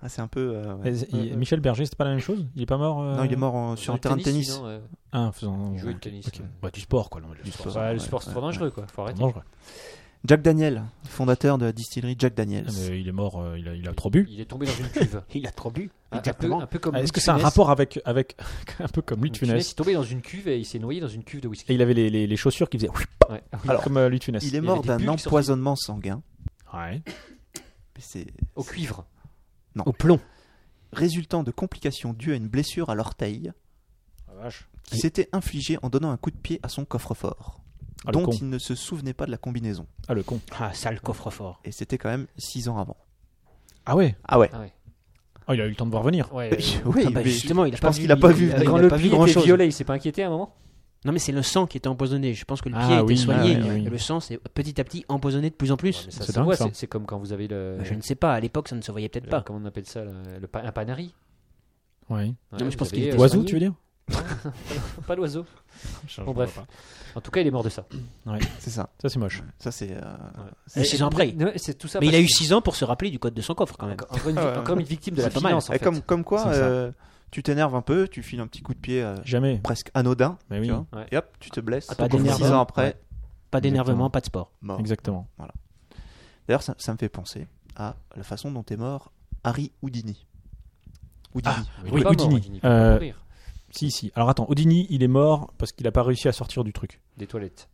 Ah, c'est un peu. euh, ouais.
Et- et
ouais.
Michel Berger, c'était pas la même chose Il est pas mort euh,
Non, il est mort en- sur un
Le
terrain de tennis.
sinon, euh,
Ah, en faisant.
Il jouait au tennis,
Ok.
ouais.
Bah, du sport, quoi. non, mais le
Du
sport,
sport.
bah, le
Ouais,
sport, c'est trop
ouais,
dangereux, quoi. Faut
c'est
arrêter.
dangereux.
Jack Daniel, fondateur de la distillerie Jack Daniels.
euh. Ah, mais il est mort, euh, il, a, il a trop bu.
Il est tombé dans une cuve.
Il a trop bu.
Un- un peu-
Exactement.
Un peu comme.
Ah, Est-ce
Louis
que c'est un
Funès.
rapport avec, avec un peu comme Louis de
Louis Funès, Il
Funès
est tombé dans une cuve et il s'est noyé dans une cuve de whisky.
Et il avait les, les, les chaussures qui faisaient
Ouais.
comme euh, Louis de Funès.
Il est
avait
mort
des
d'un
bulles qui sortaient.
empoisonnement sanguin
Ouais.
Mais c'est
Au cuivre.
Au plomb.
résultant de complications dues à une blessure à l'orteil Ah, qui s'était infligée en donnant un coup de pied à son coffre-fort,
Ah, le
dont
con.
il ne se souvenait pas de la combinaison.
Ah, le con.
Ah, sale coffre-fort.
Et c'était quand même 6 ans avant.
Ah ouais
Ah ouais.
Ah ouais.
Ah, il a eu le temps de voir venir.
Ouais, euh,
Oui,
Ah bah,
mais
justement, il a
je
pas
pense
vu-
qu'il a pas vu
il a-
venir.
Quand
a
le
pas vu
pied était
grand-chose.
violet, il s'est pas inquiété à un moment
Non, mais c'est le sang qui était empoisonné. Je pense que le
Ah
pied était
oui,
soigné.
ah oui, oui.
Et Le sang s'est petit à petit empoisonné de plus en plus.
Mais ça
C'est
se
dingue,
voit,
ça. Bah,
c'est- c'est comme quand vous avez le.
Je ne sais pas, à l'époque, ça ne se voyait peut-être
le-
pas.
Comment on appelle ça le, le pa- Un panari
Ouais.
Ouais,
Non, mais je
vous
pense
avez,
qu'il était
euh,
Oiseau,
soigné.
tu veux dire
Pas l'oiseau.
Je
Bon, bref.
vois
En tout cas, il est mort de ça.
C'est ça.
Ça, c'est moche.
Ça c'est. euh,
Mais six ans après.
Non, C'est tout ça.
Mais il
parce
a eu
que-
6 ans pour se rappeler du code de son coffre quand même.
Encore encore
Ah
une,
euh,
encore une victime de la
C'est pas mal.
finance, en
eh,
fait.
Comme comme quoi,
C'est ça.
euh, tu t'énerves un peu, tu files un petit coup de pied euh,
Jamais.
presque anodin,
Mais
tu
oui.
vois,
Ouais.
et hop, tu te blesses.
Ah, pas
6
d'énervement.
ans après,
Pas d'énervement,
Exactement.
pas de sport.
mort.
Exactement.
D'ailleurs, ça, ça me fait penser à la façon dont est mort Harry Houdini. Houdini.
Il est
oui,
pas mort,
Houdini.
il peut pas
Euh,
mourir.
Si, si. Alors attends, Houdini, il est mort parce qu'il a pas réussi à sortir du truc.
Des toilettes.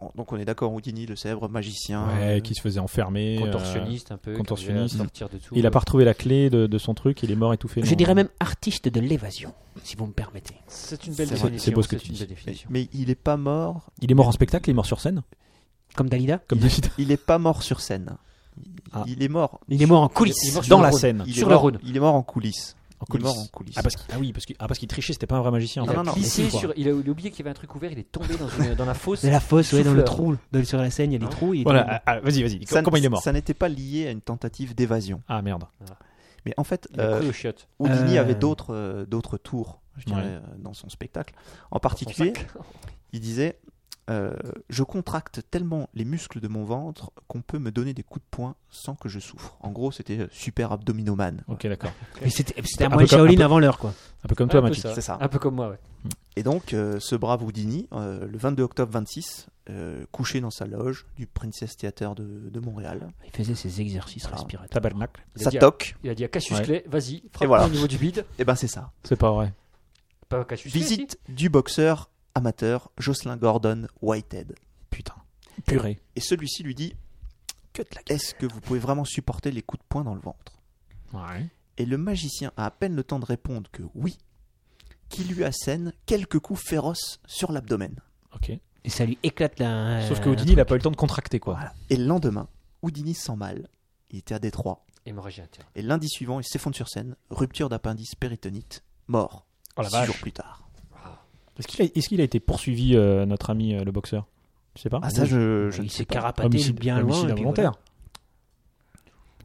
On- Donc on est d'accord, Houdini, le célèbre magicien. Euh,
Ouais, qui se faisait enfermer. euh,
Contorsionniste un peu. qui
contorsionniste.
arrivait à sortir de tout.
euh,
euh,
Il a pas retrouvé la clé de, de son truc, il est mort étouffé.
Je
dans-
dirais même artiste de l'évasion, si vous me permettez.
C'est une belle
C'est-
définition.
c'est beau ce que tu
une
dis.
belle
Mais,
définition.
mais il est pas mort.
Il est mort en spectacle, il est mort sur scène,
Comme Dalida
comme David.
Il est pas mort sur scène. Il-
Ah.
Il est mort.
Il est mort en coulisses.
Il est mort sur
Dans
le
la
Rhône.
scène.
Il
Sur
est
la
mort-
Rhône.
Il est mort en coulisses.
En
Il est mort
coulisses.
en coulisses.
Ah, parce qu'il- ah oui, parce qu'il ah, parce qu'il trichait, c'était pas un vrai magicien. en
Il
Non,
fait.
a
non, non.
glissé
Mais si,
sur. Il a il a oublié qu'il y avait un truc ouvert, il est tombé dans une- dans la fosse.
De la fosse, ouais, dans le
Souffleur.
trou. De- sur la scène, il y a des trous. il est tombé.
Voilà, ah, ah, vas-y, vas-y.
Ça n-
Comment il est mort
Ça n'était pas lié à une tentative d'évasion.
Ah merde.
Mais en fait,
Il a
euh,
cru aux chiottes.
Houdini
Euh.
avait d'autres euh, d'autres tours, je dirais, euh, dans son spectacle. En particulier, il disait euh, Je contracte tellement les muscles de mon ventre qu'on peut me donner des coups de poing sans que je souffre. En gros, c'était euh, super abdominoman.
Ok, d'accord.
Mais C'était c'était
Un
un
peu
moine
comme- un
Shaolin
peu-
avant l'heure, quoi.
Un peu comme
Ah,
toi,
Un peu
Mathis.
ça. Ah.
C'est ça.
Un peu comme moi, ouais.
Et donc, euh, ce brave Houdini, euh, le 22 octobre 26, euh, couché dans sa loge du Princess Theatre de, de Montréal,
Il faisait ses exercices
Voilà.
respiratoires.
Ah, Tabernacle.
Il a
ça
dit ah. à-
toque.
Il a dit à Cassius
Ouais.
Clay, vas-y, frappe
voilà.
au niveau du bide.
Et ben, c'est ça.
C'est pas vrai.
Pas à Cassius Clay,
Visite du boxeur amateur Jocelyn Gordon Whitehead.
Putain. Purée.
Et celui-ci lui dit Est-ce que vous pouvez vraiment supporter les coups de poing dans le ventre
Ouais.
Et le magicien a à peine le temps de répondre que oui, qui lui assène quelques coups féroces sur l'abdomen.
Ok.
Et ça lui éclate la.
Sauf que Houdini, il a pas eu le temps de contracter, quoi.
Voilà. Et le lendemain, Houdini sent mal. Il était à Détroit.
si. Hémorragie interne.
Et lundi suivant, il s'effondre sur scène, rupture d'appendice péritonite, mort.
Oh la
six
vache.
jours plus tard.
Est-ce qu'il a, est-ce qu'il a été poursuivi, euh, notre ami euh, le boxeur Je sais pas.
Ah, ça, je, je ne
euh, Il
sais
s'est
pas.
carapaté
Homicide-
bien loin.
homicide
et puis voilà.
involontaire.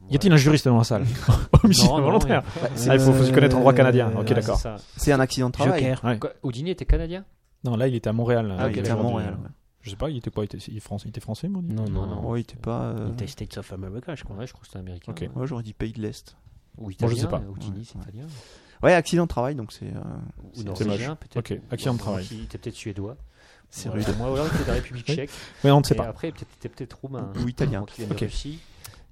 Y a-t-il un juriste dans la salle Oh, Homicide
Non, non,
involontaire.
il-
Ah, il faut, faut se connaître en droit canadien.
Euh,
Ok,
Ouais,
d'accord.
c'est ça.
C'est un accident de travail.
Joker.
Ouais.
Quoi, Houdini était canadien
Non, là, il était à Montréal.
Ah,
euh,
ok,
il était à
d'accord.
aujourd'hui.
Montréal. ouais.
Je sais pas, il était quoi il était, il est français, il était français,
Mm.
mon dit
Non,
Ah,
non, non.
Non, il était pas. euh,
Il était States of America, je crois.
Ouais, je crois que c'était américain.
Ok.
ouais.
ouais, j'aurais dit pays de l'Est.
Ou
Bon,
italien.
je sais pas.
Houdini, c'est
Ouais.
italien.
Ouais, accident de travail, donc c'est. euh,
Ou
c'est-
norvégien, peut-être.
Ok, accident de
Ou-
travail.
Il était peut-être suédois.
C'est
Voilà.
rude.
Moi, ou alors il était de la République
Oui.
tchèque.
Mais on ne sait
et euh,
pas.
Après, peut-être- il était peut-être roumain.
Ou italien.
Donc, il vient de
Ok.
Russie.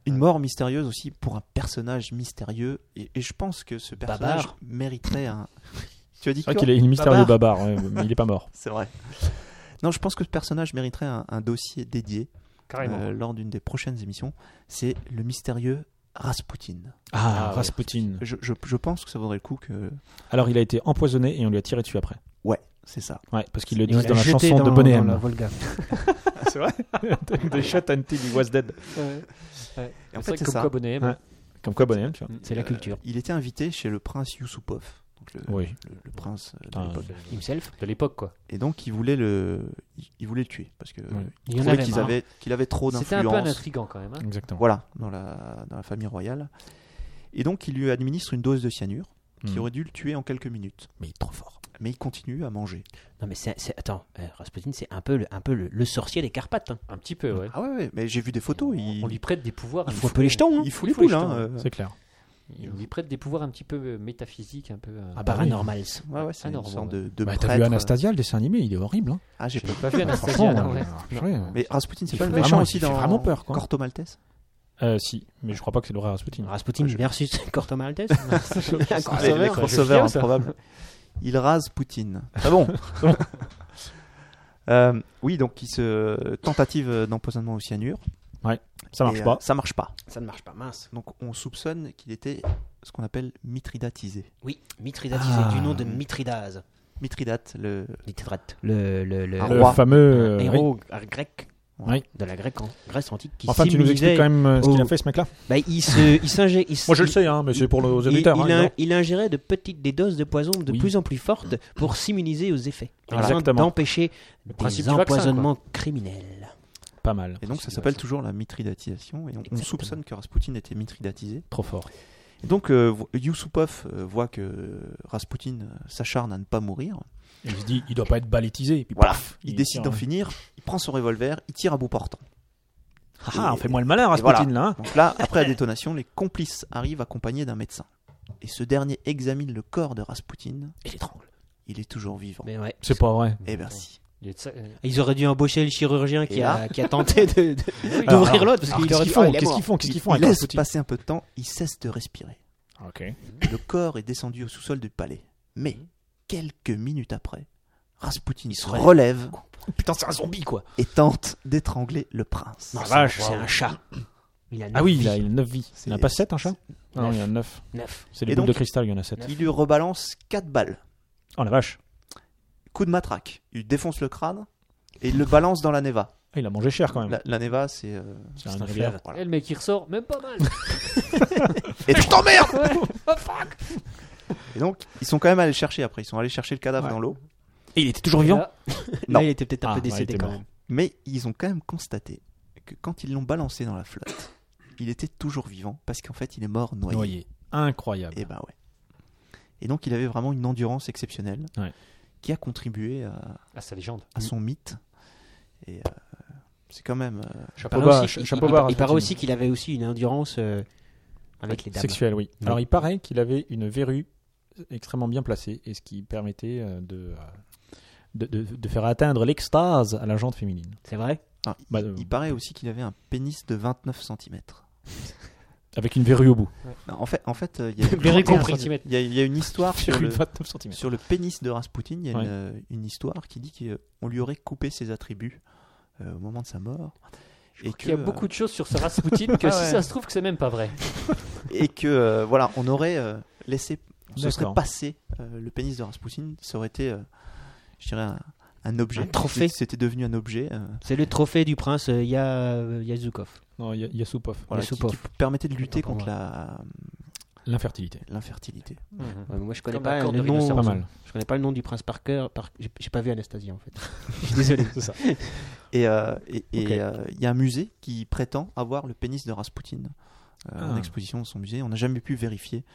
Une mort mystérieuse aussi pour un personnage mystérieux. Et, et je pense que ce personnage
Babar.
mériterait un. tu as dit
C'est vrai
quoi
qu'il est, il est mystérieux babar, ouais, mais il est pas mort.
C'est vrai. Non, je pense que ce personnage mériterait un, un dossier dédié
Carrément.
euh, lors d'une des prochaines émissions. C'est le mystérieux Rasputin.
Ah,
ouais.
Rasputin.
Je, je- je pense que ça vaudrait le coup que.
Alors, il a été empoisonné et on lui a tiré dessus après.
Ouais, c'est ça.
Ouais, parce qu'ils le
Il
disent
l'a
dans la
jeté
chanson de
dans-
Bonnet
dans
M.
la Volga.
C'est vrai They shot until he was dead.
Et en fait, c'est
comme
ça.
quoi Bonnet aime.
Ouais. Comme quoi, Bonnet M, tu vois.
C'est la culture.
Il était invité chez le prince Yusupov, donc le,
Oui.
le- le prince euh, de
Ah,
l'époque.
Himself.
De l'époque, quoi.
Et donc, il voulait le, il, il voulait le tuer parce que
Ouais.
Il
il
y en
trouvait
avait
qu'ils
marre.
avaient- qu'il avait trop d'influence.
C'était un peu un intrigant, quand même. hein.
Exactement.
Voilà, dans la, dans la famille royale. Et donc, il lui administre une dose de cyanure qui
Mm.
aurait dû le tuer en quelques minutes.
Mais il est trop fort.
Mais il continue à manger.
Non, mais c'est. c'est- Attends, euh, Rasputin, c'est un peu le, un peu le, le sorcier des Carpates. hein.
Un petit peu, ouais.
Ah ouais, ouais, mais j'ai vu des photos. Il,
On lui prête des pouvoirs.
Il
un
faut
petit
un peu les
peu-
jetons. hein.
il fout
il
les
fout les
poules. hein,
jetons,
euh.
C'est clair.
Il lui prête des pouvoirs un petit peu euh, métaphysiques, un peu. euh,
Ah bah oui.
Paranormals.
Ouais, ouais, c'est une
Énorme, ouais.
sorte de, de
Bah,
prêtre. euh,
T'as vu Anastasia, le dessin animé, il est horrible. hein.
Ah, j'ai
J'ai
pas.
pas vu Anastasia.
Franchement,
non, ouais.
euh, purée.
Mais ah, Rasputin, c'est
Il
pas le
fait
méchant
vraiment-
aussi
il fait
dans
vraiment peur, quoi.
Corto Maltese
Euh, si, mais je crois pas que c'est le vrai Rasputin.
Rasputin versus Corto Maltese. Un
Ah, les- les
crossover.
crossovers
ça.
improbables. Il rase Poutine. Ah bon Euh, Oui, donc il se tentative d'empoisonnement au cyanure.
Ça marche
Et, euh,
pas.
ça marche pas.
Ça ne marche pas, mince.
Donc on soupçonne qu'il était ce qu'on appelle mitridatisé.
Oui, Mithridate,
Ah.
c'est du nom de Mithridase.
Mithridate, le
Mithridate, le, le, le,
Un
Ah, Le
roi.
fameux. euh, oui.
héros grec
Oui.
de la Grèce, Grèce antique qui
Enfin, tu nous
symbolisait-
expliques quand même euh, ce qu'il a
au-
fait ce mec-là
Bah, il se, il s'ingé- il s-
Moi je le
il-
sais, hein, mais c'est pour nos
il,
auditeurs.
il
hein,
in-
non.
il ingérait de petites des doses de poison de
Oui.
plus en plus fortes pour s'immuniser aux effets,
Voilà.
afin
Exactement.
d'empêcher
Le principe
des
du vaccin,
empoisonnements criminels.
Pas mal.
Et donc ça
C'est
s'appelle
ça.
toujours la mitridatisation. Et on- on,
Exactement.
soupçonne que Rasputin était mitridatisé.
Trop fort.
Et donc euh, vo- Yusupov euh, voit que Rasputin euh, s'acharne à ne pas mourir.
Il se dit, il doit pas être balétisé. Et puis,
Voilà.
paf,
Il, décide d'en
tire.
finir. Il prend son revolver. Il tire à bout portant.
Ah,
Et-
fais-moi le malin,
et voilà.
Rasputin, là. hein.
Donc là, après la détonation, les complices arrivent accompagnés d'un médecin. Et ce dernier examine le corps de Rasputin.
Et l'étrangle.
Il est toujours vivant.
Mais ouais.
C'est pas vrai.
Eh ben si.
Il est de ça- euh,
Ils auraient dû embaucher le chirurgien
Et
qui
là-
a, qui a tenté de- de-
Alors,
d'ouvrir l'autre parce
alors,
qu'il
qu'est-ce qu'ils
aurait dû-
font
ah, il est
Qu'est-ce
mort.
qu'ils font Qu'est-ce qu'ils font
il
avec
laisse
Rasputin
passer un peu de temps. Il cesse de respirer.
Ok.
Le corps est descendu au sous-sol du palais. Mais quelques minutes après, Rasputin se
relève.
relève
Oh, Putain, c'est un zombie, quoi.
et tente d'étrangler le prince.
Non,
Ah,
c'est un-
vache.
c'est un chat. Il a
Ah oui, il
neuf
a
vies.
9 vies. Il
C'est-
n'y en a pas 7, un chat Ah Non,
neuf.
il y en a 9.
neuf.
C'est les
Et
boules de
donc-
cristal, il y en a 7.
Il lui rebalance 4 balles.
Oh la vache.
Coup de matraque. Il défonce le crâne et il le balance dans la Neva.
Ah, il a mangé cher quand même.
La, la Neva, c'est euh,
C'est
c'est
une
un
rivière.
fleuve. Voilà.
Eh, le mec, il ressort même pas mal.
Et donc-
Ouais. Oh, fuck.
Et donc, ils sont quand même allés le chercher après. Ils sont allés chercher le cadavre dans l'eau.
Et il était toujours
Et
vivant
là,
Non.
Là, il était peut-être un
Ah,
peu
ouais, il
décédé
était
quand
mort.
même.
Mais ils ont quand même constaté que quand ils l'ont balancé dans la flotte, il était toujours vivant parce qu'en fait, il est mort noyé.
Noyé. Incroyable.
Et bah ouais. Et donc, il avait vraiment une endurance exceptionnelle
Ouais.
qui a contribué à,
Ah, sa légende.
à son mythe. Et euh, c'est quand même. euh,
Chapeau
Il
bas,
paraît aussi-
cha-
il-
chapeau
il-
bas,
Il paraît
Rasputin.
aussi qu'il avait aussi une endurance euh, avec les dames.
Sexuel, oui.
Oui.
Alors il paraît qu'il avait une verrue extrêmement bien placée et ce qui permettait euh, de, euh, de, de, de faire atteindre l'extase à la jante féminine.
C'est vrai
ah, il-
Bah, euh,
il paraît aussi qu'il avait un pénis de 29 cm.
Avec une verrue au bout.
En fait, en fait euh, il y a-
Verrue comprise.
centimètres.
il y, a- il y a une histoire sur
Sur une
le,
29 cm.
sur le pénis de Rasputin. Il y a une, euh, une histoire qui dit qu'on lui aurait coupé ses attributs euh, au moment de sa mort. Et
Il y a
que, euh,
beaucoup de choses sur ce Rasputin que
Ah ouais.
si ça se trouve que c'est même pas vrai.
et que euh, voilà, on aurait euh, laissé, ce serait
D'accord.
passé euh, le pénis de Rasputin, ça aurait été, euh, je dirais, un, un objet.
Un trophée.
C'était devenu un objet euh,
C'est le trophée du prince euh, Ya- euh, Yazukov.
Non, il y a- il y a Soupov.
voilà,
Le
qui,
soupouf.
qui permettait de lutter
Autant pour
contre la
L'infertilité.
l'infertilité. Mhm.
moi, je
connais Comme pas la corde le de nom-
C'est
Ah,
rhinocéros.
pas mal.
Je connais pas le nom du prince Parker. Par... J'ai j'ai pas vu Anastasia en fait. Ah, je suis désolé.
Et euh, et- et,
Ok.
euh, il y a un musée qui prétend avoir le pénis de Rasputin euh, en
Ah.
exposition de son musée. On n'a jamais pu vérifier.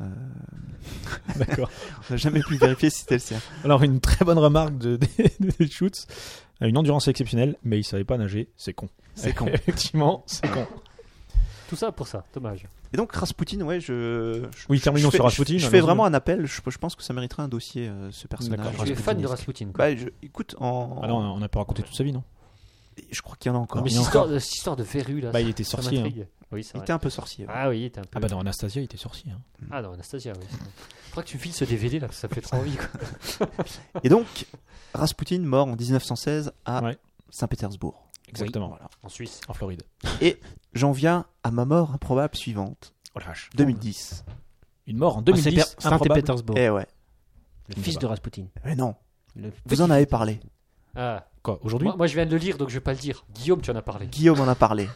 euh,
D'accord.
on n'a jamais pu vérifier si c'était le sien.
Alors une très bonne remarque de, de, de Schutz. Euh, Une endurance exceptionnelle, mais il savait pas nager. C'est con.
C'est con.
Effectivement, c'est con.
Tout ça pour ça, dommage.
Et donc Rasputin, ouais, je. je-
Oui,
je-
terminons
je fais-
sur Rasputin,
Je, je
hein,
fais
bien
vraiment
sûr.
un appel. Je, je pense que ça mériterait un dossier, euh, ce personnage.
D'accord,
Je suis fan de
rasputinesque.
Rasputin. quoi.
Bah, je- écoute, en...
Alors on n'a pas raconté toute sa vie, non
je crois qu'il y en a encore.
Non, mais
Cette
il est
histoire, de- cette histoire de verrue là.
Bah,
ça-
il était
ça
sorcier,
m'intrigue. Oui, c'est
hein. il
vrai.
était un peu sorcier. ouais.
Ah oui, il était un peu.
Ah bah dans Anastasia, il était sorcier. hein.
Ah non, Anastasia, oui. Faudra que tu me files ce DVD là, parce que ça me fait trop envie. Quoi.
Et donc, Rasputin mort en 1916 à
Ah. Ouais.
Saint-Pétersbourg.
Exactement.
Voilà.
En Suisse.
En Floride.
J'en viens à ma mort improbable suivante,
Oh bah. la vache.
2010.
Une mort en
Ah,
Saint-Péter-
2010. improbable.
Saint-Pétersbourg.
Eh ouais.
Le fils de Rasputin.
Mais non,
Le
vous en avez parlé.
Ah.
Quoi Aujourd'hui
Moi, moi, je viens de le lire, donc je vais pas le dire. Guillaume, tu en as parlé.
Guillaume en a parlé.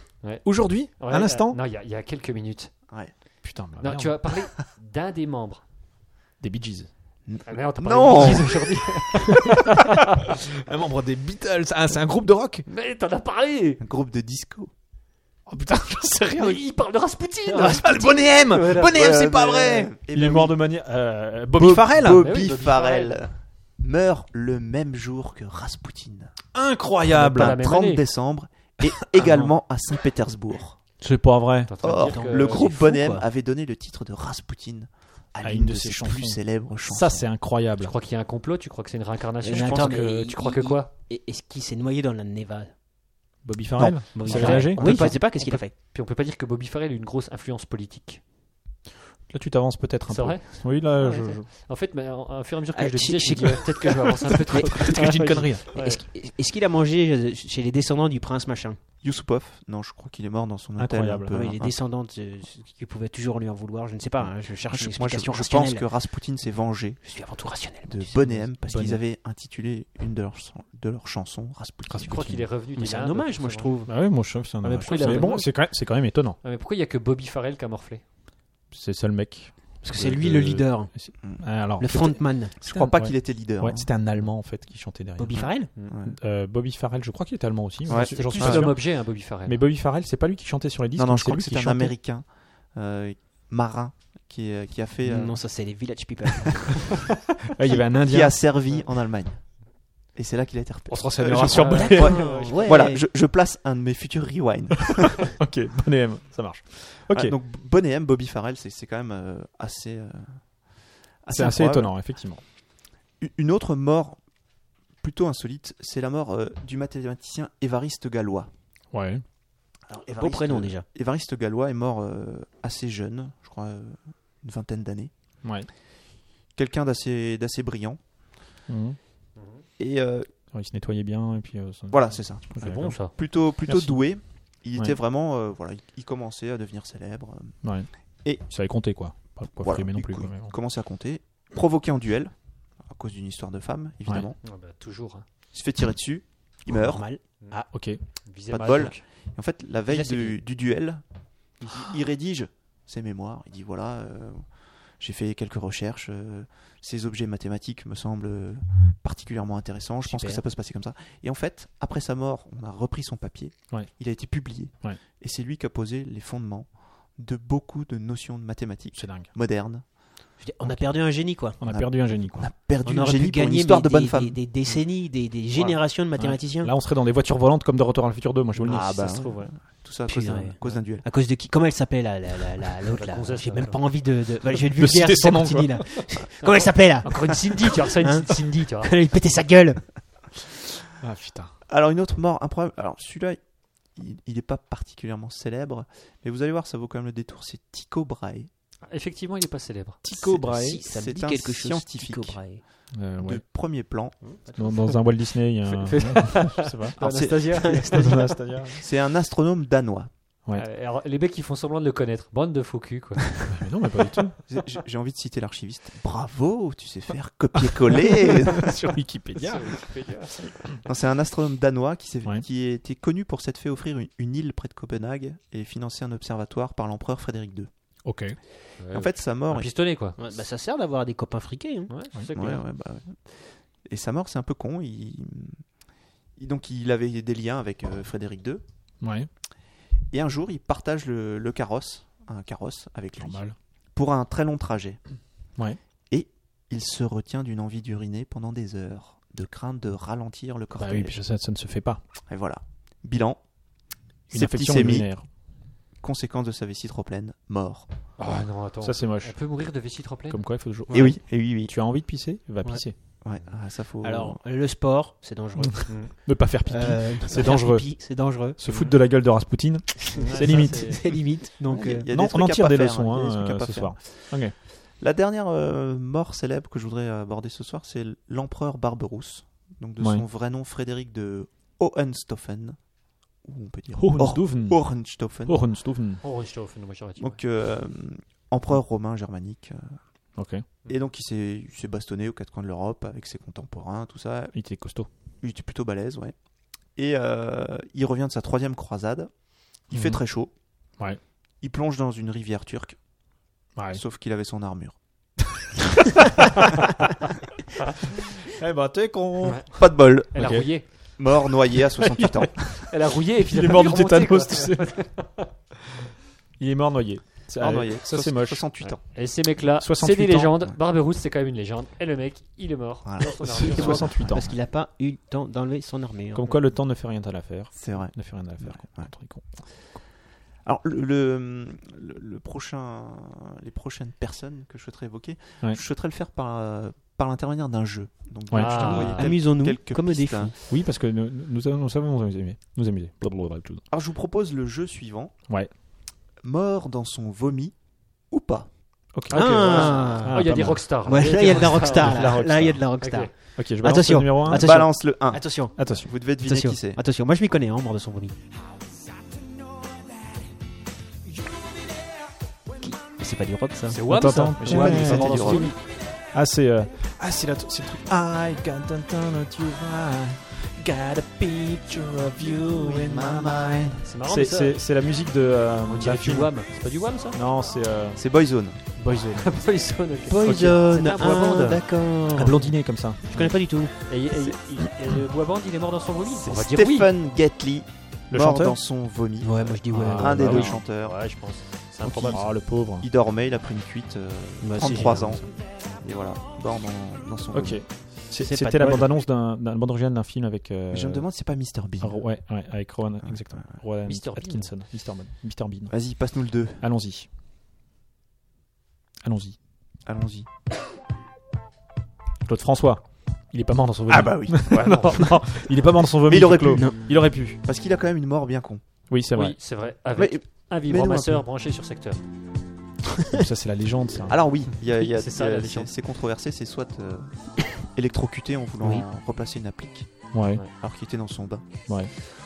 Aujourd'hui
Ouais,
À l'instant
euh, Non, il y, a- il y a quelques minutes.
Ouais.
Putain,
Ah,
bah,
Non,
merde.
tu as parlé d'un des membres.
des Bee Gees.
Ah, merde, t'as
Non.
parlé de Bee Gees aujourd'hui.
Un membre des Beatles. Ah, c'est un groupe de rock
Mais t'en as parlé
Un groupe de disco.
Oh putain, j'en sais rien.
Mais Il parle de Rasputin
Ah, le Bonnet M Bonnet M, c'est pas vrai Il
Eh
est mort de manière. euh, Bobby Farrell
ben Bobby,
Mais oui,
bah
Bobby
Farrell.
Farrell.
meurt le même jour que Rasputin.
Pas la
Incroyable
même
30
année.
décembre
Ah
et également à Saint-Pétersbourg.
C'est pas vrai.
T'es en train de
Oh,
Or,
dire que-
le groupe
c'est fou,
Bonnet M
quoi.
avait donné le titre de Rasputin à,
À
l'une de, ses, plus
chansons.
célèbres chansons.
Ça, c'est
Tu
incroyable.
crois qu'il y a un complot Tu crois que c'est une réincarnation
Mais
Je pense
attends,
que-
mais
Tu
il-
crois que quoi
Et- Est-ce qu'il s'est noyé dans la Neva
Bobby Farrell
Bon,
Ça
il
va
a-
nager
Oui,
On peut
je sais pas qu'est-ce
on
qu'il a fait.
Puis on peut pas dire que Bobby Farrell a une grosse influence politique.
Là, tu t'avances peut-être un
C'est
peu.
vrai
Oui, là,
Ouais,
je,
c'est-
je-
En fait, mais, en- au fur et à mesure que
Ah,
je le
chi-
disais, je me
chi-
disais, peut-être que je vais avancer un peu trop.
peut-être que je dis une connerie. là.
Ouais.
Est-ce qu'il- est-ce qu'il a mangé euh, chez les descendants du prince machin
Yusupov, non, je crois qu'il est mort dans son hôtel.
Incroyable.
un peu,
Ah oui,
hein.
Les descendants de ce- ce qui pouvaient toujours lui en vouloir, je ne sais pas. hein, je cherche
Je,
une
moi, je,
explication
je pense
rationnelle.
que Rasputin s'est vengé
Je suis avant tout rationnel.
de
tu sais.
Bonhem parce qu'ils
Bonhem.
avaient intitulé une de leurs, de leurs chansons Rasputin.
Je crois qu'il est revenu.
Mais
des
c'est un
Indes,
hommage, moi, je
forcément.
trouve.
Ah oui, mon chef, c'est un
mais
hommage.
pourquoi il a
Mais
fait
bon,
mal
c'est quand, même- c'est quand même étonnant.
Ah, mais pourquoi il y a que Bobby Farrell qui a morflé
C'est le seul mec.
Parce que c'est lui le leader,
Ah, Alors,
le frontman.
Je crois pas
Ouais.
qu'il était leader.
Ouais,
hein.
c'était un Allemand en fait qui chantait derrière.
Bobby Farrell
Ouais.
Euh, Bobby Farrell, je crois qu'il était allemand aussi. hein.
Ouais,
j'en suis
Plus
pas
un
sûr.
objet, hein, Bobby Farrell.
Ah, Mais Bobby Farrell, c'est pas lui qui chantait sur les disques.
Non, non, je
c'est
crois
lui
que
qui
c'est un
chantait.
américain euh, marin qui, euh, qui a fait. euh,
Non, ça c'est les Village People.
Ouais, il y avait un
qui
Indien.
a servi en Allemagne. Et c'est là qu'il a été repéré.
On se renseignera
Euh, je
sur
crois-
Bonnet.
Ouais.
Voilà, je, je place un de mes futurs rewind.
ok, Bonnet M, ça marche. Ok,
Ah, donc Bonnet M, Bobby Farrell, c'est c'est quand même euh, assez. euh,
c'est assez
incroyable.
étonnant, effectivement.
U- Une autre mort plutôt insolite, c'est la mort euh, du mathématicien Évariste Galois.
Ouais.
Alors,
Beau
Évariste-
prénom déjà.
Évariste Galois est mort euh, assez jeune, je crois euh, une vingtaine d'années.
Ouais.
Quelqu'un d'assez d'assez brillant.
Mhm.
Et euh,
Alors, il se nettoyait bien et puis. euh, ça-
voilà, c'est ça.
Ok,
C'est bon,
d'accord.
ça.
Plutôt, plutôt
Merci.
doué. Il était
Ouais.
vraiment, euh, voilà, il, il commençait à devenir célèbre. euh,
Ouais.
Et-
ça avait compté quoi. Pas, pas
Voilà,
frimé non
il
plus.
cou-
quoi, mais bon.
commence à compter, provoqué en duel, à cause d'une histoire de femme, évidemment.
Ah bah, toujours. hein.
Il se fait tirer dessus, il meurt.
Normal.
Ah, ok.
Visé
Pas de
mal, hein.
bol.
donc.
Et en fait, la veille
Là, c'est
du, du duel, il, il rédige ses mémoires. Il dit voilà, euh, j'ai fait quelques recherches, euh, ces objets mathématiques me semblent euh, particulièrement intéressants, je pense que
Super.
ça peut se passer comme ça. Et en fait, après sa mort, on a repris son papier,
Ouais.
il a été publié.
Ouais.
Et c'est lui qui a posé les fondements de beaucoup de notions de mathématiques
C'est dingue.
modernes.
Je veux dire, On a perdu un génie quoi.
On a
On a-
perdu un génie
On
quoi.
a perdu
On
une
aurait pu
génie pour une
gagner
histoire
mais
de bonne
des,
femme.
des- des décennies, des, des générations de mathématiciens.
Là, on serait dans des voitures volantes comme de Retour à le futur 2, moi je vous le dis.
Ah
Si ça
bah,
se trouve, ouais.
Tout ça à cause d'un-
Punaise.
cause d'un duel.
À cause de qui Comment elle s'appelle la- la- la- la- l'autre
La
là
gonzesse,
J'ai
là,
même
là.
pas envie de. de- Voilà, je vais être
De citer
vulgaire.
son nom,
c'est fini, là. Comment elle s'appelle là
Encore une Cindy, tu vois, ça, une
Hein
Cindy, tu vois.
Il pétait sa gueule.
Ah putain.
Alors une autre mort improbable. Alors celui-là, il n'est pas particulièrement célèbre, mais vous allez voir, ça vaut quand même le détour. C'est Tycho Brahe.
Effectivement, il est pas célèbre.
Tycho
Si, ça me
c'est
dit
un
quelque chose.
scientifique
Tycho Brahe.
Euh,
de
ouais.
premier plan.
dans, dans un Walt Disney, il y a un...
Fais-
je sais pas.
Alors, c'est-
Anastasia.
Ah, C'est un astronome danois.
Euh, alors, les mecs, ils font semblant de le connaître. Bande de faux culs, quoi.
Mais non, mais pas du tout.
J'ai- J'ai envie de citer l'archiviste. Bravo, tu sais faire copier-coller.
Sur Wikipédia.
Non, c'est un astronome danois qui, s'est-
Ouais.
qui était connu pour s'être fait offrir une, une île près de Copenhague et financer un observatoire par l'empereur Frédéric II.
Ok.
Ah
En fait, sa
un
mort,
pistonné, quoi.
Ouais, bah, ça sert d'avoir des copains friqués. hein.
Ouais,
Ouais.
c'est
Ouais,
clair.
ouais, bah ouais. Et sa mort, c'est un peu con. Il... il- Donc, il avait des liens avec euh, Frédéric II.
Ouais,
Et un jour, il partage le, le carrosse, un carrosse avec lui,
normal.
pour un très long trajet.
Ouais.
Et il se retient d'une envie d'uriner pendant des heures, de crainte de ralentir le
Bah
cortège.
oui, puis ça, ça ne se fait pas.
Et voilà. Bilan.
Une affection
Septicémie,
urinaire.
conséquence de sa vessie trop pleine, mort.
Ah non, attends.
Ça, c'est moche.
On peut mourir de vessie trop pleine
Comme quoi, il faut toujours.
Et oui, et oui, oui.
Tu as envie de pisser Va
Ouais.
pisser.
Ouais, ah, ça faut.
Alors, le sport, c'est dangereux.
Ne pas faire pipi.
Euh,
C'est
faire
dangereux.
pipi, C'est dangereux.
Se foutre de la gueule de Rasputin.
Ouais,
c'est
ça,
limite.
C'est limite. Donc,
Il y a-
euh,
il y a
Non,
des
on en
trucs à
tire
pas
des
faire,
leçons
hein, il y a des
hein,
trucs à pas
ce
faire.
soir.
La dernière euh, mort célèbre que je voudrais aborder ce soir, c'est l'empereur Barberousse, donc de
Ouais.
son vrai nom Frédéric de Hohenstaufen, ou on peut dire
Hohenstaufen.
Hor- Hohenstaufen.
Hohenstaufen.
Oh, Richthofen, moi, j'aurais dit, ouais.
donc euh, empereur romain germanique. euh,
Ok.
Et donc il s'est il s'est bastonné aux quatre coins de l'Europe avec ses contemporains, tout ça.
Il était costaud.
Il était plutôt balèze, ouais. Et euh, il revient de sa troisième croisade. Il
Mhm.
fait très chaud.
Ouais.
Il plonge dans une rivière turque,
Ouais.
sauf qu'il avait son armure.
Eh ben, t'es con.
Ouais.
Pas de bol.
Elle
Ok.
a rouillé.
Mort noyé à 68 ans.
Elle a rouillé et puis
Il
elle
est
a
mort
pu
du
remonter,
tétanos, tu
quoi.
sais. Il est mort noyé. C'est-
Mort noyé.
Ça, c'est
Soix-
moche.
68 ans.
Et ces mecs-là,
68
c'est des
ans.
légendes. Barberousse, c'est quand même une légende. Et le mec, il est mort.
Voilà.
Dans son
euh, C'est
armure.
68 ans.
parce qu'il n'a pas eu le temps d'enlever son armure.
Comme quoi, le temps ne fait rien à l'affaire.
C'est vrai.
Ne fait rien à l'affaire.
Ouais.
contre les cons.
Alors, le, le, le- le prochain, les prochaines personnes que je souhaiterais évoquer,
Ouais.
je souhaiterais le faire par, euh, par l'intermédiaire d'un jeu. Donc,
Ouais.
je t'ai
Ah.
envoyé quelques-
Amusons-nous
quelques
comme des
pistes,
fous.
hein.
Oui, parce que nous, nous, allons- nous savons nous amuser. Nous amuser. Blablabla, tout.
Alors, je vous propose le jeu suivant.
Ouais.
Mort dans son vomi ou pas.
Ok.
Ah, ok.
Ah.
Oh, il y a
pas mal.
des rockstars.
Ouais, là, il y a de la rockstar.
La
Là,
rockstar.
Là, il y a de la rockstar.
Ok.
Ok, je balance
Attention.
le numéro 1.
Attention.
Balance le 1.
Attention.
Attention.
Vous devez deviner
Attention.
qui c'est.
Attention. Moi, je m'y connais, hein, mort de son vomi. Qui- Mais C'est pas du rock, ça.
C'est Wham
Attends,
ça
attends.
J'ai pas dit que
c'est
c'était
dans
du
ce
rock.
film.
Ah, c'est. euh, Ah, c'est la- c'est le truc. I got the time that you are. Got a picture of you in my
Ah
mind.
C'est marrant,
C'est-
mais ça,
C'est c'est la musique de. euh,
on
d'un
dirait du
film.
Wham. C'est pas du Wham ça
Non, c'est. euh,
C'est Boyzone.
Boyzone.
Poison, ok.
Poison,
C'est un bois
ah,
band.
d'accord.
Un blondinet comme ça.
Je connais pas du tout.
Et, et- et- et le bois band, il est mort dans son vomi On va dire oui.
Stephen Gatley,
Le
mort
chanteur
dans son vomi.
Ouais, moi je dis ouais.
Ah,
un des
bah
deux
oui.
chanteurs.
Ouais, je pense. C'est
Ah,
improbable.
le pauvre.
Il dormait, il a pris une cuite, euh,
Bah, si,
33
j'ai
ans. Et voilà, dort dans, dans son
Ok.
vomi. Euh,
C'est-
C'est
C'était
pas de
la
bol.
bande-annonce d'un d'un- bande-originale d'un film avec. euh,
Mais Je me demande, c'est pas Mr. Bean.
Ah, Ouais, ouais, avec Rowan,
Ouais,
exactement. Rowan
Mr. Bean.
Atkinson. Mr. Bean. Mr. Bean.
Vas-y, passe-nous le 2.
Allons-y. Allons-y.
Allons-y.
Claude François. Il est pas mort dans son vomi.
Ah bah oui.
Ah, bah non, non, il est pas mort dans son vomi.
Mais il aurait
Claude.
pu.
Non.
Il aurait pu.
Parce qu'il a quand même une mort bien con.
Oui, c'est vrai.
Oui, c'est vrai. Avec
Mais-
un
mais non,
vibromasseur branché sur secteur.
Ça, c'est la légende, ça.
alors oui, il y a- il y a-
C'est ça,
il y a-
la
c'est
légende.
c'est controversé, c'est soit euh, électrocuté en voulant
Oui.
replacer une applique,
Ouais.
alors qu'il était dans son bain.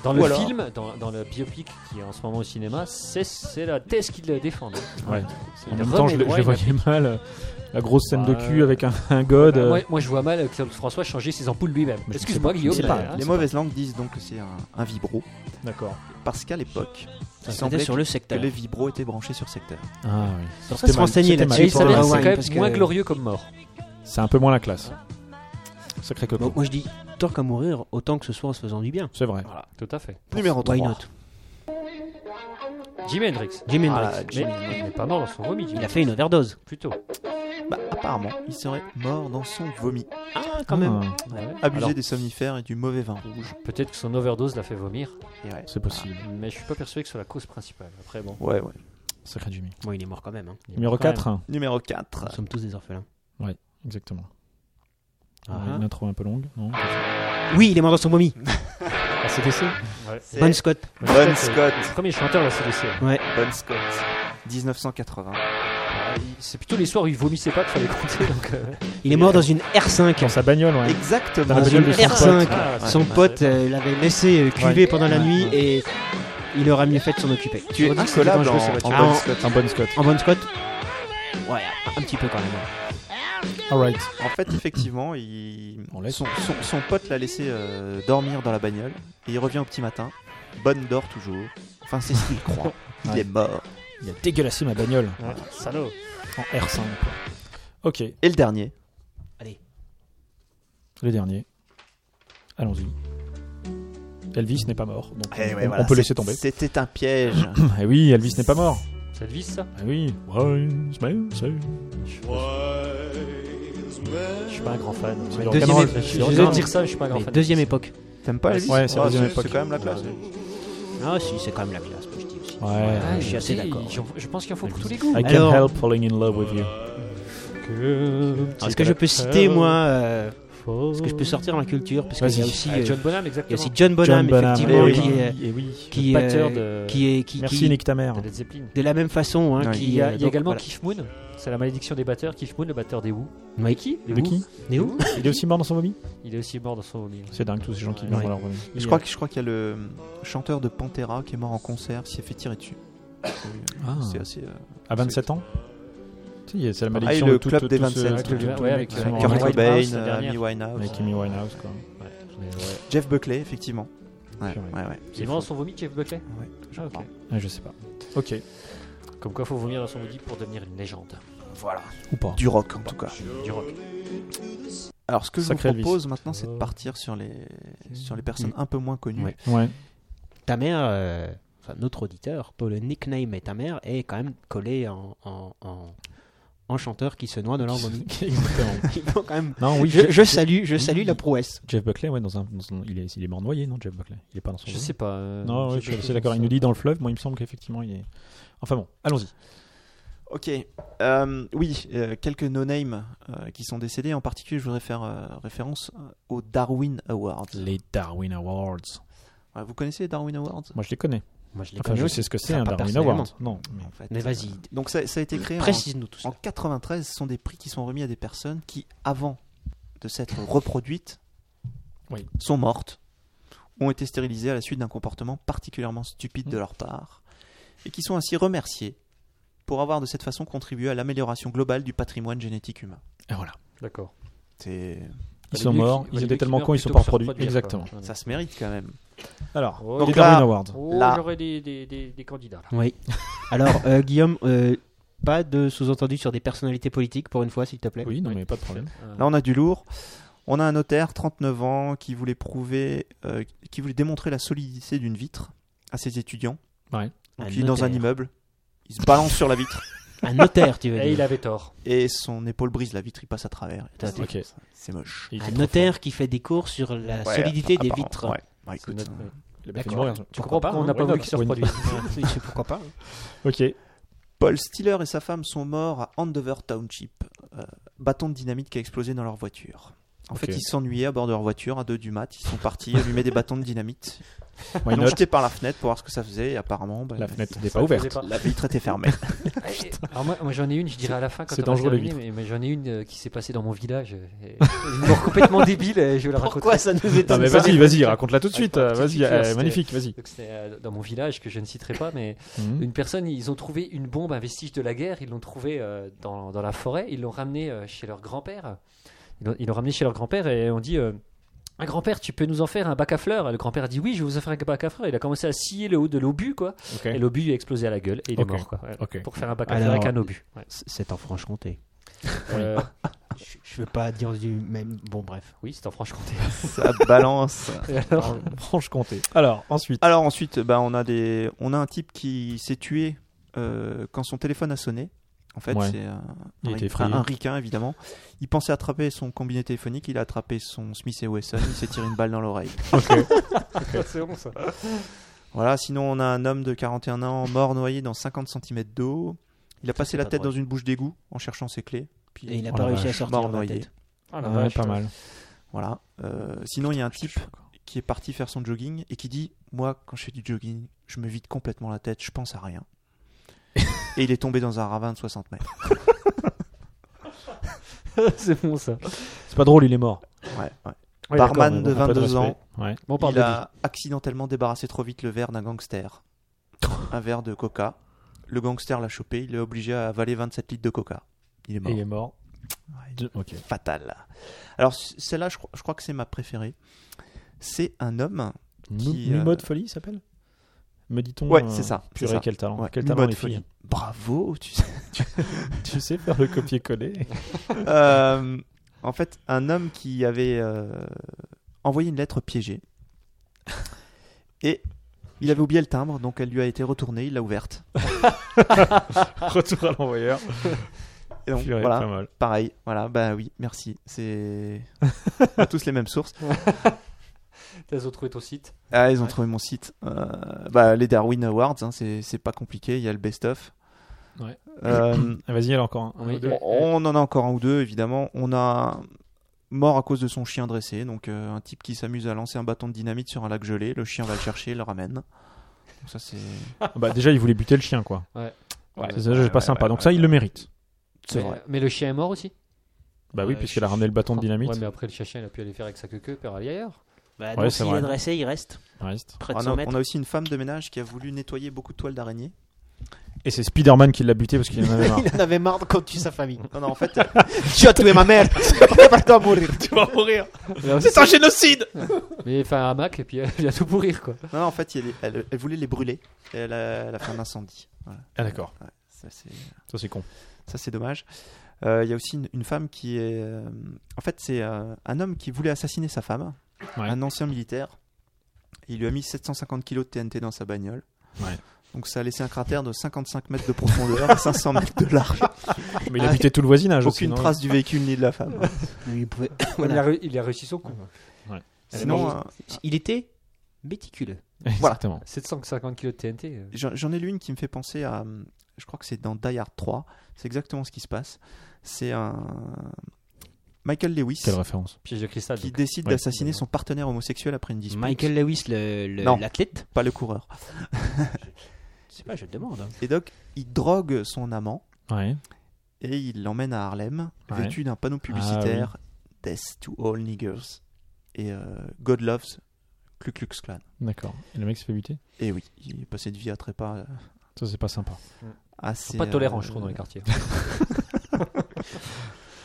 Dans
Ou
le
alors-
film, dans, dans le biopic qui est en ce moment au cinéma, c'est- c'est la thèse qui le défend.
Ouais.
C'est
En
le
même temps, je, le- je
remède,
le
ouais,
voyais mal. euh, La grosse scène de
Bah,
cul
euh,
avec un, un god.
Bah,
euh,
moi, moi, je vois mal Claude François changer ses ampoules lui-même.
Mais je
Excuse-moi,
sais pas,
Guillaume.
je sais
mais,
pas,
hein,
Les
c'est
mauvaises langues disent donc que c'est un, un vibro,
D'accord.
parce qu'à l'époque, il
C'était
semblait
sur
que,
le
que
secteur.
les vibros étaient branchés sur secteur.
Ah oui.
Pour ça, se
mal,
renseigner
c'était mal.
pas-
là-dessus.
Et il s'avère que
Rowan,
c'est quand
parce
même
que-
moins glorieux comme mort.
C'est un peu moins la classe. Sacré coco.
Bon, moi je dis, tant qu'à mourir, autant que ce soit en se faisant du bien.
C'est vrai.
Voilà, tout à fait.
Numéro
Why
3.
not
Jimi Hendrix.
Jimi
Ah,
Hendrix.
mais il n'est pas mort dans son vomi, Jimi
Il a fait une overdose.
plutôt.
Bah, apparemment, il serait mort dans son vomi,
Ah, quand même.
Ah,
abusé
Alors,
des somnifères et du mauvais vin rouge.
Peut-être que son overdose l'a fait vomir,
Et ouais.
C'est possible.
mais je suis pas persuadé que ce soit la cause principale. Après, bon.
Ouais, ouais.
Sacré Jimmy.
Bon, il est mort quand même. hein.
Numéro
Quand même.
4.
Numéro 4.
Nous sommes tous des orphelins.
Exactement.
Ah.
Une intro un peu longue, non
Oui, il est mort dans son vomi.
Ah,
ACDC Ouais.
C'est
Bon Scott.
Bon Scott.
Le premier chanteur de ACDC.
Bon Scott. 1980.
C'est plutôt les soirs où il vomissait pas qu'il fallait compter. Donc, euh,
Il est mort dans une R5.
Dans sa bagnole, ouais.
Exactement.
Dans la
Dans
bagnole
une
de son
R5.
pote.
ah,
Son
c'est-
pote euh, l'avait laissé euh, cuver
Ouais.
pendant la
Ouais.
nuit et il aurait mieux fait de s'en occuper.
Tu es
Ah, c'est
incollable
dangereux,
en,
ça va
en
être-
Bon
Ah, en-
Scott.
Un bon Scott.
En bonne Scott Ouais, un- un petit peu quand même.
Alright.
En fait, effectivement, il...
On laisse.
son, son- son pote l'a laissé euh, dormir dans la bagnole et il revient au petit matin. Bonne dort toujours. Enfin, c'est ce qu'il croit. Il
Ouais.
est mort.
Il a dégueulassé ma bagnole
Ouais, salaud.
en R5. quoi. Ok,
Et le dernier.
le dernier. Allons-y. Elvis n'est pas mort, donc
Eh
on,
ouais,
on
voilà,
peut
c'est-
laisser tomber.
C'était un piège.
Eh oui, Elvis n'est pas mort.
Ça devise ça
Eh oui. Ouais, c'est- c'est-
Je suis pas un grand fan.
C'est du
deuxième
rock'n'roll.
époque.
C'est
Je
du
vais
deuxième-
dire
rock'n'roll.
ça, mais je suis pas un grand
Mais
fan.
deuxième époque.
T'aimes pas Elvis
Ouais, c'est la
Ah,
deuxième
C'est
époque.
quand même la classe.
Ah si, c'est quand même la classe, moi, je dis aussi.
Ouais.
Ah,
je suis assez d'accord.
Je, je pense qu'il en faut pour tous les goûts.
I can't
Alors-
help falling in love with you.
Alors, Est-ce que je peux citer, moi, euh, est-ce que je peux sortir ma culture Parce qu'il y a
Vas-y.
aussi,
Ah,
euh,
John Bonham,
il y a aussi
exactement.
John Bonham,
eh
effectivement,
oui.
qui est,
Eh oui.
qui,
Le
est-
batteur de-
qui est, qui,
Merci,
qui-
nique ta mère.
De Led Zeppelin.
de la même façon, hein,
Ouais.
qui,
Il y a,
euh,
il y a
donc,
également
voilà.
Keith Moon, c'est la malédiction des batteurs. Keith Moon, le batteur des Who.
Ouais.
Qui Les
De
Who.
qui
Mais où
Il est aussi mort dans son vomi
Il est aussi mort dans son vomi.
C'est dingue, tous ces gens qui meurent
Ouais.
dans leur vomi.
Je crois que- je crois qu'il y a le chanteur de Pantera qui est mort en concert, s'est fait tirer dessus.
Ah.
C'est assez. euh,
À 27 ans Tu sais, il y a- c'est la
Ah, et
malédiction
le
Bah, de tout-
club
tout-
des
tout ce-
27.
tout- tout-
Ouais,
tout-
ouais, avec,
tout-
euh,
tout- tout-
avec
Kurt
Winehouse,
Cobain,
la
euh,
dernière.
Amy Winehouse,
Avec Amy Winehouse, quoi.
Jeff Buckley, effectivement. Ouais,
Purée.
ouais, ouais.
Il est mort dans son vomi, Jeff Buckley
Ouais, je
Ah, ok.
crois.
Ah, je sais pas. Ok.
Comme quoi, faut vomir dans son vomi pour devenir une légende
Voilà.
Ou pas.
Du rock, en tout cas.
du rock.
Alors, ce que je
Sacré
vous
Elvis.
propose maintenant, c'est de partir sur les, sur les personnes un peu moins connues.
Ouais.
Ouais.
Ta mère, euh, enfin notre auditeur, pour le nickname et ta mère est quand même collé en, en, en, en chanteur qui se noie dans leur vomi.
Exactement.
Ils font quand même-
Non, oui.
je,
Jeff-
je salue, je salue la prouesse.
Jeff Buckley, ouais, dans un, dans un- il, est, il est mort noyé, non, Jeff Buckley Il est pas dans son
Je
vomi.
sais pas. euh,
Non, ouais,
quelque
je je
chose
suis d'accord. Il
comme
nous
ça.
dit dans le fleuve. Moi, il me semble qu'effectivement, il est. Enfin bon, allons-y.
Ok. Euh, oui, euh, quelques no-names euh, qui sont décédés. En particulier, je voudrais faire euh, référence euh, aux Darwin Awards.
Les Darwin Awards.
Ouais, vous connaissez les Darwin Awards
Moi, je les connais.
Moi, je les
Enfin,
connais.
je sais ce que c'est
Enfin,
un
pas
Darwin
personnellement.
Award. Non, mais-
en fait.
Mais vas-y,
Donc ça, ça a été créé en-
précise-nous tout
en,
ça.
93. Ce sont des prix qui sont remis à des personnes qui, avant de s'être reproduites,
Oui.
sont mortes, ont été stérilisées à la suite d'un comportement particulièrement stupide
Mm.
de leur part, et qui sont ainsi remerciées pour avoir de cette façon contribué à l'amélioration globale du patrimoine génétique humain.
Et voilà.
D'accord.
C'est-
Ils
Valait
sont
mieux qu'ils-
morts, ils
valait
étaient
mieux
tellement
qu'ils
cons, ils
meurent
sont
plutôt
pas
que se
reproduits.
reproduire,
Exactement.
quoi.
Ça se mérite quand même.
Alors,
Oh,
les
Donc
Darwin
là-
Awards.
Oh,
Là.
j'aurais des, des, des, des candidats là.
Oui. Alors, euh, Guillaume, euh, pas de sous-entendu sur des personnalités politiques pour une fois, s'il te plaît.
Oui, non, mais pas de problème.
Euh,
Là, on a du lourd. On a un notaire, 39 ans, qui voulait prouver, euh, qui voulait démontrer la solidité d'une vitre à ses étudiants.
Ouais.
Donc,
Un
il est dans un
notaire.
immeuble, il se balance sur la vitre
Un notaire, tu veux
Et
dire.
Eh, il avait tort.
et son épaule brise la vitre, il passe à travers.
D'accord.
Ok.
C'est moche.
Il était
Un
trop
notaire qui fait des cours sur la
Ouais,
solidité des
apparemment,
vitres.
ouais. Bah, écoute,
C'est notre-
euh,
fort. Il a pas
D'accord.
dit mourir.
Tu comprends pas,
hein,
on n'a pas
Winoff.
voulu qu'ils se reproduisent.
C'est- Pourquoi pas hein.
Ok.
Paul Stiller et sa femme sont morts à Andover Township. euh, bâton de dynamite qui a explosé dans leur voiture. En
Ok.
fait, ils s'ennuyaient à bord de leur voiture à deux du mat. Ils sont partis allumer des bâtons de dynamite.
Why
Ils l'ont
not
jeté par la fenêtre pour voir ce que ça faisait. Et apparemment, bah,
La fenêtre
ça-
n'est pas
Ça le
ouverte.
faisait pas. Eh,
la vitre était fermée.
Alors moi, moi, j'en ai une, je dirais à la fin quand
c'est
on va
dangereux, les
terminer, mais, mais j'en ai une euh, qui s'est passée dans mon village. euh, et- une mort complètement débile, et je vais la raconter.
Pourquoi ça nous
Non,
étonne
mais
pas
vas-y, vas-y, raconte-la tout de
Ah,
suite.
je
euh,
crois que
Vas-y,
c'était-
euh,
c'était-
magnifique, vas-y.
Donc, C'était euh, dans mon village que je ne citerai pas, mais
Mhm.
une personne, ils ont trouvé une bombe, un vestige de la guerre, ils l'ont trouvée euh, dans, dans la forêt, ils l'ont ramenée euh, chez leur grand-père. Ils l'ont- Ils l'ont ramenée chez leur grand-père et on dit euh, Ah, grand-père, tu peux nous en faire un bac à fleurs Et Le grand-père dit Oui, je vais vous en faire un bac à fleurs. Il a commencé à scier le haut de l'obus, quoi.
Ok.
Et l'obus a explosé à la gueule et il
Ok.
est mort, quoi. Ouais.
Ok.
Pour faire un bac à
Alors-
fleurs avec un obus. Ouais.
C'est en Franche-Comté.
Euh,
Je- Je veux pas dire du même. Bon, bref.
oui, c'est en Franche-Comté.
Ça balance.
Et alors,
Franche-Comté. Alors, ensuite.
Alors ensuite, bah, on, a des... on a un type qui s'est tué euh, quand son téléphone a sonné. En fait,
Ouais.
c'est un,
Il
un-
était effrayé.
un- un ricain, évidemment. Il pensait attraper son combiné téléphonique, il a attrapé son Smith Wesson, il s'est tiré une balle dans l'oreille.
c'est bon ça.
Voilà, sinon on a un homme de 41 ans mort noyé dans 50 cm d'eau. Il a passé la
pas
tête
drôle.
dans une bouche d'égout en cherchant ses clés. Puis
Et il a
Oh
pas
la
réussi à
vache.
sortir
Mort
de la
noyé.
tête.
Ah, la
Ouais,
vache,
pas mal.
Voilà. Euh, sinon, il y a un type qui est parti faire son jogging et qui dit Moi, quand je fais du jogging, je me vide complètement la tête, je pense à rien. et il est tombé dans un ravin de 60 mètres.
c'est bon ça.
C'est pas drôle, il est mort.
Ouais, ouais.
Ouais, d'accord,
Barman de
mais bon.
Un peu
22 ans,
respect. Ouais.
On parle
il
de
a accidentellement débarrassé trop vite le verre d'un gangster. un verre de coca. Le gangster l'a chopé, il l'a obligé à avaler 27 litres de coca. Il est mort.
Et il est mort.
Ouais,
De- Ok.
Fatal. Alors, c- celle-là, je, crois- je crois que c'est ma préférée. C'est un homme. Qui,
Mu-
euh,
Mumo de folie, il s'appelle Me dit-on
Ouais,
euh,
c'est ça. c'est
Purée,
ça.
quel talent.
Ouais,
Quel
une
talent,
bonne
les filles. hein.
folie. Bravo, tu sais.
Tu sais faire le copier-coller.
Euh, en fait, un homme qui avait euh, envoyé une lettre piégée. Et il avait oublié le timbre, donc elle lui a été retournée, il l'a ouverte.
Retour à l'envoyeur.
Et donc,
Purée,
voilà,
pas mal.
pareil. Voilà, bah oui, merci. C'est on a tous les mêmes sources.
Elles ont trouvé ton site.
Ah, ils ont
Ouais.
trouvé mon site. Euh, bah, les Darwin Awards, hein, c'est c'est pas compliqué, il y a le best-of.
Ouais.
Euh,
Ah, Vas-y, alors encore un.
Oui.
deux.
On en a encore un ou deux, évidemment. On a mort à cause de son chien dressé, donc euh, un type qui s'amuse à lancer un bâton de dynamite sur un lac gelé. Le chien va le chercher, le ramène. Donc Ça c'est
Bah, déjà, il voulait buter le chien, quoi.
Ouais.
C'est ça, c'est pas sympa. Donc, ça, il le mérite.
Mais-
c'est vrai.
mais le chien est mort aussi
Bah oui,
Euh,
puisqu'il
je-
a ramené le bâton de dynamite.
Ouais, mais après le chachin, il a pu aller faire avec sa queue queue, par aller ailleurs.
Bah,
Ouais,
non,
c'est
s'il
vrai.
est dressé, il reste
Reste.
près de
On
100
a, Oh Ah on
mètres.
a aussi une femme de ménage qui a voulu nettoyer beaucoup de toiles d'araignée.
Et c'est Spider-Man qui l'a buté parce qu'il en avait marre.
Il en avait marre de quand tu sa famille.
Non, non, en fait,
tu as tué ma mère Prépare-toi à mourir
C'est un génocide Mais enfin, un hamac, et puis euh, il a tout pourrir, quoi.
non, non, en fait, il y a les- elle, elle voulait les brûler. Et elle, a, elle a fait un incendie. Voilà.
Ah, d'accord.
Ça c'est
Ça, c'est con.
Ça, c'est dommage. Euh, Il y a aussi une, une femme qui est. euh, en fait, c'est euh, un homme qui voulait assassiner sa femme,
Ouais.
un ancien militaire. Il lui a mis 750 kilos de TNT dans sa bagnole.
Ouais.
Donc, ça a laissé un cratère de 55 mètres de profondeur et 500 mètres de large.
Mais il a buté tout le voisinage aussi,
Aucune
non
trace du véhicule ni de la femme.
il, pouvait-
Il, a,
Voilà.
ré- il a réussi son coup. Elle est
Sinon,
morte.
euh,
il était méticuleux.
Exactement.
750 kilos de TNT. euh.
j'en j'en ai lu une qui me fait penser à. hum, Je crois que c'est dans Die Hard 3. C'est exactement ce qui se passe. C'est un. Michael Lewis
Quelle référence.
Piège de cristal.
qui
donc.
décide
Ouais.
d'assassiner son partenaire homosexuel après une dispute.
Michael Lewis, le-
Non.
le- l'athlète
pas le coureur.
Je sais pas, je te demande.
Et donc, il drogue son amant
Ouais.
et il l'emmène à Harlem,
Ouais.
vêtu d'un panneau publicitaire Death to all niggers et euh, God loves Ku Klux Klan.
D'accord. Et le mec s'est fait buter
Et oui, il est passé de vie à trépas euh,
Ça, c'est pas sympa.
assez.
Pas tolérant,
euh,
je trouve, dans les quartiers.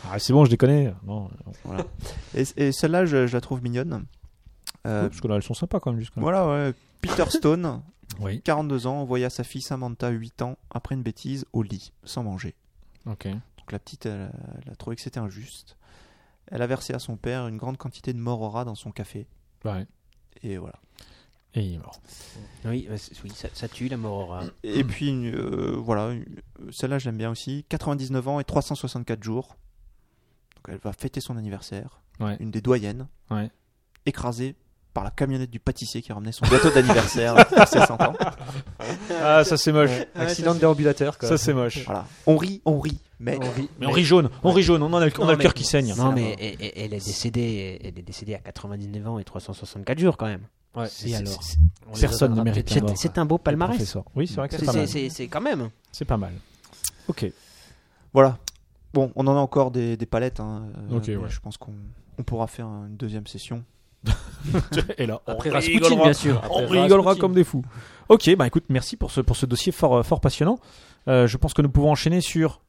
Ah, c'est bon, je les connais. Non, euh,
voilà. Et, et celle-là, je, je la trouve mignonne. Euh,
parce que là, elles sont sympas quand même jusqu'à
voilà, ouais. Peter Stone,
Oui.
42 ans, envoya sa fille Samantha, 8 ans, après une bêtise, au lit, sans manger.
Ok.
Donc la petite, elle, elle a trouvé que c'était injuste. Elle a versé à son père une grande quantité de morora dans son café.
Ouais.
Et voilà.
Et il est mort.
Oui, bah, c'est- oui, ça, ça tue la mort. hein.
Et puis, une, euh, voilà, une- celle-là, je l'aime bien aussi. 99 ans et 364 jours. Donc, elle va fêter son anniversaire.
Ouais.
Une des doyennes.
Ouais.
Écrasée par la camionnette du pâtissier qui ramenait son gâteau d'anniversaire pour ses 100 ans.
Ah, ça, c'est moche.
Accident de déambulateur, quoi.
Ça, c'est moche.
Voilà. On rit, on rit.
Eh,
Mais
Mais on rit jaune. On rit jaune. On, en a, on
Non,
a le
mais-
cœur qui saigne. Hein,
Non, mais elle, elle- elle est décédée, elle est décédée à 99 ans et 364 jours quand même.
Ouais.
Et
C'est- c'est-
alors
c'est- on les
Personne ne
honorera
mérite
peut-être.
la mort.
C'est c'est un beau
Le
palmarès.
professeur. Oui, c'est vrai que c'est
C'est-
pas mal.
C'est c'est quand même.
C'est pas mal. Ok.
voilà. Bon, on en a encore des, des palettes. hein. Euh,
Ok,
mais
ouais.
Je pense qu'on on pourra faire une deuxième session.
Et là, on
Après
rigolera.
Rasputin, bien sûr. Après
on rigolera
Rasputin.
comme des fous. Ok, bah écoute, merci pour ce, pour ce dossier fort, euh, fort passionnant. Euh, je pense que nous pouvons enchaîner sur.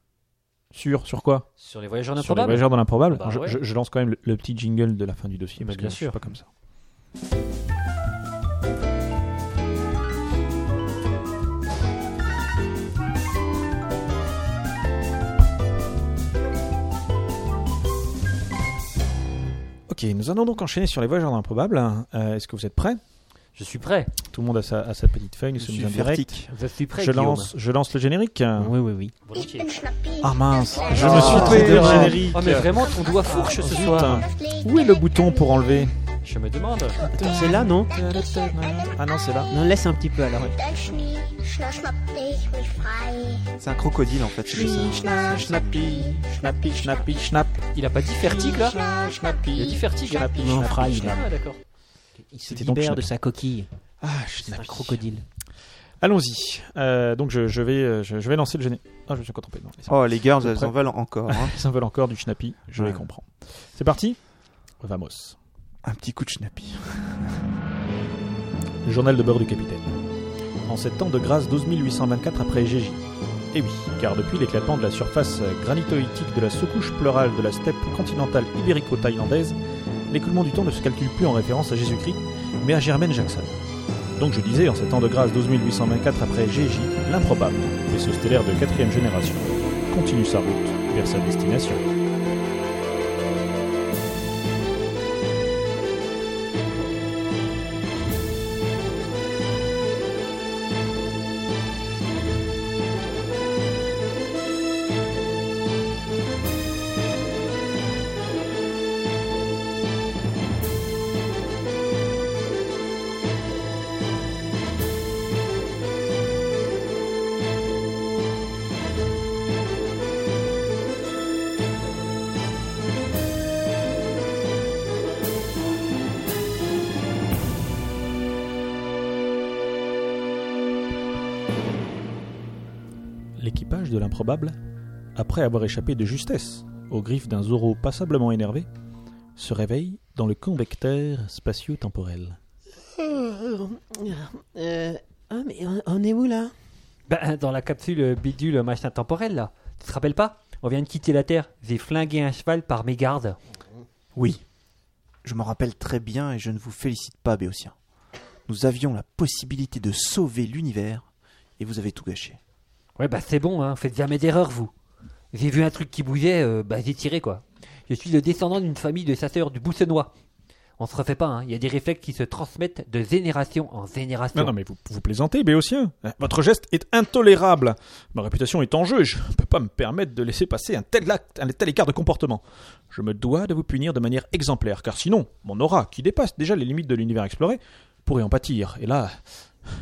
Sur, sur quoi
Sur les voyageurs
Sur les
improbables.
voyageurs dans l'improbable.
Bah
je,
ouais.
je- je lance quand même le, le petit jingle de la fin du dossier.
Bah,
Parce que
bien
je suis
sûr.
pas comme ça. Ok, nous allons donc enchaîner sur les voyageurs dans l'improbable. Euh, Est-ce que vous êtes prêts
Je suis prêt.
Tout le monde a sa, a sa petite feuille, nous
Je
sommes
suis
en direct.
fertique.
Je suis prêt.
Je lance, je lance le générique.
Ah. Oui, oui, oui.
Volontiers.
Ah mince, je me
Ah,
suis trompé de générique.
Oh, mais vraiment, ton doigt fourche ce
Zut.
soir.
Où est le bouton pour enlever
Je me demande.
C'est là, non
Ah non, c'est là.
Non, laisse un petit peu alors.
Dann schnie, schna, schnapp ich mich frei.
C'est un crocodile en fait. c'est ça.
Schnappi, schnappi, schnappi, schnapp.
Il a pas dit fertig là Il a dit fertig. hein
Non, Fry, il a-
Ah, d'accord.
il se
C'était donc
libère de
Schnappi.
sa coquille.
Ah,
C'est un
schnappi.
crocodile.
Allons-y. Euh, donc je, je vais, euh, je, je vais lancer le générique. Ah, je me suis encore trompé. Non, laissez.
Oh, les girls, elles
Prêt.
en valent encore. hein.
Ils en veulent encore du schnappi, je
Ouais.
les comprends. C'est parti Vamos.
un petit coup de schnappi.
Le journal de bord du capitaine. En sept ans de grâce 12824 après GJ. Et oui, car depuis l'éclatement de la surface granitoïtique de la secouche pleurale de la steppe continentale ibérico-thaïlandaise, l'écoulement du temps ne se calcule plus en référence à Jésus-Christ, mais à Germaine Jackson. Donc je disais, en sept ans de grâce 12824 après GJ, l'improbable, vaisseau stellaire de quatrième génération, continue sa route vers sa destination. L'équipage de l'improbable, après avoir échappé de justesse aux griffes d'un Zoro passablement énervé, se réveille dans le convecteur spatio-temporel.
ah, mais on, est où là
Bah, dans la capsule bidule machin temporel là. Tu te rappelles pas On vient de quitter la Terre. J'ai flingué un cheval par mégarde.
Oui, je m'en rappelle très bien et je ne vous félicite pas, Béotien. Nous avions la possibilité de sauver l'univers et vous avez tout gâché.
Ouais, bah c'est bon, hein, faites jamais d'erreur, vous. J'ai vu un truc qui bougeait, euh, bah j'ai tiré, quoi. Je suis le descendant d'une famille de chasseurs du Boussenois. On se refait pas, hein. Il y a des réflexes qui se transmettent de génération en génération.
Non, non, mais vous, vous plaisantez, Béotien Votre geste est intolérable Ma réputation est en jeu et je ne peux pas me permettre de laisser passer un tel, acte, un tel écart de comportement. Je me dois de vous punir de manière exemplaire, car sinon, mon aura, qui dépasse déjà les limites de l'univers exploré, pourrait en pâtir, et là,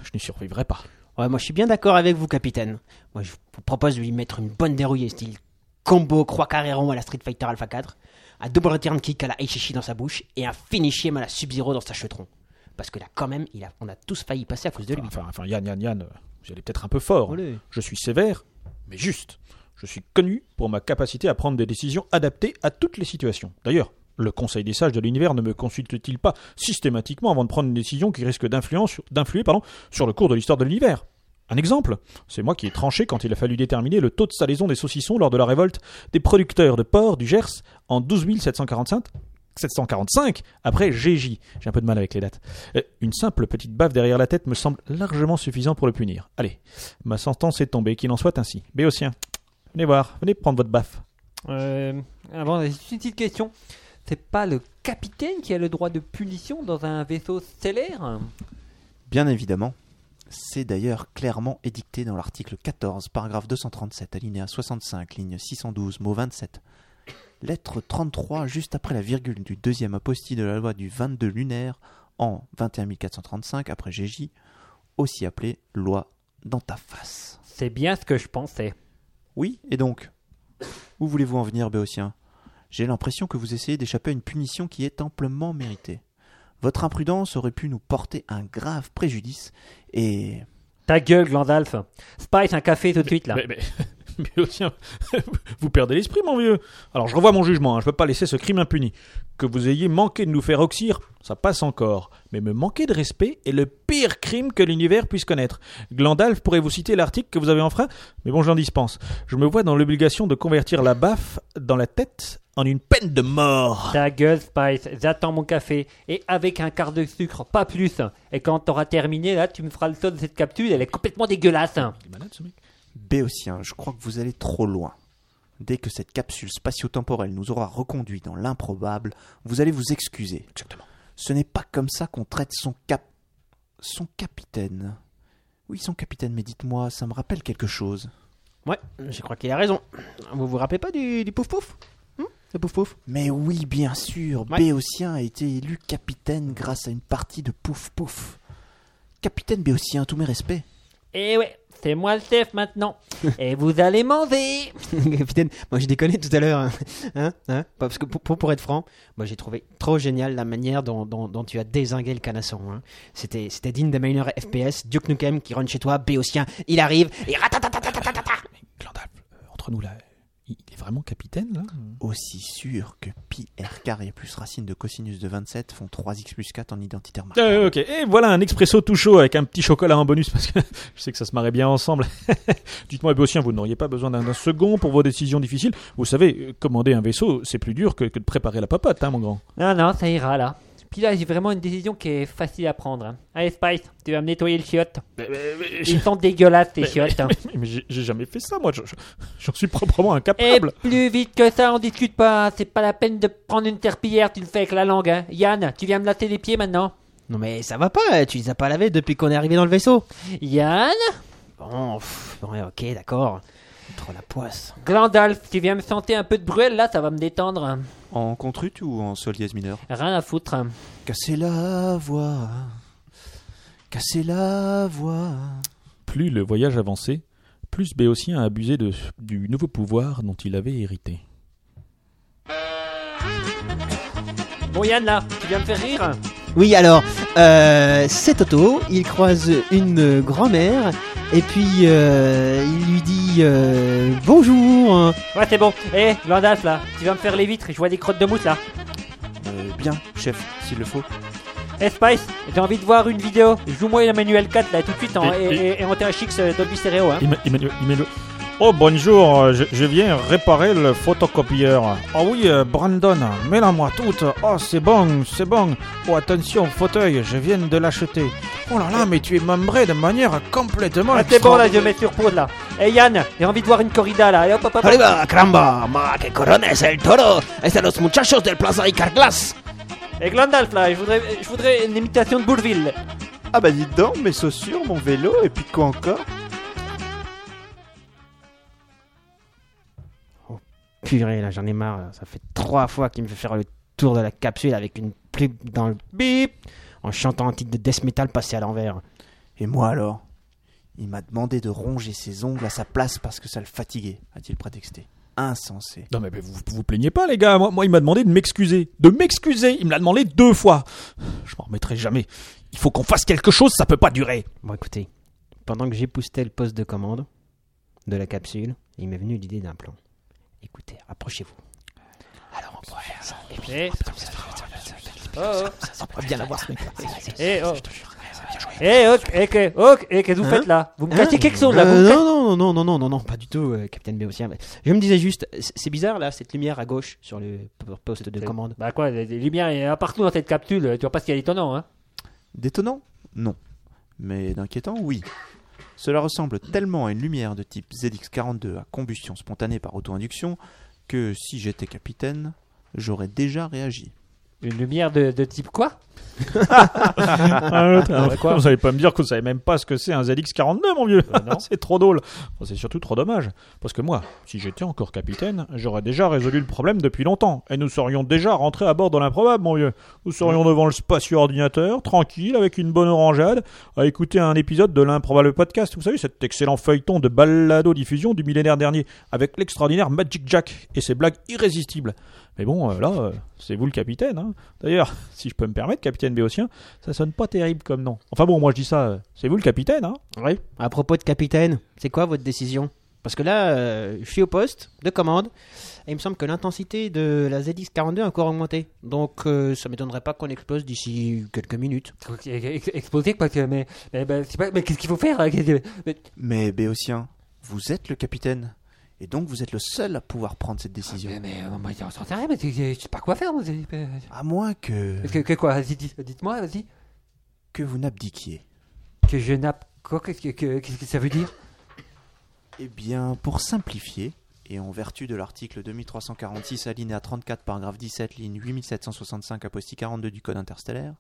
je n'y survivrai pas.
Ouais, moi je suis bien d'accord avec vous, capitaine. Moi je vous propose de lui mettre une bonne dérouillée, style combo croix carré rond à la Street Fighter Alpha 4, un double return kick à la Heichichi dans sa bouche et un finishing à la Sub-Zero dans sa chetron. parce que là, quand même, il a, on a tous failli passer à cause de lui.
Enfin, enfin, Yann, Yann, Yann, euh, vous allez peut-être un peu fort. hein.
Allez.
Je suis sévère, mais juste. Je suis connu pour ma capacité à prendre des décisions adaptées à toutes les situations. D'ailleurs, le Conseil des sages de l'univers ne me consulte-t-il pas systématiquement avant de prendre une décision qui risque d'influence- d'influer pardon, sur le cours de l'histoire de l'univers un exemple, c'est moi qui ai tranché quand il a fallu déterminer le taux de salaison des saucissons lors de la révolte des producteurs de porc du Gers en 12 745, 745 après GJ. J'ai un peu de mal avec les dates. Euh, Une simple petite baffe derrière la tête me semble largement suffisant pour le punir. Allez, ma sentence est tombée, qu'il en soit ainsi. Béotien, venez voir, venez prendre votre baffe.
Euh, avant, j'ai juste une petite question. C'est pas le capitaine qui a le droit de punition dans un vaisseau stellaire
Bien évidemment. C'est d'ailleurs clairement édicté dans l'article 14, paragraphe 237, alinéa 65, ligne 612, mot 27. Lettre 33, juste après la virgule du deuxième apostille de la loi du 22 lunaire, en 21435, après GJ, aussi appelée loi dans ta face.
C'est bien ce que je pensais.
Oui, et donc Où voulez-vous en venir, Béotien J'ai l'impression que vous essayez d'échapper à une punition qui est amplement méritée. Votre imprudence aurait pu nous porter un grave préjudice, et
Ta gueule, Glandalf. Spice, un café tout de suite là.
Mais, mais- Béotien, vous perdez l'esprit, mon vieux. Alors je revois mon jugement, hein, je ne peux pas laisser ce crime impuni. Que vous ayez manqué de nous faire oxyre, ça passe encore. Mais me manquer de respect est le pire crime que l'univers puisse connaître. Glandalf pourrait vous citer l'article que vous avez enfreint, mais bon, je l'en dispense. Je me vois dans l'obligation de convertir la baffe dans la tête en une peine de mort.
Ta gueule, Spice. J'attends mon café. Et avec un quart de sucre, pas plus. Et quand t'auras terminé, là, tu me feras le saut de cette capsule. Elle est complètement dégueulasse.
Il est malade, ce mec.
Béotien, hein. je crois que vous allez trop loin. Dès que cette capsule spatio-temporelle nous aura reconduit dans l'improbable, vous allez vous excuser. Exactement. Ce n'est pas comme ça qu'on traite son cap... son capitaine. Oui, son capitaine, mais dites-moi, ça me rappelle quelque chose.
Ouais, je crois qu'il a raison. Vous vous rappelez pas du, du pouf pouf Hum Le pouf pouf
Mais oui, bien sûr,
Ouais.
Béotien a été élu capitaine grâce à une partie de Pouf Pouf. Capitaine Béotien, tous mes respects.
Et ouais, c'est moi le chef maintenant. Et vous allez manger.
Capitaine, moi j'ai déconné tout à l'heure. hein. Hein Hein Parce que pour, pour- pour être franc, moi j'ai trouvé trop génial la manière dont, dont- dont tu as désingué le canasson. hein. C'était, c'était digne d'un meilleur FPS. Duke Nukem qui rentre chez toi, Béotien, il arrive et ratatatatatatatata.
Glandalf, euh, entre nous là, il il est vraiment capitaine là
Aussi sûr que pi r carré plus racine de cosinus de 27 font 3x plus 4 en identité remarquable.
Euh, ok, et voilà un expresso tout chaud avec un petit chocolat en bonus parce que je sais que ça se marrait bien ensemble. Dites-moi, Béotien, vous n'auriez pas besoin d'un d'un second pour vos décisions difficiles Vous savez, euh, commander un vaisseau, c'est plus dur que, que de préparer la papote, hein, mon grand.
Non, non, ça ira là. Puis là, j'ai vraiment une décision qui est facile à prendre. hein. Allez, Spice, tu vas me nettoyer le chiotte. Ils sont dégueulasses, tes chiottes. hein.
Mais j'ai j'ai jamais fait ça, moi, je- je- j'en suis proprement
Et
incapable.
plus vite que ça, on discute pas. C'est pas la peine de prendre une terpillière, tu le fais avec la langue. hein. Yann, tu viens me latter les pieds maintenant.
Non mais ça va pas, eh, tu les as pas lavés depuis qu'on est arrivé dans le vaisseau.
Yann,
Bon, pff, ouais, ok, d'accord. Trop la poisse.
Glandalf, tu viens me sentir un peu de bruel là, ça va me détendre.
En contrute ou en sol dièse mineur
Rien à foutre.
Cassez la voix. Cassez la voix.
Plus le voyage avançait, plus Béotien a abusé de, du nouveau pouvoir dont il avait hérité.
Bon, Yann là, tu viens me faire rire.
Oui, alors, euh, c'est Toto, il croise une euh, grand-mère, et puis euh, il lui dit euh, Bonjour
Ouais, c'est bon. Hé, Glandalf là, tu viens me faire les vitres, je vois des crottes de mousse là.
Euh, bien, chef, s'il le faut.
Hey Spice, j'ai envie de voir une vidéo. Joue-moi la manuel 4 là tout de suite en,
Et-
et, et, en THX euh, Dolby Stereo. Hein.
Emma- Emmanuel- Emmanuel- Oh bonjour, euh, je, je viens réparer le photocopieur. Oh oui, euh, Brandon, mets-la-moi toute. Oh c'est bon, c'est bon. Oh attention, fauteuil, je viens de l'acheter. Oh là là, mais tu es membré de manière complètement.
Ah, c'est bon là, je mets sur pause là. Hey Yann, j'ai envie de voir une corrida là. Allez, hop, hop, hop, hop.
¡Arriba, caramba! ¡Ma, que corones el toro! ¡Es de los muchachos del Plaza Icarglass!
Et Glandalf là, je voudrais, je voudrais une imitation de Bourville.
Ah bah dites donc, mes chaussures, mon vélo, et puis quoi encore
Purée, là, j'en ai marre, là. ça fait trois fois qu'il me fait faire le tour de la capsule avec une plume dans le bip en chantant un titre de death metal passé à l'envers.
Et moi alors Il m'a demandé de ronger ses ongles à sa place parce que ça le fatiguait, a-t-il prétexté. insensé.
Non mais, mais vous vous plaignez pas les gars, moi, moi, il m'a demandé de m'excuser. De m'excuser, il me l'a demandé deux fois. Je m'en remettrai jamais. Il faut qu'on fasse quelque chose, ça peut pas durer.
Bon, écoutez, pendant que j'époussetais le poste de commande de la capsule, il m'est venu l'idée d'un plan. Écoutez, rapprochez-vous. Alors, on pourrait faire ça. Et puis,
Eh,
comme ça, comme ça, comme ça,
oh, oh,
ça pourrait bien avoir ce mec-là.
eh, oh.
Bien joué.
Eh, ok, ok, ok, et qu'est-ce que vous
Hein
faites là Vous me
Hein
cassez quelque chose là
Euh,
vous me cassez-
non, non, non, non, non, non, non, pas du tout, euh, Capitaine Béotien. Mais Je me disais juste, c'est c'est bizarre là, cette lumière à gauche sur le p- poste de
C'est-
commande.
Bah quoi, les lumières, il y en a partout dans cette capsule, tu vois pas ce qu'il y a d'étonnant, hein
Détonnant Non. Mais d'inquiétant, oui. Cela ressemble tellement à une lumière de type ZX42 à combustion spontanée par auto-induction que si j'étais capitaine, j'aurais déjà réagi.
Une lumière de, de type quoi
Ah, Vous savez pas me dire que vous savez même pas ce que c'est un ZX-49 mon vieux. c'est trop drôle. Bon, c'est surtout trop dommage. Parce que moi, si j'étais encore capitaine, j'aurais déjà résolu le problème depuis longtemps. Et nous serions déjà rentrés à bord dans l'improbable mon vieux. Nous serions devant le spacieux ordinateur, tranquille, avec une bonne orangeade, à écouter un épisode de l'improbable podcast. Vous savez, cet excellent feuilleton de balado-diffusion du millénaire dernier, avec l'extraordinaire Magic Jack et ses blagues irrésistibles. Mais bon, euh, là, euh, c'est vous le capitaine. hein. D'ailleurs, si je peux me permettre, capitaine Béotien, ça sonne pas terrible comme nom. Enfin bon, moi je dis ça, euh, c'est vous le capitaine, hein
Oui. À propos de capitaine, c'est quoi votre décision Parce que là, euh, je suis au poste de commande et il me semble que l'intensité de la ZX42 a encore augmenté. Donc, euh, ça m'étonnerait pas qu'on explose d'ici quelques minutes.
Exploser quoi, que- mais, mais, bah, c'est pas- mais qu'est-ce qu'il faut faire là Qu'est-ce que- mais-
Mais Béotien, vous êtes le capitaine. Et donc vous êtes le seul à pouvoir prendre cette décision.
Mais, mais, euh, moi, j'en sais rien, mais c'est- je sais pas quoi faire, moi. c'est- euh,
À moins que,
Que, que quoi Vas-y, dites- Dites-moi, vas-y.
que vous n'abdiquiez.
Que je nappe quoi Qu'est-ce que, que- qu'est-ce que ça veut dire
Eh bien, pour simplifier, et en vertu de l'article 2346 alinéa 34 paragraphe 17 ligne 8765 apostille 42 du code interstellaire,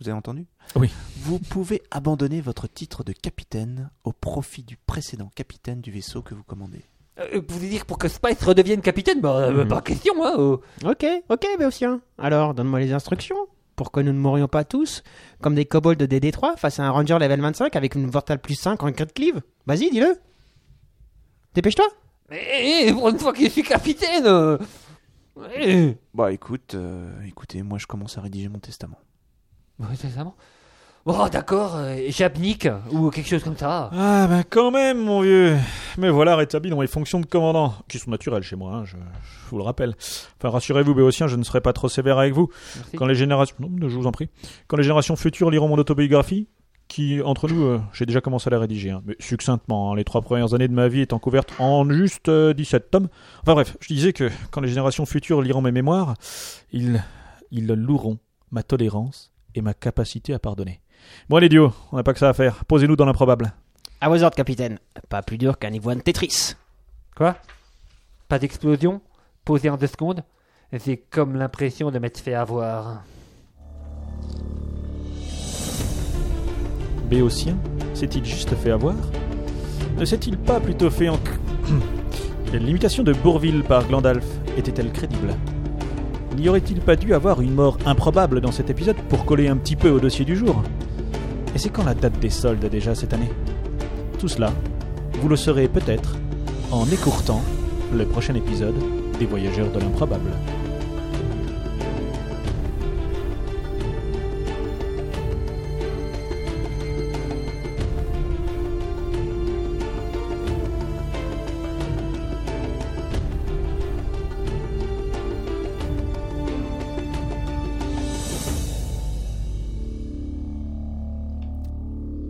vous avez entendu
Oui.
Vous pouvez abandonner votre titre de capitaine au profit du précédent capitaine du vaisseau que vous commandez.
Euh, Vous voulez dire pour que Spice redevienne capitaine Bah, euh,
Mm-hmm.
Mhm.
pas question, hein euh.
Ok, ok, Béotien. Alors, donne-moi les instructions pour que nous ne mourions pas tous comme des kobolds de DD3 face à un ranger level 25 avec une Vortal plus 5 en crit cleave. Vas-y, dis-le. Dépêche-toi.
Mais eh, pour une fois que je suis capitaine euh, eh.
Bah écoute, euh, écoutez, moi je commence à rédiger mon testament.
Bon, c'est ça, bon. Bon, Bah, d'accord, euh, j'abnique, ou quelque chose comme ça.
Ah ben quand même, mon vieux Mais voilà, rétabli dans les fonctions de commandant, qui sont naturelles chez moi, hein, je, je vous le rappelle. Enfin, rassurez-vous, Béotien, je ne serai pas trop sévère avec vous.
Merci.
Quand les générations... Non, je vous en prie. Quand les générations futures liront mon autobiographie, qui, entre nous, euh, j'ai déjà commencé à la rédiger, hein, mais succinctement, hein, les trois premières années de ma vie étant couvertes en juste euh, 17 tomes. Enfin bref, je disais que quand les générations futures liront mes mémoires, ils, ils loueront ma tolérance et ma capacité à pardonner. Bon allez, Dio, on n'a pas que ça à faire. Posez-nous dans l'improbable.
À vos ordres, capitaine. Pas plus dur qu'un ivoine Tetris.
Quoi Pas d'explosion Posée en deux secondes J'ai comme l'impression de m'être fait avoir.
Béotien s'est-il juste fait avoir Ne s'est-il pas plutôt fait en... L'imitation de Bourville par Glandalf était-elle crédible N'y aurait-il pas dû avoir une mort improbable dans cet épisode pour coller un petit peu au dossier du jour Et c'est quand la date des soldes déjà cette année Tout cela, vous le saurez peut-être en écourtant le prochain épisode des Voyageurs de l'improbable.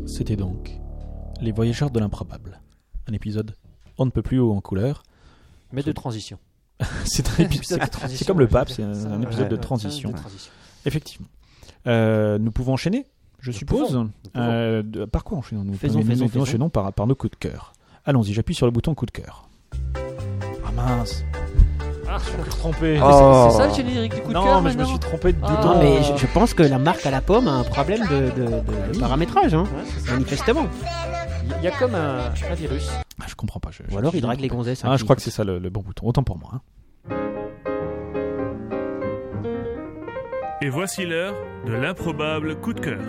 C'était donc Les Voyageurs de l'improbable, un épisode on ne peut plus haut en couleur.
Mais de transition.
C'est un épisode-
C'est la
Ah, c'est
transition,
comme le
ouais,
pape,
c'est
c'est un,
ça,
un
ouais,
épisode de
ouais,
transition.
de transition.
Effectivement. Euh, nous pouvons enchaîner, je suppose.
pouvons.
Euh, de- par quoi enchaînons-nous
Faisons,
Nous- nous-
faisons,
nous
faisons.
enchaînons par, par nos coups de cœur. Allons-y, j'appuie sur le bouton coup de cœur. Ah mince
Ah,
Trompé
C'est ça le générique du coup de
Non,
cœur
mais je me
maintenant
suis trompé de
Ah.
bouton.
Non, mais je, je pense que la marque à la pomme a un problème de, de- de- de paramétrage, hein, manifestement.
Il y a comme un, un virus.
Ah, je comprends pas. je- je-
Ou alors
je-
il drague les gonzesses. hein,
Ah, je
qui-
crois que c'est ça le, le bon bouton. Autant pour moi. hein.
Et voici l'heure de l'improbable coup de cœur.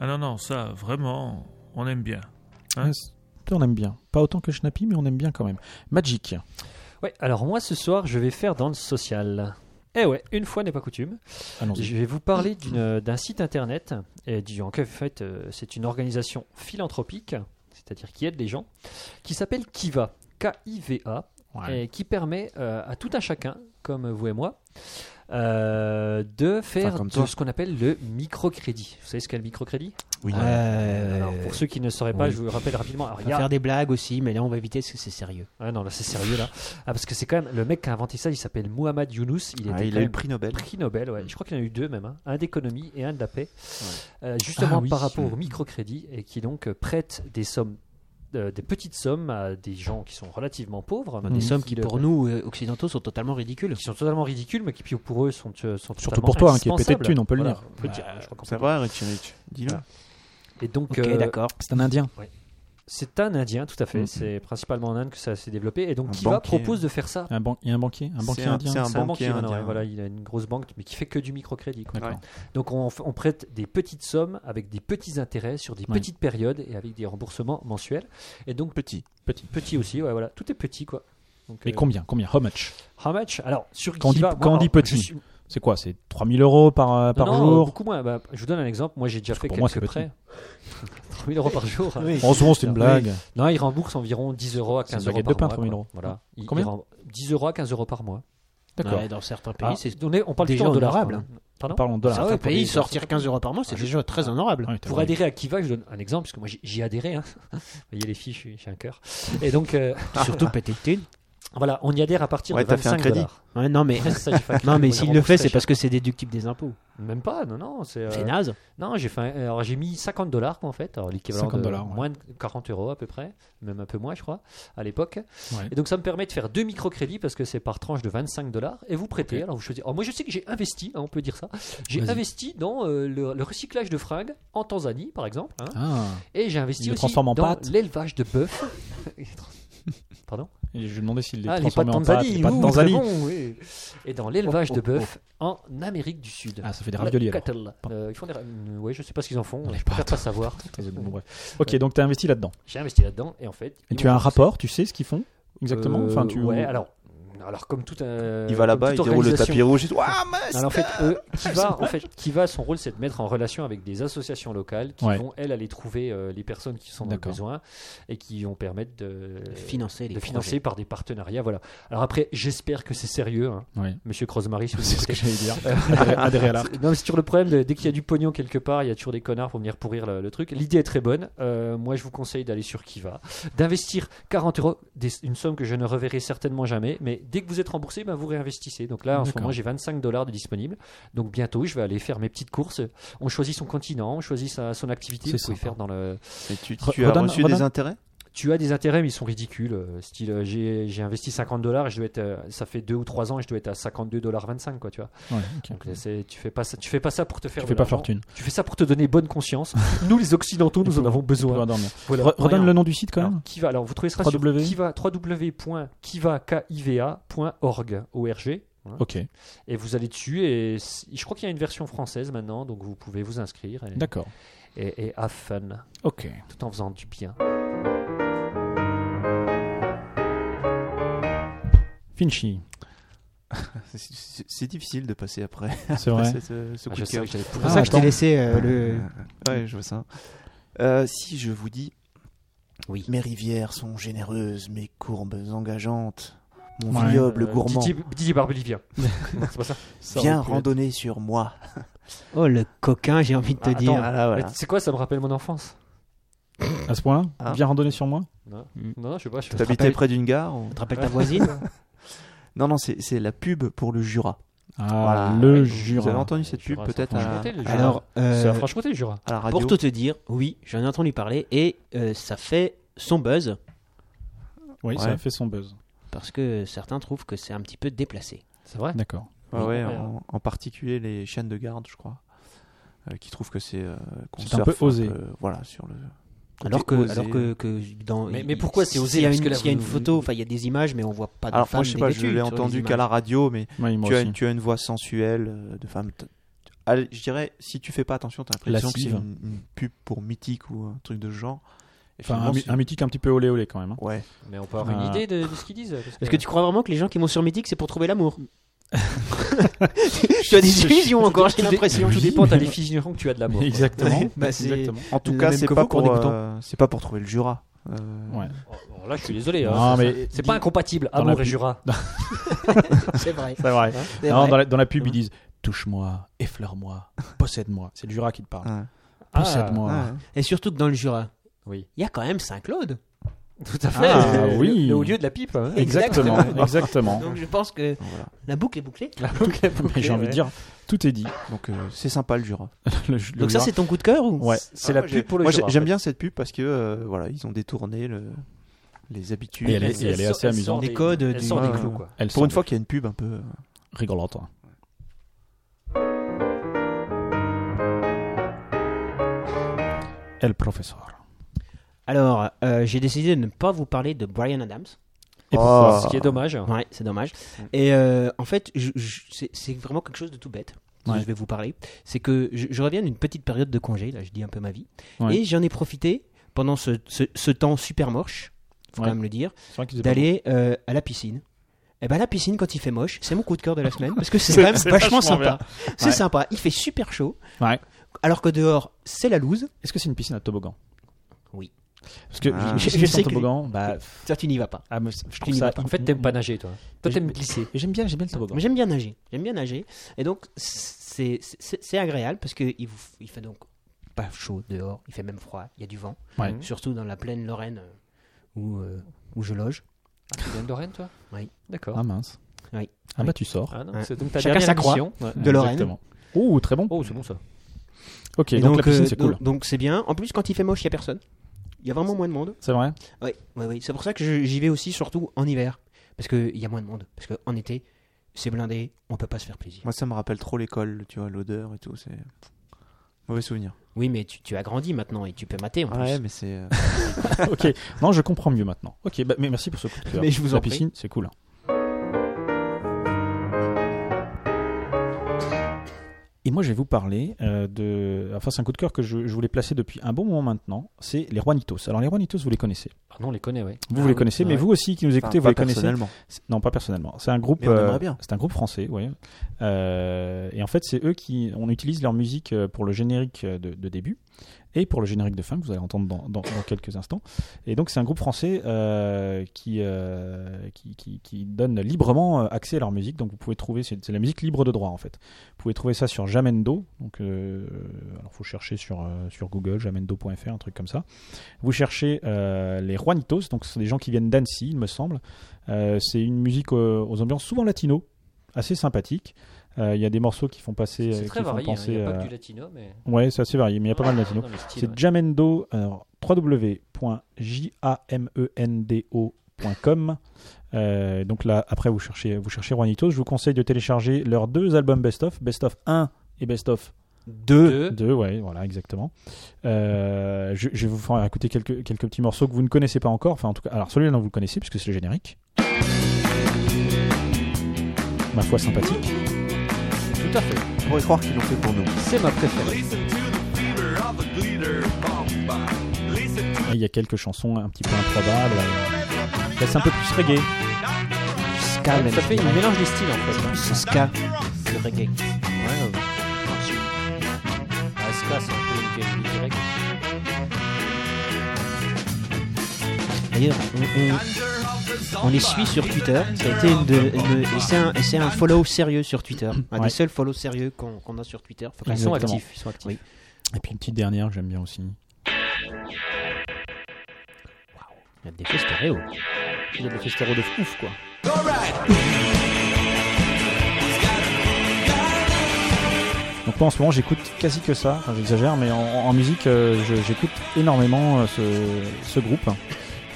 Ah non, non, ça, vraiment, on aime bien.
Ah.
Hein
Ouais, Ah, c'est- on aime bien. Pas autant que Schnappy, mais on aime bien quand même. Magic.
Ouais, alors moi ce soir, je vais faire dans le social. Eh ouais, une fois n'est pas coutume.
Allons-y.
Je vais vous parler d'une- d'un site internet. Et du, en fait, euh, c'est une organisation philanthropique, c'est-à-dire qui aide les gens, qui s'appelle Kiva. K-I-V-A.
Ouais.
et qui permet euh, à tout un chacun, comme vous et moi, euh, de faire
comme
de
toi.
ce qu'on appelle le microcrédit. Vous savez ce qu'est le microcrédit
Oui.
Euh,
Alors, Pour ceux qui ne sauraient pas,
oui.
je vous rappelle rapidement. Alors,
on
il y
va
a-
faire des blagues aussi, mais là on va éviter parce que c'est sérieux.
Ah non, là c'est sérieux là. Ah, parce que c'est quand même le mec qui a inventé ça. Il s'appelle Mohamed Younous. Il,
Ah,
était quand
il a eu
même
le prix Nobel.
prix Nobel. ouais. Je crois qu'il y en a eu deux même, hein. un d'économie et un de la paix, Euh, justement
Ah oui.
par rapport au microcrédit et qui donc euh, prête des sommes, euh, des petites sommes à des gens qui sont relativement pauvres,
des
Des
Mmh.
sommes qui,
le-
pour nous euh, occidentaux, sont totalement ridicules.
qui sont totalement ridicules, mais qui puis, pour eux sont, euh, sont
Surtout
totalement
pour toi, hein, qui est pété de
indispensables.
thunes, on peut le
Voilà,
dire.
on peut le dire, hein, je crois qu'on
C'est
peut
vrai, Rich Rich. Dis-le.
le dire. Et donc,
Ok,
euh,
d'accord.
C'est un Indien.
c'est un Indien, tout à fait.
Mm-hmm.
Mhm.
C'est principalement en Inde que ça s'est développé. Et donc,
Un
Kiva
banquier.
propose de faire ça.
Un ban- Il y a un banquier Un banquier
C'est un-
indien
c'est un-
C'est un
banquier
banquier, maintenant,
indien.
ouais, voilà, il a une grosse banque, mais qui fait que du microcrédit. quoi.
D'accord.
Ouais.
Donc, on, f- on prête des petites sommes avec des petits intérêts sur des
Ouais.
petites périodes et avec des remboursements mensuels. Et donc,
Petit.
petit, petit aussi, ouais, voilà. Tout est petit, quoi. Donc,
Mais
euh,
combien Combien How much
how much Alors, sur
Quand on dit-
Kiva,
quand on
moi,
dit
alors, je
petit,
suis-
C'est quoi C'est 3000 euros par, euh, par
Non, non,
jour
Beaucoup moins. Bah, je vous donne un exemple. Moi, j'ai déjà fait
pour moi,
quelques
c'est petit.
prêts. 3000 euros par jour.
En souvent, c'est une blague.
Non, ils remboursent environ 10 euros à
C'est une
15 euros
baguette
par
de pain,
mois.
3000
quoi.
euros.
Voilà. Ils-
Combien
ils remboursent 10 euros à 15 euros par mois.
D'accord.
Ouais, dans certains pays,
Ah,
c'est
on, est- on parle
déjà
toujours de dollars.
honorable.
hein. Pardon
Parlons de dollars.
Certains
ouais, pour les-
pays, sortir 15 euros par mois, c'est déjà très honorable.
Ah, oui, t'as
Pour
raison.
adhérer à Kiva, je donne un exemple, parce que moi j'y- j'y ai adhéré. Hein. Vous voyez les filles, je suis- j'ai un cœur. Et donc, euh,
Surtout péter de thunes.
voilà, on y adhère à partir
Ouais,
de
t'as fait un
25
crédit.
dollars.
Ouais, non, mais,
Ouais, c'est ça, j'ai fait un
non,
crédit,
mais
moi,
s'il
j'ai
le fait,
remboursé très
c'est
cher.
parce que c'est déductible des impôts.
Même pas, non, non. C'est
C'est
euh,
naze.
Non, j'ai fait un- alors j'ai mis 50 dollars en fait, alors l'équivalent
50
de
dollars, ouais.
moins de 40 euros à peu près, même un peu moins je crois à l'époque.
Ouais.
Et donc ça me permet de faire deux microcrédits parce que c'est par tranche de 25 dollars et vous prêtez. Alors vous choisissez. Alors moi je sais que j'ai investi, hein, on peut dire ça. J'ai
Vas-y.
investi dans euh, le, le recyclage de fringues en Tanzanie par exemple, hein.
Ah,
et j'ai investi
Il le
aussi
transforme en
dans
pâtes.
l'élevage de bœufs. Pardon.
et je demandais s'il les
Ah, les pâtes
transformait en pâtes.
Tanzanie,
les pâtes
ouh,
Tanzanie. Oh,
très bon, oui. Et dans l'élevage de bœufs en Amérique du Sud.
Ah, ça fait des
La
raviolis alors.
cattle. Euh, ils font des ra- euh, ouais, je sais pas ce qu'ils en font.
les
Je préfère
pâtes.
pas savoir.
Très bon, bref. Ok, donc t'as investi là-dedans.
J'ai investi là-dedans et en fait.
Et
ils
tu
m'ont
as un
remboursé.
rapport, tu sais ce qu'ils font Exactement
Euh,
Enfin, tu...
Ouais, alors. Alors comme tout euh, un.
Il va là-bas, il déroule le tapis rouge. il dit, Ouah, mais
Alors en fait, eux, qui va, en fait, qui va, son rôle, c'est de mettre en relation avec des associations locales qui
Ouais.
vont elles aller trouver euh, les personnes qui sont dans le
D'accord.
besoin et qui vont permettre de
Financer les Ah,
de financer par des partenariats. Voilà. Alors après, j'espère que c'est sérieux, hein.
Ouais.
Monsieur Crosmarie, si vous
C'est ce que
écoutez.
j'allais dire. Adhérer- Adhérer à l'art.
Non, mais c'est toujours le problème. de- dès qu'il y a du pognon quelque part, il y a toujours des connards pour venir pourrir le, le truc. L'idée est très bonne. Euh, moi, je vous conseille d'aller sur Kiva, d'investir 40 euros, des- une somme que je ne reverrai certainement jamais. Mais dès que vous êtes remboursé, ben, vous réinvestissez. Donc là, en ce
D'accord.
moment, j'ai 25 dollars de disponible. Donc bientôt, je vais aller faire mes petites courses. On choisit son continent, on choisit sa- son activité.
C'est
Vous pouvez
sympa.
faire dans le.
c'est- Tu,
Re-
tu as
redonne-
reçu
redonne-
des intérêts
Tu as des intérêts, mais ils sont ridicules. Euh, Style, euh, j'ai j'ai investi 50 dollars et je dois être. euh, Ça fait 2 ou 3 ans et je dois être à 52 dollars 25, quoi, tu vois.
Ouais, ok.
Donc là, c'est- tu fais pas ça, tu fais pas ça pour te faire.
Tu
de
fais pas
l'argent.
fortune.
Tu fais ça pour te donner bonne conscience. Nous, les Occidentaux, nous en avons
Tu peux
besoin.
dormir.
Voilà.
Re- Redonne
Ouais,
le nom du site quand
alors,
même.
Kiva. Alors, vous trouvez ça
www.
sur kiva- www.kiva.org. ORG. Voilà.
Ok,
Et vous allez dessus et c- je crois qu'il y a une version française maintenant, donc vous pouvez vous inscrire et,
d'accord.
et, et have fun
Ok.
tout en faisant du bien.
Finchy,
C'est- C'est c'est difficile de passer après
c'est vrai.
après ce, euh, ce
Ah,
coup
je
de
sais
cœur.
que j'avais pourri
C'est pour
Ah,
ça que je t'ai
attends.
laissé euh, le.
Ouais, je vois ça. Euh, si je vous dis, oui. Mes rivières sont généreuses, mes courbes engageantes, mon
Ouais.
vignoble
Euh,
gourmand.
Didier, Didier Barbelivien. Non, c'est pas ça.
Ça
Viens
aurait pu être-
randonner sur moi.
Oh, le coquin, j'ai envie de te
Ah,
dire.
attends.
Voilà, voilà.
C'est quoi Ça me rappelle mon enfance.
À ce point-là
Ah.
Viens randonner sur moi
Non, non, non, je sais pas. Ah, Je sais pas.
T'habitais près d'une gare ou-
Tu te rappelles ta voisine
Non, non, c'est c'est la pub pour le Jura.
Ah,
Voilà.
le
Ouais. Vous avez
Jura.
entendu cette
Jura,
pub peut-être
c'est en
à,
Franche-Comté, le
à-
Jura.
Alors, euh,
C'est la Franche-Comté, le Jura.
à la radio
pour tout te dire, oui, j'en ai entendu parler et euh, ça fait son buzz
Oui,
Ouais.
ça a fait son buzz.
parce que certains trouvent que c'est un petit peu déplacé.
C'est vrai.
D'accord.
Ouais, Ah ouais,
Ouais.
en, en particulier les chaînes de garde, je crois, euh, qui trouvent que c'est euh, qu'on
C'est un
surfe
peu osé.
voilà, sur le. côté
Alors que,
osé.
alors que, que dans.
Mais-
il-
mais pourquoi c'est
s'il
osé
y a
Parce
une-
que là,
S'il y a une
vous-
photo, enfin, il y a des images, mais on voit pas de
Alors
femme
moi, je sais pas, je
dévêtue
l'ai
sur les
entendu
images.
qu'à la radio, mais
Oui, moi
tu as,
aussi.
tu as une voix sensuelle euh, de femme t- allez, je dirais, si tu fais pas attention, t'as l'impression que c'est
Lascive.
une, une pub pour mythique ou un truc de ce genre. Et
Enfin, un,
finalement,
mi-
c'est-
un mythique un petit peu olé olé quand même. hein.
Ouais.
Mais on peut avoir une
Ah.
idée de, de ce qu'ils disent. parce
Est-ce que tu crois vraiment que les gens qui vont sur Mythique, c'est pour trouver l'amour Tu as des illusions encore, j'ai l'impression.
Tout dépend, t'as les figurants que tu as de l'amour.
Exactement.
Bah, c'est-
Exactement.
En tout
Le
cas,
même
c'est
que
pas
vous pour
pour,
débutant.
euh, c'est pas pour trouver le Jura. Euh,
Ouais.
Alors Oh, là, je suis désolé.
Non,
hein,
mais
c'est- c'est pas incompatible.
Dans la
Amour et
pub-
Jura.
C'est vrai.
C'est vrai.
c'est
Non,
vrai.
dans, la, dans la pub, ils disent touche-moi, effleure-moi, possède-moi. C'est le Jura qui te parle.
ouais.
Ah,
Ah.
Ah,
Possède-moi.
Ouais.
Et surtout que dans le Jura,
Oui.
il y a quand même Saint-Claude.
Tout à fait.
Ah,
le-
oui.
le haut lieu de la pipe. hein.
Exactement, exactement.
Donc je pense que
Voilà.
la boucle est bouclée.
Mais j'ai envie de dire, tout est dit.
Donc euh, c'est sympa le Jura.
Le- le
Donc ça,
Jura-
c'est ton coup de cœur ou
Ouais.
C'est la
Moi, j'ai-
pub pour le
moi,
Jura.
j'ai- J'aime bien cette pub parce que euh, voilà, ils ont détourné le- les habitudes.
Et elle est-
Elle- elle
assez
sort- elle
amusante.
sort
Les
des-
codes
Elle
du-
sort des
Ouais.
clous, quoi.
Elles
Pour
sont
une fois qu'il y a une pub un peu. euh,
rigolantes. hein. El professeur.
Alors, euh, j'ai décidé de ne pas vous parler de Brian Adams.
Et
Oh.
Ce qui est dommage.
Ah.
Ouais, c'est dommage.
Mm.
Et euh, en fait, je- je- c'est c'est vraiment quelque chose de tout bête que
Ouais.
je vais vous parler. C'est que je, je reviens d'une petite période de congé, là, je dis un peu ma vie.
Ouais.
Et j'en ai profité pendant ce, ce- ce temps super moche, faut
Ouais.
quand même le dire,
C'est vrai qu'ils faisaient pas
d'aller euh, à la piscine. Et ben la piscine quand il fait moche, c'est mon coup de cœur de la semaine parce que c'est quand même vachement,
vachement
sympa. C'est
Ouais.
sympa, il fait super chaud.
Ouais.
Alors que dehors, c'est la loose.
beau. Est-ce que c'est une piscine à toboggan
Oui.
Parce que
Ah.
je,
Je- je sais
sais
que-
toboggan, bah,
Ça tu n'y vas pas.
ah, mais je
n'y
trouve
vas
ça.
pas.
En fait, t'aimes pas nager, toi. Toi, t'aimes glisser.
J'aime bien, j'aime bien le toboggan.
Mais j'aime bien nager. J'aime bien nager. Et donc, c'est c'est- c'est agréable parce qu'il il fait donc pas chaud dehors, il fait même froid, il y a du vent.
Ouais.
Surtout dans la plaine Lorraine euh, où, euh, où je loge.
Tu viens de Lorraine, toi
Oui.
D'accord.
Ah mince.
Oui.
Ah bah tu sors.
Ah non,
Ouais.
c'est donc ta
Chacun
dernière
sa croix.
émission. Ouais.
De Lorraine.
Exactement. Oh, très bon.
Oh, c'est bon ça.
Ok,
Et
donc, la piscine,
euh,
c'est
donc-
cool.
Donc c'est bien. En plus, quand il fait moche, il n'y a personne. Il y a vraiment moins de monde.
C'est vrai
Oui, oui, oui. C'est pour ça que je- j'y vais aussi, surtout en hiver. Parce qu'il y a moins de monde. Parce qu'en été, c'est blindé, on peut pas se faire plaisir.
Moi ça me rappelle trop l'école, tu vois, l'odeur et tout. C'est mauvais souvenir.
Oui, mais tu, tu as grandi maintenant et tu peux mater en plus.
Ouais, mais c'est. euh,
Ok, non, je comprends mieux maintenant. Ok, bah, mais merci pour ce coup de cœur.
Mais je vous
La
en prie.
piscine, c'est cool. Et moi, je vais vous parler euh, de. Enfin, c'est un coup de cœur que je, je voulais placer depuis un bon moment maintenant. C'est les Juanitos. Alors, les Juanitos, vous les connaissez.
Ah non, on les connaît, ouais.
Vous,
Ah
vous les
oui.
connaissez,
Ah
mais
ouais.
vous aussi qui nous écoutez,
enfin,
vous
pas
les connaissez.
personnellement.
C'est- Non, pas personnellement. C'est un groupe.
Mais on
euh,
aimerait bien.
C'est un groupe français, ouais. Euh, et en fait, c'est eux qui. On utilise leur musique euh, pour le générique euh, de, de début et pour le générique de fin que vous allez entendre dans, dans- dans quelques instants. Et donc, c'est un groupe français euh, qui, euh, qui, qui- qui donne librement euh, accès à leur musique. Donc, vous pouvez trouver. C'est c'est la musique libre de droit, en fait. Vous pouvez trouver ça sur Jamendo. Donc, euh, alors, faut chercher sur, euh, sur Google, jamendo.fr, un truc comme ça. Vous cherchez euh, les Juanitos. Donc, ce sont des gens qui viennent d'Annecy, il me semble. Euh, c'est une musique euh, aux ambiances souvent latino, assez sympathique. Euh, Il y a des morceaux qui font passer,
C'est
euh,
très
qui font
varié. hein. Il
penser.
n'y a pas
euh,
que du latino, mais.
Ouais, c'est assez varié, mais il y a pas mal de latino.
Dans le style,
C'est
ouais.
Jamendo, alors, e www.jamendo.com. Euh, donc là, après, vous cherchez, vous cherchez Juanitos. Je vous conseille de télécharger leurs deux albums Best of, Best of 1 et Best of
Deux.
deux, ouais, voilà, exactement. Euh, je, je vais vous faire écouter quelques, quelques petits morceaux que vous ne connaissez pas encore. Enfin, en tout cas, alors celui-là, non, vous le connaissez puisque c'est le générique. Ma foi sympathique.
Tout à fait.
On pourrait croire qu'ils l'ont fait pour nous.
C'est ma préférée.
Et Ah, Il y a quelques chansons un petit peu improbables. Là, c'est un peu plus reggae.
Ska, même.
Ça fait un mélange des styles en fait. hein.
Ska, le reggae.
Ah, ska, c'est un peu une une directe.
D'ailleurs, on, on- on les suit sur Twitter. Ça a été une de- une- et c'est un, et c'est un follow sérieux sur Twitter. Un
Ouais.
des seuls follow sérieux qu'on qu'on a sur Twitter. Faut qu'on
Ils sont
Exactement.
actifs. Ils sont actifs.
Oui.
Et puis une petite dernière que j'aime bien aussi.
Il y a des faits stéréo.
Il y a des festéros de ouf, quoi. Donc moi en ce moment j'écoute quasi que ça, Enfin, j'exagère, mais en, en musique euh, je- j'écoute énormément euh, ce, ce groupe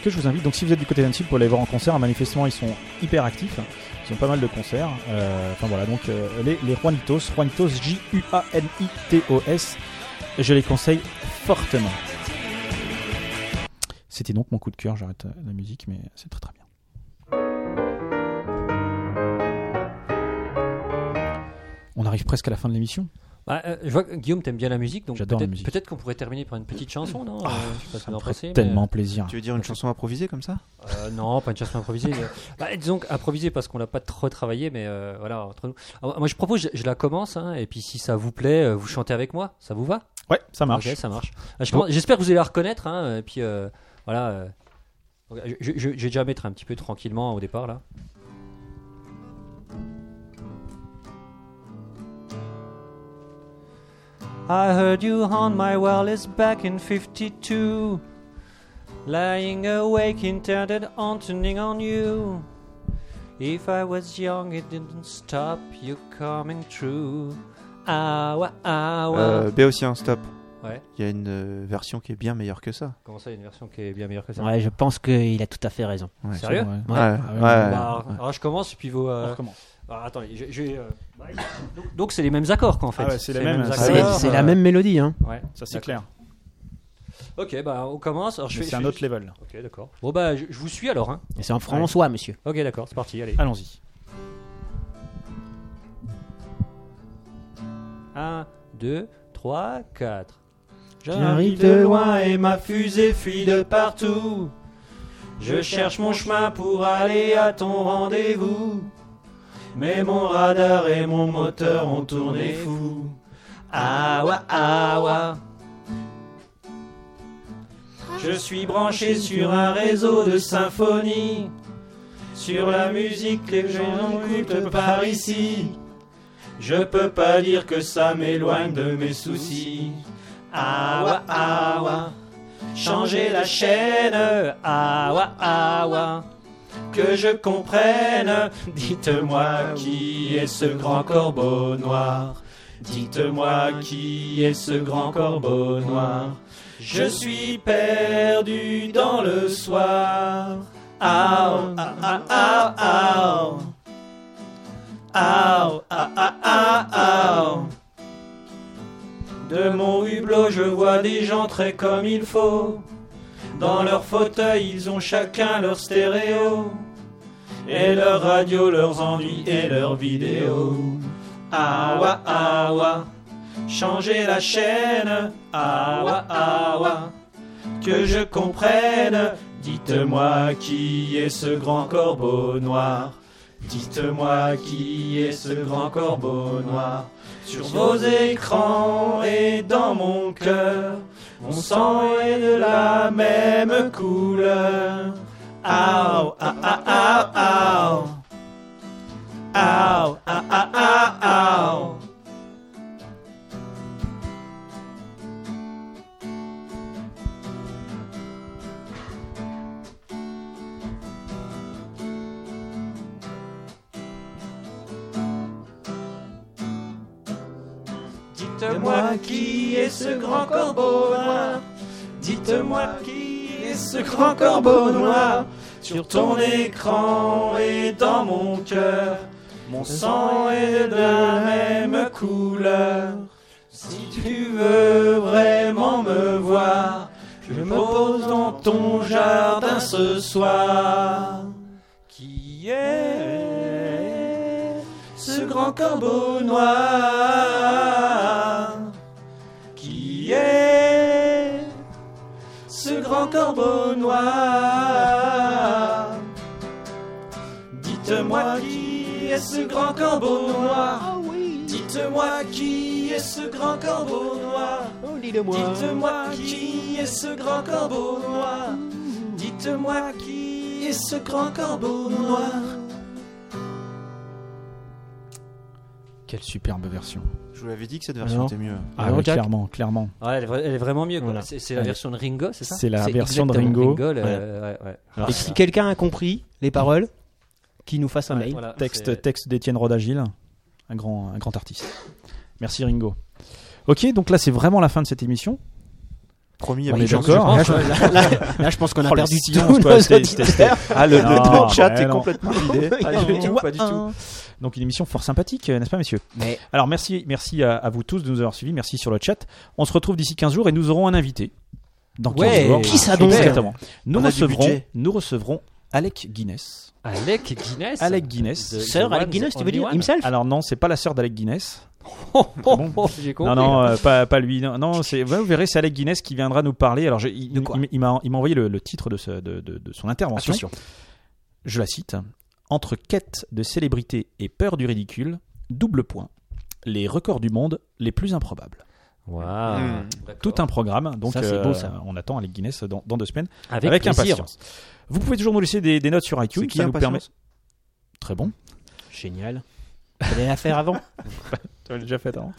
que je vous invite. Donc si vous êtes du côté d'Annecy pour aller voir en concert, Hein, manifestement ils sont hyper actifs, ils ont pas mal de concerts. Euh, Enfin voilà, donc euh, les, les Juanitos, Juanitos J-U-A-N-I-T-O-S, je les conseille fortement. C'était donc mon coup de cœur, j'arrête euh, la musique, mais c'est très très bien. On arrive presque à la fin de l'émission.
Bah, euh, je vois que Guillaume, t'aimes bien la musique, donc
J'adore la
peut-être
musique. Ah,
peut-être qu'on pourrait terminer par une petite chanson, non Euh, Je sais pas ce que
Ça
vous
me
en
ferait
pensez, mais-
tellement plaisir.
Tu veux dire une chanson improvisée comme ça
Euh, non, pas une chanson improvisée. mais- Bah, disons improvisée parce qu'on l'a pas trop travaillé, mais euh, voilà, entre nous. Alors, moi, je propose, je, je la commence, hein, et puis si ça vous plaît, euh, vous chantez avec moi, ça vous va
Ouais, ça marche.
Ok, ça marche. Ah, je commence- J'espère que vous allez la reconnaître, hein, et puis euh, voilà. euh, donc, je, je- je vais déjà mettre un petit peu tranquillement au départ là. I heard you on my wireless back in 52. Lying awake, intended on turning on you. If I was young, it didn't stop you coming true. Ah ouais, ah ouais.
euh, Béotien, stop.
Ouais.
Il y a une euh, version qui est bien meilleure que ça.
Comment ça, il y a une version qui est bien meilleure que ça
Ouais, je pense qu'il a tout à fait raison.
Ouais.
Sérieux
Ouais.
Ouais,
Ah
ouais,
ouais,
ouais.
Bah, alors- Alors je commence et puis vous.
On
euh,
recommence.
alors, attendez, je- je, euh, donc- Donc c'est les mêmes accords quoi en fait.
Ah ouais, c'est les mêmes, ça,
C'est
accords,
c'est
euh,
la même mélodie, hein.
ouais.
Ça c'est clair.
Ok, bah on commence. Alors je
Mais
fais-
c'est un
je-
autre level.
Ok, d'accord. Bon bah je, je vous suis alors. Hein.
Et C'est en françois, monsieur.
Ok, d'accord, c'est parti, allez.
Allons-y.
1, 2, 3, 4.
J'arrive de loin
et ma fusée fuit de partout. Je cherche mon chemin pour aller à ton rendez-vous. Mais mon radar et mon moteur ont tourné fou. Ah ouais, ah ouais. Je suis branché sur un réseau de symphonie. Sur la musique que les gens écoutent par ici. Je peux pas dire que ça m'éloigne de mes soucis. Ah ouais, ah ouais. Changer la chaîne. Ah ouais, ah ouais. Que je comprenne. Dites-moi qui est ce grand corbeau noir. Dites-moi qui est ce grand corbeau noir. Je suis perdu dans le soir. Ah ouais, ah ah ah ah. Aou, ah, ah, ah, ah. De mon hublot, je vois des gens très comme il faut. Dans leur fauteuil, ils ont chacun leur stéréo. Et leur radio, leurs ennuis et leurs vidéos. Awa, awa. Changer la chaîne. Awa, awa. Que je comprenne. Dites-moi qui est ce grand corbeau noir. Dites-moi qui est ce grand corbeau noir Sur vos écrans et dans mon cœur Mon sang est de la même couleur Aou, ah, ah, ah, ah. Aou, ah, ah, ah, ah. Dites-moi qui est ce grand corbeau noir. Dites-moi qui est ce grand corbeau noir. Sur ton écran et dans mon cœur, mon sang est de la même couleur. Si tu veux vraiment me voir, je me pose dans ton jardin ce soir. Qui est ce grand corbeau noir Qui est ce grand corbeau noir Dites-moi qui est ce grand corbeau noir Dites-moi qui est ce grand corbeau noir Dites-moi qui est ce grand corbeau noir Dites-moi qui est ce grand corbeau noir
Quelle superbe version.
Je vous l'avais dit que cette version
Non.
était mieux.
Ah
Alors,
ouais,
Jack
clairement, clairement.
Ouais, elle, est vra- elle est vraiment mieux. quoi.
Voilà.
C'est, c'est la
Ouais.
version de Ringo, c'est ça
C'est la version de
exactement
Ringo.
le- ouais, ouais.
Ah.
Et si quelqu'un a compris les paroles, qu'il nous fasse un mail.
Voilà, c'est-
Texte, texte d'Étienne Rodagil, un grand, un grand artiste. Merci Ringo. Ok, donc là c'est vraiment la fin de cette émission.
Promis, il y
On
avait
est
des gens-
d'accord. Hein
Là, je, là- là- là, je pense qu'on a
Oh, le
perdu du
silence,
tout
quoi,
nos
c'était- c'était- c'était-
auditeurs.
Ah, le, le-
Non,
le chat
mais
est
non.
complètement vidé.
Ah,
du tout,
ouais,
pas du
un.
tout.
Donc une émission fort sympathique, euh, n'est-ce pas messieurs
Mais-
Alors merci, merci à, à vous tous de nous avoir suivis, merci sur le chat. On se retrouve d'ici 15 jours et nous aurons un invité. Dans 15
Ouais,
jours.
qui
ça donc
Exactement. Nous
On a du
recevrons,
budget.
nous recevrons Alec Guinness.
Alec Guinness.
Alec Guinness.
The- the
Sœur Alec
one,
Guinness,
the
tu veux
only
dire
one. Oh,
himself
Alors non, c'est pas la sœur d'Alec Guinness.
J'ai
Non,
compris.
non, euh, pas, pas lui. Non, non c'est, ouais, vous verrez, c'est Alec Guinness qui viendra nous parler. Alors, j'ai- il,
De quoi
il- il m'a, il m'a envoyé le, le titre de, ce- de- de- de son intervention.
Attention.
Je la cite. Entre quête de célébrité et peur du ridicule, double point. Les records du monde les plus improbables.
Waouh.
Hmm.
D'accord.
Tout un programme. Donc,
Ça, c'est
euh,
beau, ça.
on attend Alec Guinness dans, dans deux semaines
Avec,
avec,
plaisir.
impatience. Vous pouvez toujours nous laisser des, des notes sur iTunes.
qui,
hein,
ça nous permet.
Impatience
Très bon.
Génial. Fallait la faire avant.
Tu l'as déjà fait avant.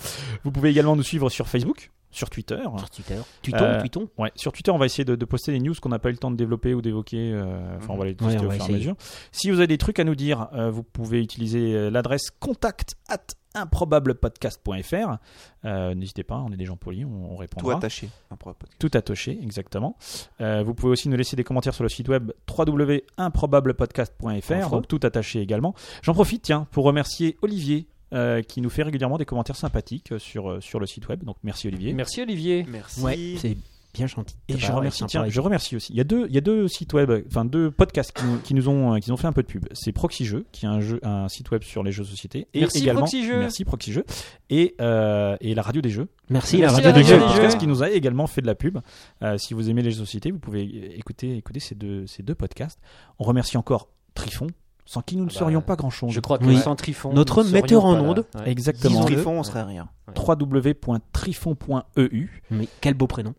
Vous pouvez également nous suivre sur Facebook, sur Twitter.
Sur Twitter. Tuton,
Euh,
tuton.
Ouais, sur Twitter, on va essayer de, de poster des news qu'on n'a pas eu le temps de développer ou d'évoquer. euh, Enfin, on va les
Ouais,
tester
on
au
va
fur et à
essayer.
mesure. Si vous avez des trucs à nous dire, euh, vous pouvez utiliser euh, l'adresse contact at improbablepodcast.fr. Euh, N'hésitez pas, on est des gens polis, on, on
Tout
répondra.
attaché. Un propre podcast.
Tout attaché, exactement. Euh, vous pouvez aussi nous laisser des commentaires sur le site web www.improbablepodcast.fr,
Info.
donc tout attaché également. J'en profite, tiens, pour remercier Olivier. euh, qui nous fait régulièrement des commentaires sympathiques euh, sur, euh, sur le site web. Donc merci Olivier.
Merci Olivier.
Merci.
Ouais, c'est bien gentil.
Et je
Bah ouais,
remercie,
sympa,
tiens,
les
je remercie aussi. Il y a deux, il y a deux sites web, enfin deux podcasts qui nous, qui nous ont, euh, qui nous ont fait un peu de pub. C'est Proxy Jeux, qui est un jeu, un site web sur les jeux de société. Et
Merci,
également,
Proxy Jeux.
Merci Proxy Jeux. Et, euh, et la radio des jeux.
Merci,
Merci,
la radio
la
des
radio
jeux.
Le
des
podcast
jeux.
qui nous a également fait de la pub. Euh, si vous aimez les jeux de société, vous pouvez écouter, écouter ces deux, ces deux podcasts. On remercie encore Trifon, sans qui nous ne
Ah bah,
serions pas grand chose.
Je crois que
Oui.
sans Trifon,
Notre
nous serions
metteur en
pas là.
onde.
Ouais.
Exactement.
Disons-le.
Trifon, on serait rien.
www.trifon.eu.
Mais quel beau prénom.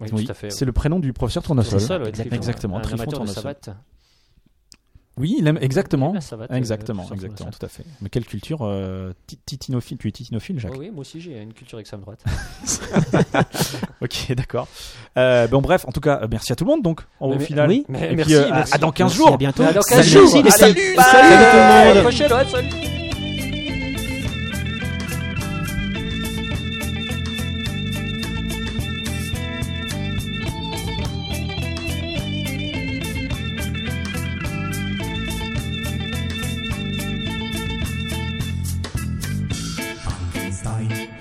Oui,
E Oui,
tout à fait.
c'est le prénom du professeur
C'est
Tournesol.
ça, ouais,
Exactement.
Trifon.
Exactement,
Un
Trifon
amateur de
Tournesol.
savate.
Oui, il aime- exactement.
Eh ben, savate, euh,
Exactement,
Trifon
exactement,
Tournesol.
tout à fait. Mais quelle culture euh, ti- titinophile Tu es titinophile, Jacques
Oh oui, moi aussi j'ai une culture extrême droite.
Ok, d'accord. Euh, bon, bref, en tout cas, euh, merci à tout le monde. Donc, au
Mais- mais-
final,
oui.
Mais
Et
merci,
puis, euh, à-
merci.
à dans 15
Merci,
jours.
À bientôt.
À dans 15
Salut.
jours.
Merci, salut.
Allez, Salut tout
Salut
le monde.
tout
À
le
la
monde.
prochaine, ouais, salut.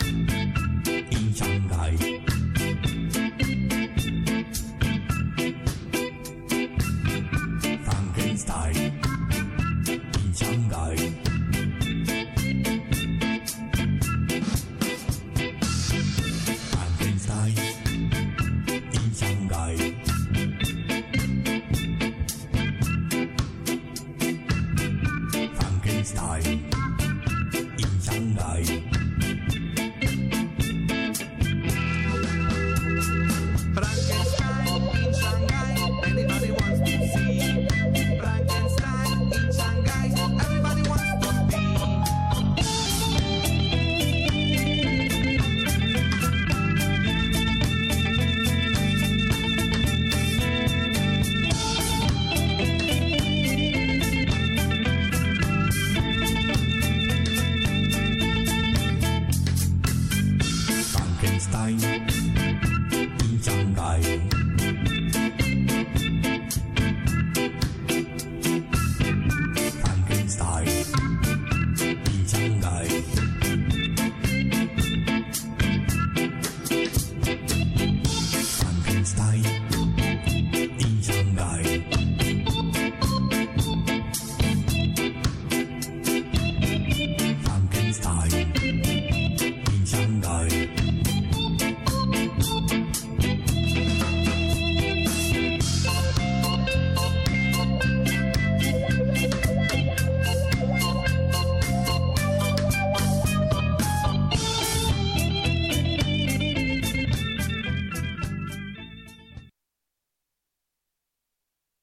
in Shanghai. Frankenstein in Shanghai. Frankenstein in Shanghai. Frankenstein